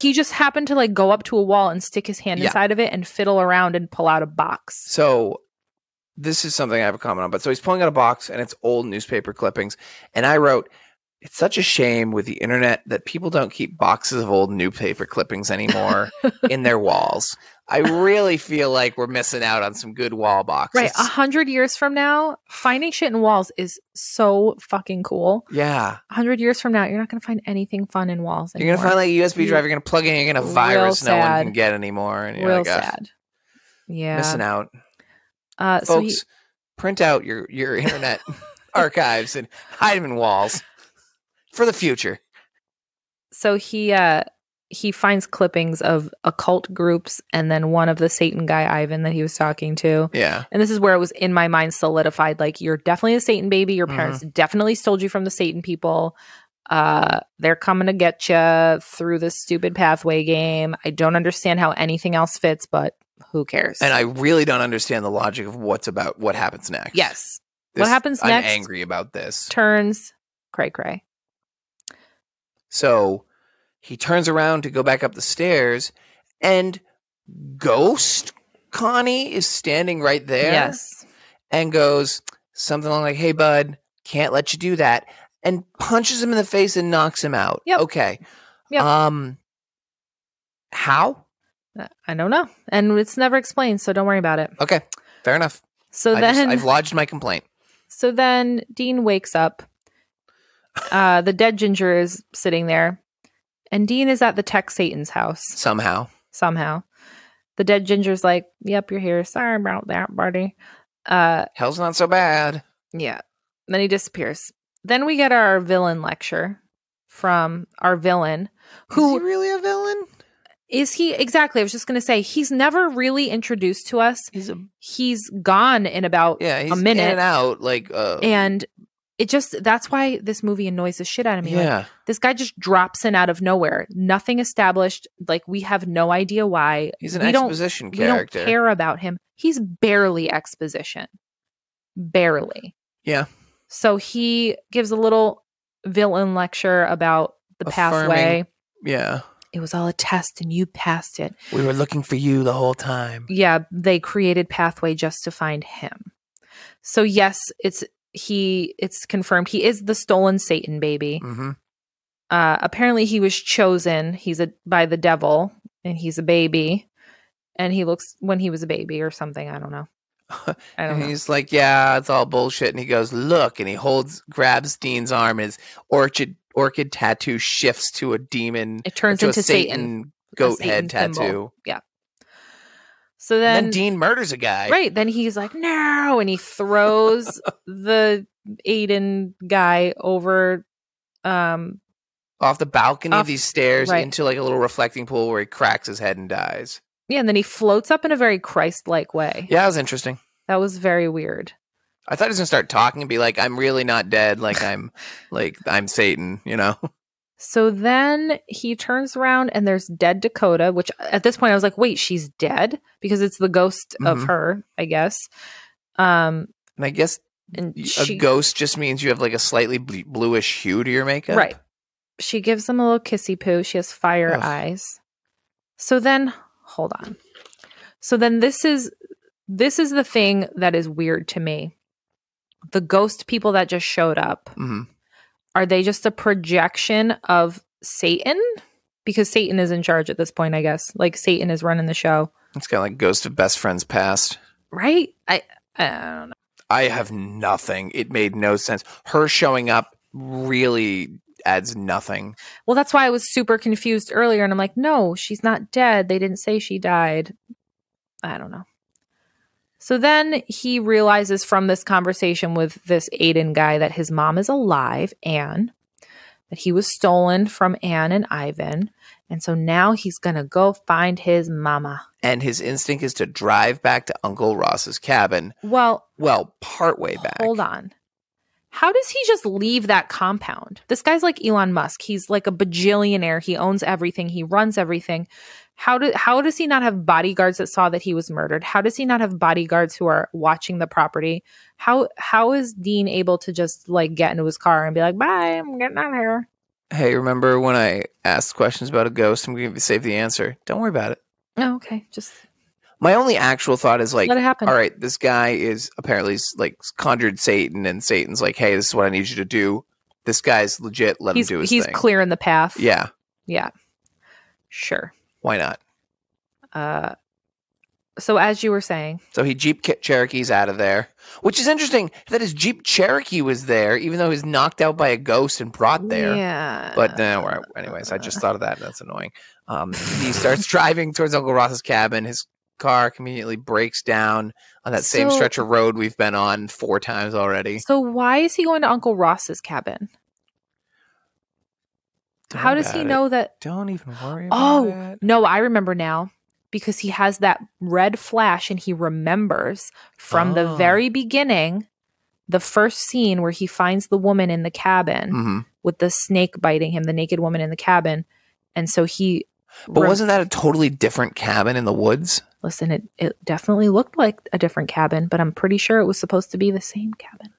He just happened to like go up to a wall and stick his hand
Yeah.
inside of it and fiddle around and pull out a box.
So this is something I have a comment on, but so he's pulling out a box and it's old newspaper clippings. And I wrote, It's such a shame with the internet that people don't keep boxes of old newspaper clippings anymore in their walls. I really feel like we're missing out on some good wall boxes.
Right, ah, a hundred years from now, finding shit in walls is so fucking cool.
yeah.
A hundred years from now, you're not gonna find anything fun in walls.
You're gonna
anymore.
find like a USB drive,
You-
you're gonna plug in, you're gonna
Real
virus no one
sad.
can get anymore. And you're
real
like, "Ugh,
sad. Yeah,
missing out.
Uh, so he-
Folks, print out your, your internet archives and hide them in walls for the future.
so he uh he finds clippings of occult groups and then one of the satan guy ivan that he was talking to
Yeah.
and this is where it was in my mind solidified like you're definitely a satan baby your parents
Mm-hmm.
definitely stole you from the satan people uh they're coming to get you through this stupid pathway game i don't understand how anything else fits but who cares
And I really don't understand the logic of what's about what happens next.
yes
This-
happens
I'm
next?
angry about this.
turns cray cray
So he turns around to go back up the stairs, and Ghost Connie is standing right there
yes
and goes something along like, Hey, bud, can't let you do that. And punches him in the face and knocks him out.
Yep.
Okay.
Yep.
Um, how?
i don't know and it's never explained so don't worry about it
Okay. Fair enough.
so
I
then
just- I've lodged my complaint.
So then Dean wakes up. Uh, the dead ginger is sitting there, and Dean is at the tech Satan's house
Somehow.
somehow. The dead ginger's like, "Yep, you're here. Sorry about that, buddy." Uh,
Hell's not so bad.
yeah. Then he disappears. Then we get our villain lecture from our villain,
Who
who
is he really a villain?
is he exactly? I was just gonna say he's never really introduced to us.
He's a
He's gone in about
yeah, he's
minute.
in and out like uh,
and it just that's why this movie annoys the shit out of me. Like,
yeah,
this guy just drops in out of nowhere. Nothing established. Like we have no idea why.
he's an
we don't
exposition
we don't
character.
care about him. He's barely exposition. Barely.
Yeah.
So he gives a little villain lecture about the
Affirming.
pathway.
Yeah,
It was all a test and you passed it.
we were looking for you the whole time.
Yeah, they created pathway just to find him. So yes, it's he it's confirmed he is the stolen Satan baby.
hmm
uh, apparently he was chosen he's a by the devil and he's a baby and he looks when he was a baby or something i don't know i don't
And
know
he's like, yeah, it's all bullshit. And he goes, look, and he holds, grabs Dean's arm, and his orchid orchid tattoo shifts to a demon,
it turns
to
into
a
satan,
goat
Satan
head tattoo.
symbol. so
And
then,
then Dean murders a guy.
right then he's like no and he throws the aiden guy over um
off the balcony
Off-
of these stairs
right.
into like a little reflecting pool where he cracks his head and dies.
yeah and then he floats up in a very christ-like way
Yeah, that was interesting.
that was very weird
I thought he was gonna start talking and be like, "I'm really not dead. Like I'm, like I'm Satan." You know.
So then he turns around and there's dead Dakota, which at this point I was like, wait, she's dead because it's the ghost of
Mhm.
her, I guess. Um,
And I guess
and
y- a
she,
ghost just means you have like a slightly bl- bluish hue to your makeup.
right, she gives him a little kissy poo. She has fire
Ugh.
eyes. So then, hold on. So then this is this is the thing that is weird to me. The ghost people that just showed up,
Mhm.
are they just a projection of Satan? Because Satan is in charge at this point, I guess. Like Satan is running the show,
It's kind of like Ghost of Best Friends Past.
right? I I don't know.
I have nothing. It made no sense. Her showing up really adds nothing.
Well, that's why I was super confused earlier and I'm like, "No, she's not dead. They didn't say she died." I don't know. So then he realizes from this conversation with this Aiden guy that his mom is alive, Anne, that he was stolen from Anne and Ivan. And so now he's going to go find his mama.
And his instinct is to drive back to Uncle Ross's cabin.
Well,
Well, partway back.
hold on. How does he just leave that compound? This guy's like Elon Musk. He's like a bajillionaire. He owns everything. He runs everything. How do how does he not have bodyguards that saw that he was murdered? How does he not have bodyguards who are watching the property? How how is Dean able to just like get into his car and be like, "Bye, I'm getting out of here."
Hey, remember when I asked questions about a ghost? I'm going to save the answer. Don't worry about it.
Oh, okay. Just
My only actual thought is like,
let it happen.
all right, this guy is apparently like conjured Satan, and Satan's like, hey, this is what I need you to do. This guy's legit. Let
he's
him do his
he's
thing.
clearing the path.
yeah,
Yeah. Sure.
why not?
Uh so as you were saying,
So he Jeep Ki- Cherokee's out of there, which is interesting that his Jeep Cherokee was there, even though he was knocked out by a ghost and brought there.
Yeah.
But uh, we're- anyways, I just thought of that. And that's annoying. Um, he starts driving towards Uncle Ross's cabin. His car conveniently breaks down on that same
So-
stretch of road we've been on four times already.
So why is he going to Uncle Ross's cabin?
Don't
How does
about
he
it.
know that?
Don't even worry.
Oh.
about it.
No, I remember now because he has that red flash and he remembers from the
Oh.
very beginning the first scene where he finds the woman in the cabin
Mhm.
with the snake biting him, the naked woman in the cabin. And so he
But
rem-
wasn't that a totally different cabin in the woods?
listen, it, it definitely looked like a different cabin, but I'm pretty sure it was supposed to be the same cabin.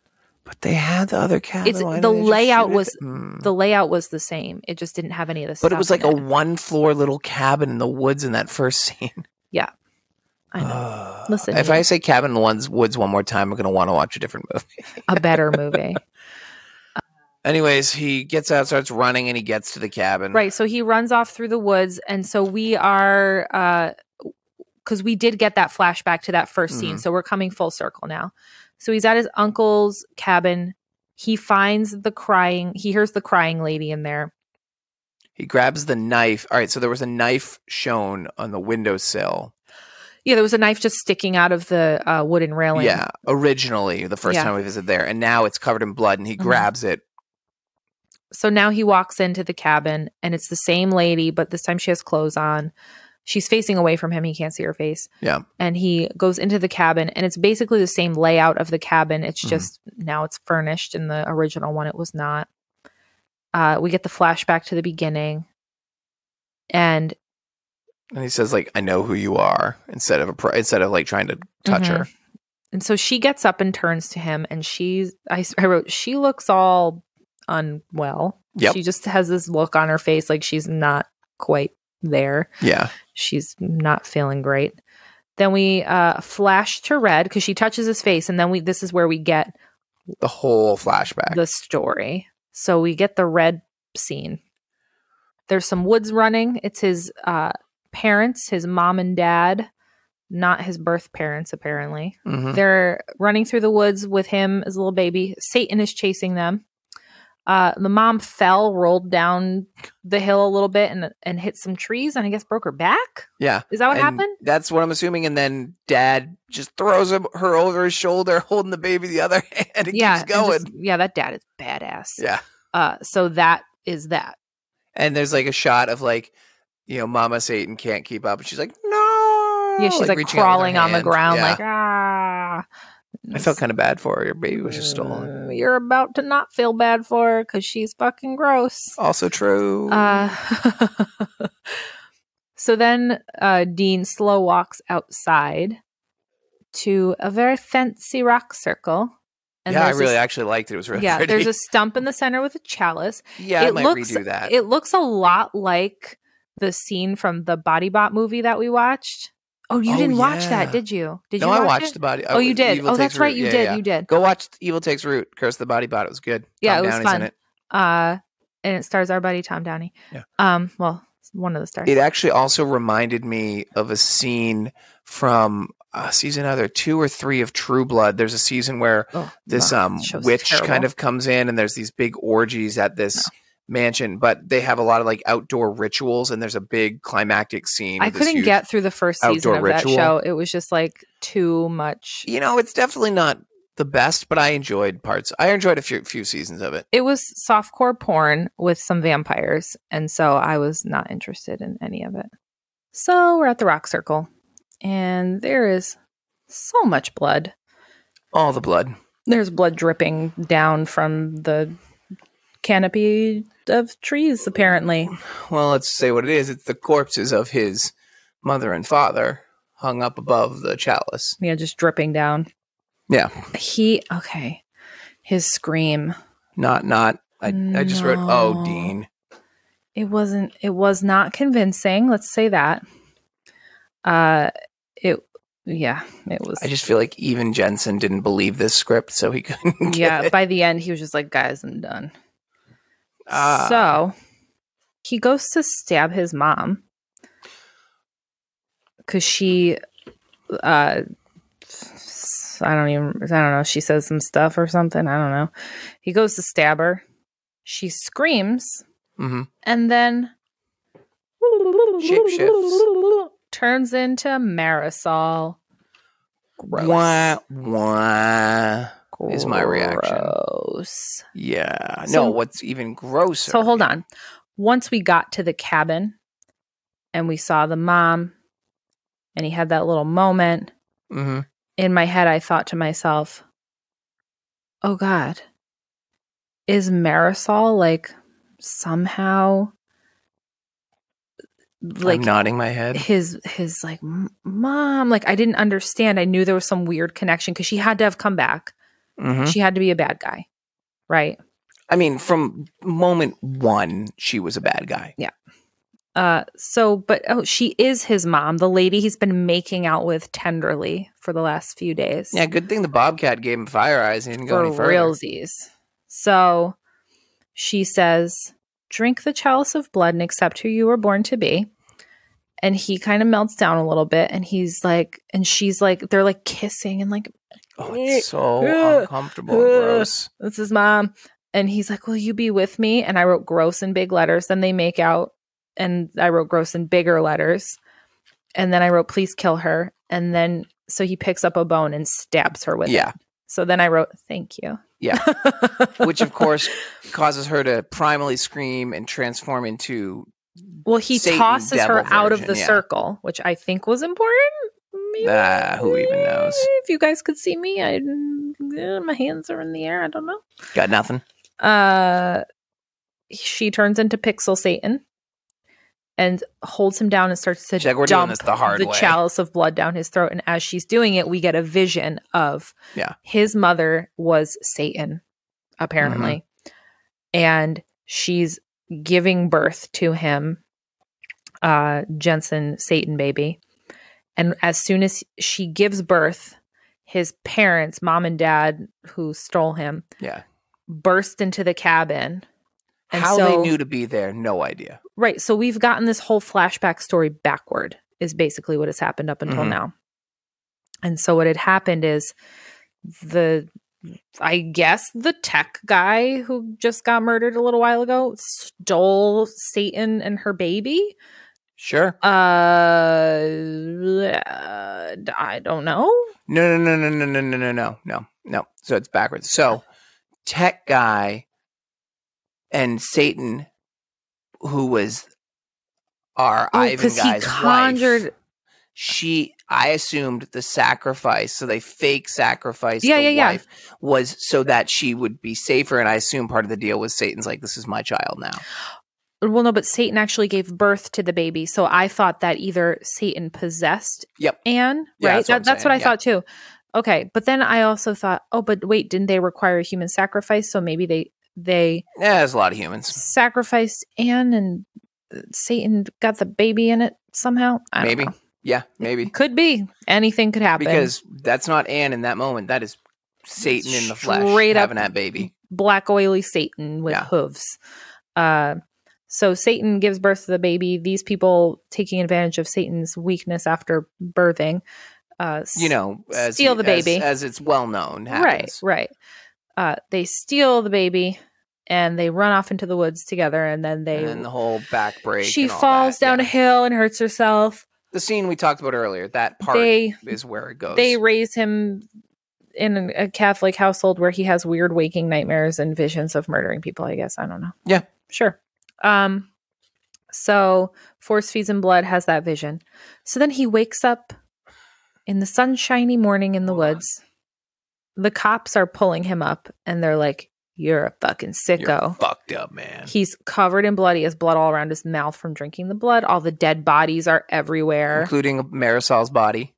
But they had the other cabin.
It's-
Why did
the
they just
layout
shoot it
was
th- Hmm.
The layout was the same. It just didn't have any of this.
But it was like a one floor little cabin in the woods in that first scene.
I know.
Ugh.
Listen,
if
you-
I say cabin in the ones- woods one more time, I'm going to want to watch a different movie.
a better movie.
Anyways, he gets out, starts running, and he gets to the cabin.
Right. So he runs off through the woods. And so we are, because we did get that flashback to that 1st scene.
Mhm.
So we're coming full circle now. So he's at his uncle's cabin. He finds the crying, he hears the crying lady in there.
He grabs the knife. All right, so there was a knife shown on the windowsill.
Yeah, there was a knife just sticking out of the uh, wooden railing.
Yeah, originally the first
Yeah.
time we visited there, and now it's covered in blood, and he
Mhm.
grabs it.
So now he walks into the cabin and it's the same lady, but this time she has clothes on. She's facing away from him. He can't see her face.
Yeah.
And he goes into the cabin and it's basically the same layout of the cabin. It's
Mhm.
just now it's furnished. In the original one, it was not. Uh, we get the flashback to the beginning. And
And he says, like, I know who you are, instead of a pr- instead of like trying to touch
Mhm.
her.
and so she gets up and turns to him and she's, I, I wrote, she looks all unwell.
Yep.
She just has this look on her face like she's not quite there.
Yeah.
she's not feeling great. Then we uh, flash to red because she touches his face, and then we this is where we get
The whole flashback.
the story. So we get the red scene. There's some woods running. It's his uh, parents, his mom and dad, not his birth parents apparently.
Mhm.
They're running through the woods with him as a little baby. Satan is chasing them. Uh, the mom fell, rolled down the hill a little bit, and and hit some trees, and I guess broke her back.
Yeah.
Is that what
And
happened?
That's what I'm assuming. And then dad just throws him, her over his shoulder, holding the baby the other hand and keeps
and
going.
just- yeah, that dad is badass.
yeah.
Uh, so that is that.
And there's like a shot of like, you know, Mama Satan can't keep up. And she's like, no.
Yeah, she's like,
Oh, reaching out with her
crawling on the
hand.
ground,
Yeah.
like ah.
I felt kind of bad for her. Your baby was just stolen.
Mm, You're about to not feel bad for her because she's fucking gross.
Also true.
Uh, so then uh, Dean slow walks outside to a very fancy rock circle.
yeah, I
there's a
really
s-
actually liked it. It was really
yeah,
pretty.
there's a stump in the center with a chalice.
yeah, I
Uh, it
might
looks-
redo that.
It looks a lot like the scene from the Body Bot movie that we watched. Oh, you
Oh,
didn't watch
yeah.
that, did you? Did
no,
you?
I
watch
watched
It?
the body. I
Oh, you
was-
did.
Evil
Oh,
Takes
that's right.
Root.
You
Yeah,
did.
yeah.
You did.
Go watch Evil Takes Root. Curse the Body Bot. It was good.
Yeah,
Tom
it was
Downey's in
fun.
it.
Uh, and it stars our buddy Tom Downey.
Yeah.
Um. Well, it's one of the stars.
It actually also reminded me of a scene from uh, season either two or three of True Blood. There's a season where
Oh,
this
ugh,
um
this show's
witch
terrible.
kind of comes in, and there's these big orgies at this mansion, but they have a lot of like outdoor rituals, and there's a big climactic scene.
I
with this
couldn't
huge-
get through the first season
outdoor
of
ritual.
that show. It was just like too much.
You know, it's definitely not the best, but I enjoyed parts. I enjoyed a few few seasons of it.
It was softcore porn with some vampires, and so I was not interested in any of it. So we're at the rock circle, and there is so much blood.
All the blood.
There's blood dripping down from the canopy of trees, apparently.
well, let's say what it is. It's the corpses of his mother and father hung up above the chalice.
Yeah, just dripping down.
Yeah.
He, okay. His scream.
Not, not. I, I just wrote, oh,
No.
Dean.
it wasn't it was not convincing let's say that uh it yeah it was
I just feel like even Jensen didn't believe this script, so he couldn't.
yeah
Get it.
by the end he was just like guys i'm done
Ah.
so he goes to stab his mom because she uh i don't even i don't know she says some stuff or something i don't know he goes to stab her she screams
Mhm.
and then
Shapeshifts.
turns into Marisol. Gross.
Wah, wah. is my reaction.
Gross.
Yeah.
So-
no, what's even grosser?
So hold on. Once we got to the cabin and we saw the mom and he had that little moment,
hmm
in my head I thought to myself, "Oh god. Is Marisol like somehow
I'm nodding my head.
his his like m- mom like i didn't understand i knew there was some weird connection because she had to have come back
hmm
she had to be a bad guy right
I mean, from moment one, she was a bad guy.
uh so but oh she is his mom the lady he's been making out with tenderly for the last few days
Yeah, good thing the Bobcat gave him fire eyes and he didn't go
for
any further.
realsies so she says drink the chalice of blood and accept who you were born to be and he kind of melts down a little bit and he's like and she's like they're like kissing and like
Oh, it's so
Ugh.
uncomfortable and
Ugh.
gross.
This is mom. And he's like, Will you be with me? And I wrote gross in big letters. Then they make out, and I wrote gross in bigger letters. And then I wrote, Please kill her. And then, so he picks up a bone and stabs her with it.
Yeah.
So then I wrote, Thank you.
Yeah. Which, of course, causes her to primally scream and transform into.
well, he
Satan
tosses her
devil
out of
version,
the
yeah.
circle, which I think was important. Maybe.
Ah, who even knows?
If you guys could see me, I, eh, my hands are in the air. I don't know.
Got nothing.
uh she turns into pixel satan and holds him down and starts to
She's like, "We're doing
dump
this the hard way."
chalice of blood down his throat and as she's doing it we get a vision of
Yeah.
his mother was satan apparently
Mm-hmm.
and she's giving birth to him uh jensen satan baby and as soon as she gives birth his parents mom and dad who stole him
Yeah.
burst into the cabin. And
How
so-
they knew to be there, no idea.
Right. So we've gotten this whole flashback story backward, is basically what has happened up until
Mhm.
now. And so what had happened is the, I guess the tech guy who just got murdered a little while ago stole Satan and her baby.
Sure.
Uh, uh, I don't know.
No, no, no, no, no, no, no, no, no, no, no. So it's backwards. So tech guy and Satan, who was our
Oh,
Ivan
he
guy's
conjured.
wife, she I assumed the sacrifice, so they fake sacrifice
Yeah,
the
yeah, yeah.
wife was so that she would be safer. And I assume part of the deal was Satan's like, This is my child now.
Well, no, but Satan actually gave birth to the baby. So I thought that either Satan possessed
Yep.
Anne,
Yeah,
right?
that's what I'm
That- that's what I
saying, yeah.
thought too. Okay, but then I also thought, oh, but wait, didn't they require a human sacrifice? So maybe they they
Yeah, there's a lot of humans.
sacrificed Anne and Satan got the baby in it somehow. I don't
Maybe.
know.
Yeah, maybe.
could be anything could happen
Because that's not Anne in that moment. That is Satan in the flesh
Straight up
having that baby.
black oily Satan with
Yeah.
hooves. Uh, so Satan gives birth to the baby. These people taking advantage of Satan's weakness after birthing. Uh,
You know, as
Steal the
as-
baby.
as, it's well known.
right,
Happens.
right. Uh, they steal the baby and they run off into the woods together. And then they
And then the whole back break.
she
and all
falls
that,
down
yeah.
a hill and hurts herself.
The scene we talked about earlier. That part
They
is where it goes.
they raise him in an- a Catholic household where he has weird waking nightmares and visions of murdering people. I guess I don't know.
Yeah.
sure. Um, so force feeds and blood has that vision. So then he wakes up in the sunshiny morning in the
Hold on.
woods. The cops are pulling him up, and they're like, "You're a fucking
You're
sicko."
fucked up, man.
He's covered in blood. He has blood all around his mouth from drinking the blood. All the dead bodies are everywhere.
Including Marisol's body.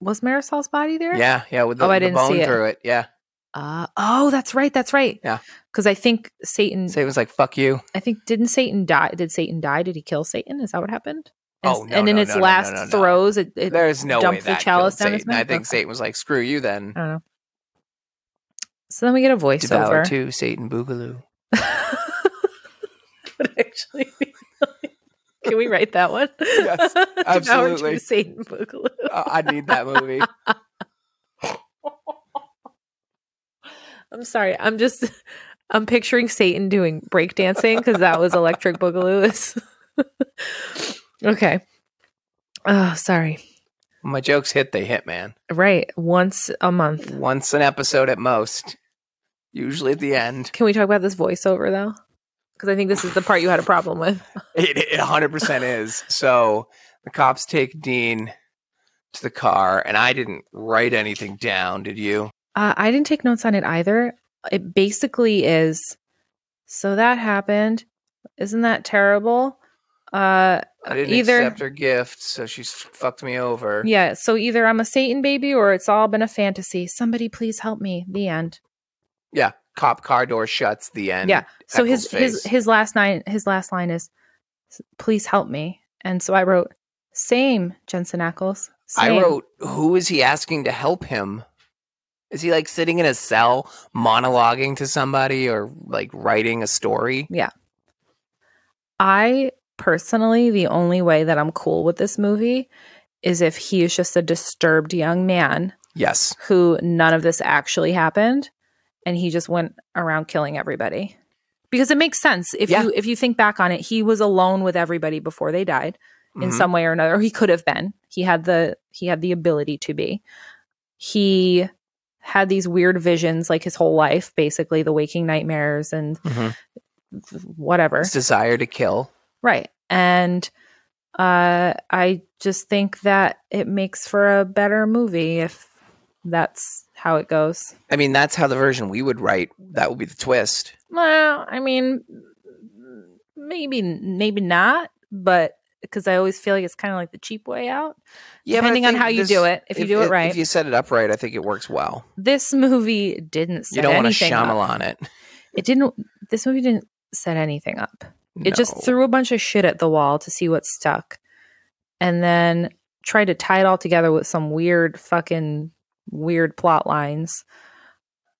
Was Marisol's body there?
Yeah, yeah, with the,
Oh, I
the
didn't
bone
see it.
through it. Yeah.
Uh, oh, that's right. That's right.
Yeah.
Because I think Satan,
Satan's like, fuck you.
I think, didn't Satan die? Did Satan die? Did he kill Satan? Is that what happened? And,
Oh, no,
and in
no,
its
no, no, no,
last
no, no.
throws, it, it
There's no way
dumped the
that
chalice
killed
down his
Satan. I
mouth?
think
Okay.
Satan was like, screw you then.
I don't know. So then we get a
Devour
voiceover.
to Satan Boogaloo.
Would actually be really- Can we write that one?
Yes,
Devour to
absolutely.
Satan Boogaloo.
Uh, I need that movie.
I'm sorry. I'm just I'm picturing Satan doing breakdancing because that was electric boogaloo. okay. Oh, sorry.
My jokes hit, they hit, man.
Right. Once a month.
Once an episode at most, usually at the end.
Can we talk about this voiceover though? Because I think this is the part you had a problem with.
It, it 100% is. So the cops take Dean to the car, and I didn't write anything down, did you?
Uh, I didn't take notes on it either. It basically is so that happened. Isn't that terrible? Uh,
I didn't
Either-
accept her gift, so she's fucked me over.
yeah. So either I'm a Satan baby or it's all been a fantasy. Somebody please help me. The end.
Cop car door shuts, the end.
yeah. So his
Eccles'
his
face.
his last line his last line is, "Please help me." And so I wrote, "Same, Jensen Ackles." Same.
I wrote, who is he asking to help him? Is he like sitting in a cell monologuing to somebody or like writing a story?
I personally, the only way that I'm cool with this movie is if he is just a disturbed young man
Yes.
who none of this actually happened, and he just went around killing everybody. Because it makes sense if
Yeah.
you if you think back on it, he was alone with everybody before they died. in
Mhm.
some way or another. Or he could have been. He had the he had the ability to be. He had these weird visions like his whole life, basically the waking nightmares and
Mhm.
whatever.
His desire to kill.
Right. And uh I just think that it makes for a better movie if that's how it goes.
I mean, that's how the version we would write. That would be the twist.
Well, I mean maybe maybe not, but because I always feel like it's kind of like the cheap way out.
Yeah, but I
Depending on
think
how you do it, if you do it right.
if you set it up right, I think it works well.
this movie didn't set
You don't want to
anything
Shyamalan
up.
on it.
It didn't. This movie didn't set anything up. It
No.
just threw a bunch of shit at the wall to see what stuck, and then tried to tie it all together with some weird fucking weird plot lines.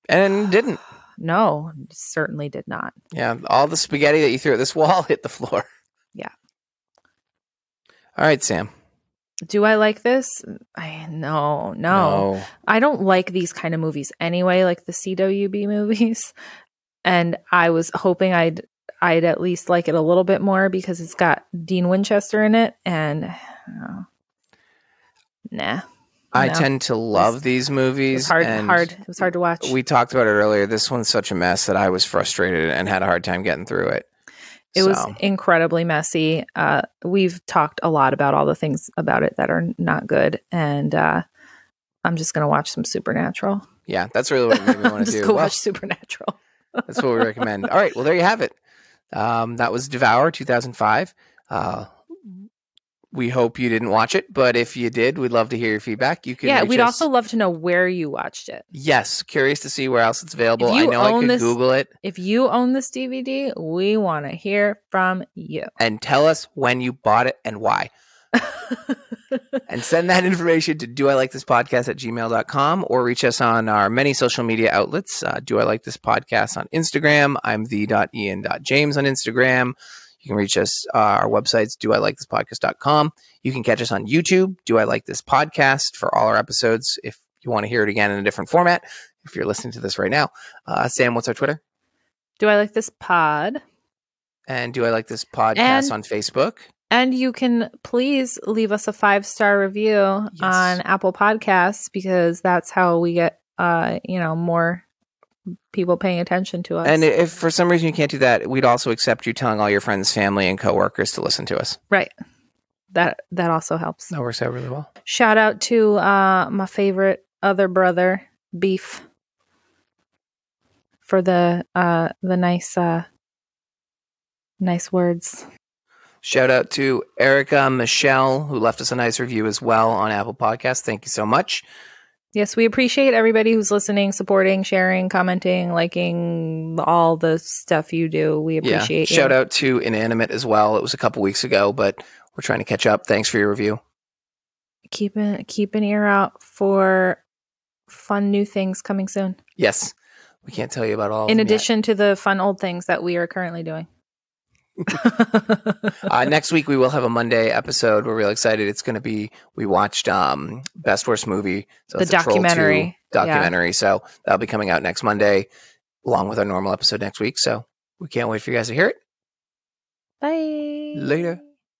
and didn't.
No, certainly did not.
Yeah, all the spaghetti that you threw at this wall hit the floor.
Yeah.
All right, Sam.
Do I like this? I no, no. I don't like these kind of movies anyway, like the CWB movies. And I was hoping I'd I'd at least like it a little bit more because it's got Dean Winchester in it and uh, nah.
I
No.
tend to love these
It
movies.
was hard
and
hard it was hard to watch.
We talked about it earlier. This one's such a mess that I was frustrated and had a hard time getting through it.
it was
So,
incredibly messy. Uh we've talked a lot about all the things about it that are not good and uh I'm just gonna watch some supernatural.
yeah, that's really what it made me want to
just
do.
go
Well,
watch Supernatural.
that's what we recommend. All right, well there you have it. Um, that was Devour 2005. Uh, We hope you didn't watch it, but if you did, we'd love to hear your feedback. You can
yeah,
reach
we'd
us-
also love to know where you watched it.
yes, curious to see where else it's available.
If
I
you
know I
own
could
this-
Google it
If you own this DVD, we want to hear from you.
and tell us when you bought it and why. and send that information to do I like this podcast at gmail.com or reach us on our many social media outlets. Uh, do I like this podcast on Instagram? I'm the dot Ian dot James on Instagram. You can reach us. Uh, our website's do I like this podcast.com. You can catch us on YouTube. Do I like this podcast for all our episodes? If you want to hear it again in a different format, if you're listening to this right now, uh, Sam, what's our Twitter?
Do I like this pod?
And do I like this podcast
And-
on Facebook?
And you can please leave us a five star review on Apple Podcasts because that's how we get, uh, you know, more people paying attention to us.
And if for some reason you can't do that, we'd also accept you telling all your friends, family, and coworkers to listen to us.
that that also helps.
That works out really well.
Shout out to uh, my favorite other brother, Beef, for the uh, the nice uh, nice words.
Shout out to Erica Michelle, who left us a nice review as well on Apple Podcasts. Thank you so much.
Yes, we appreciate everybody who's listening, supporting, sharing, commenting, liking all the stuff you do. We appreciate
Shout out to Inanimate as well. It was a couple weeks ago, but we're trying to catch up. Thanks for your review.
Keep an keep an ear out for fun new things coming soon.
Yes, we can't tell you about all. of
In
them yet.
addition to the fun old things that we are currently doing.
uh, next week we will have a Monday episode. We're real excited. It's going to be we watched um best worst movie, so
The
it's a Troll 2
documentary. Yeah.
documentary. So that'll be coming out next Monday, along with our normal episode next week. So we can't wait for you guys to hear it.
Bye.
Later.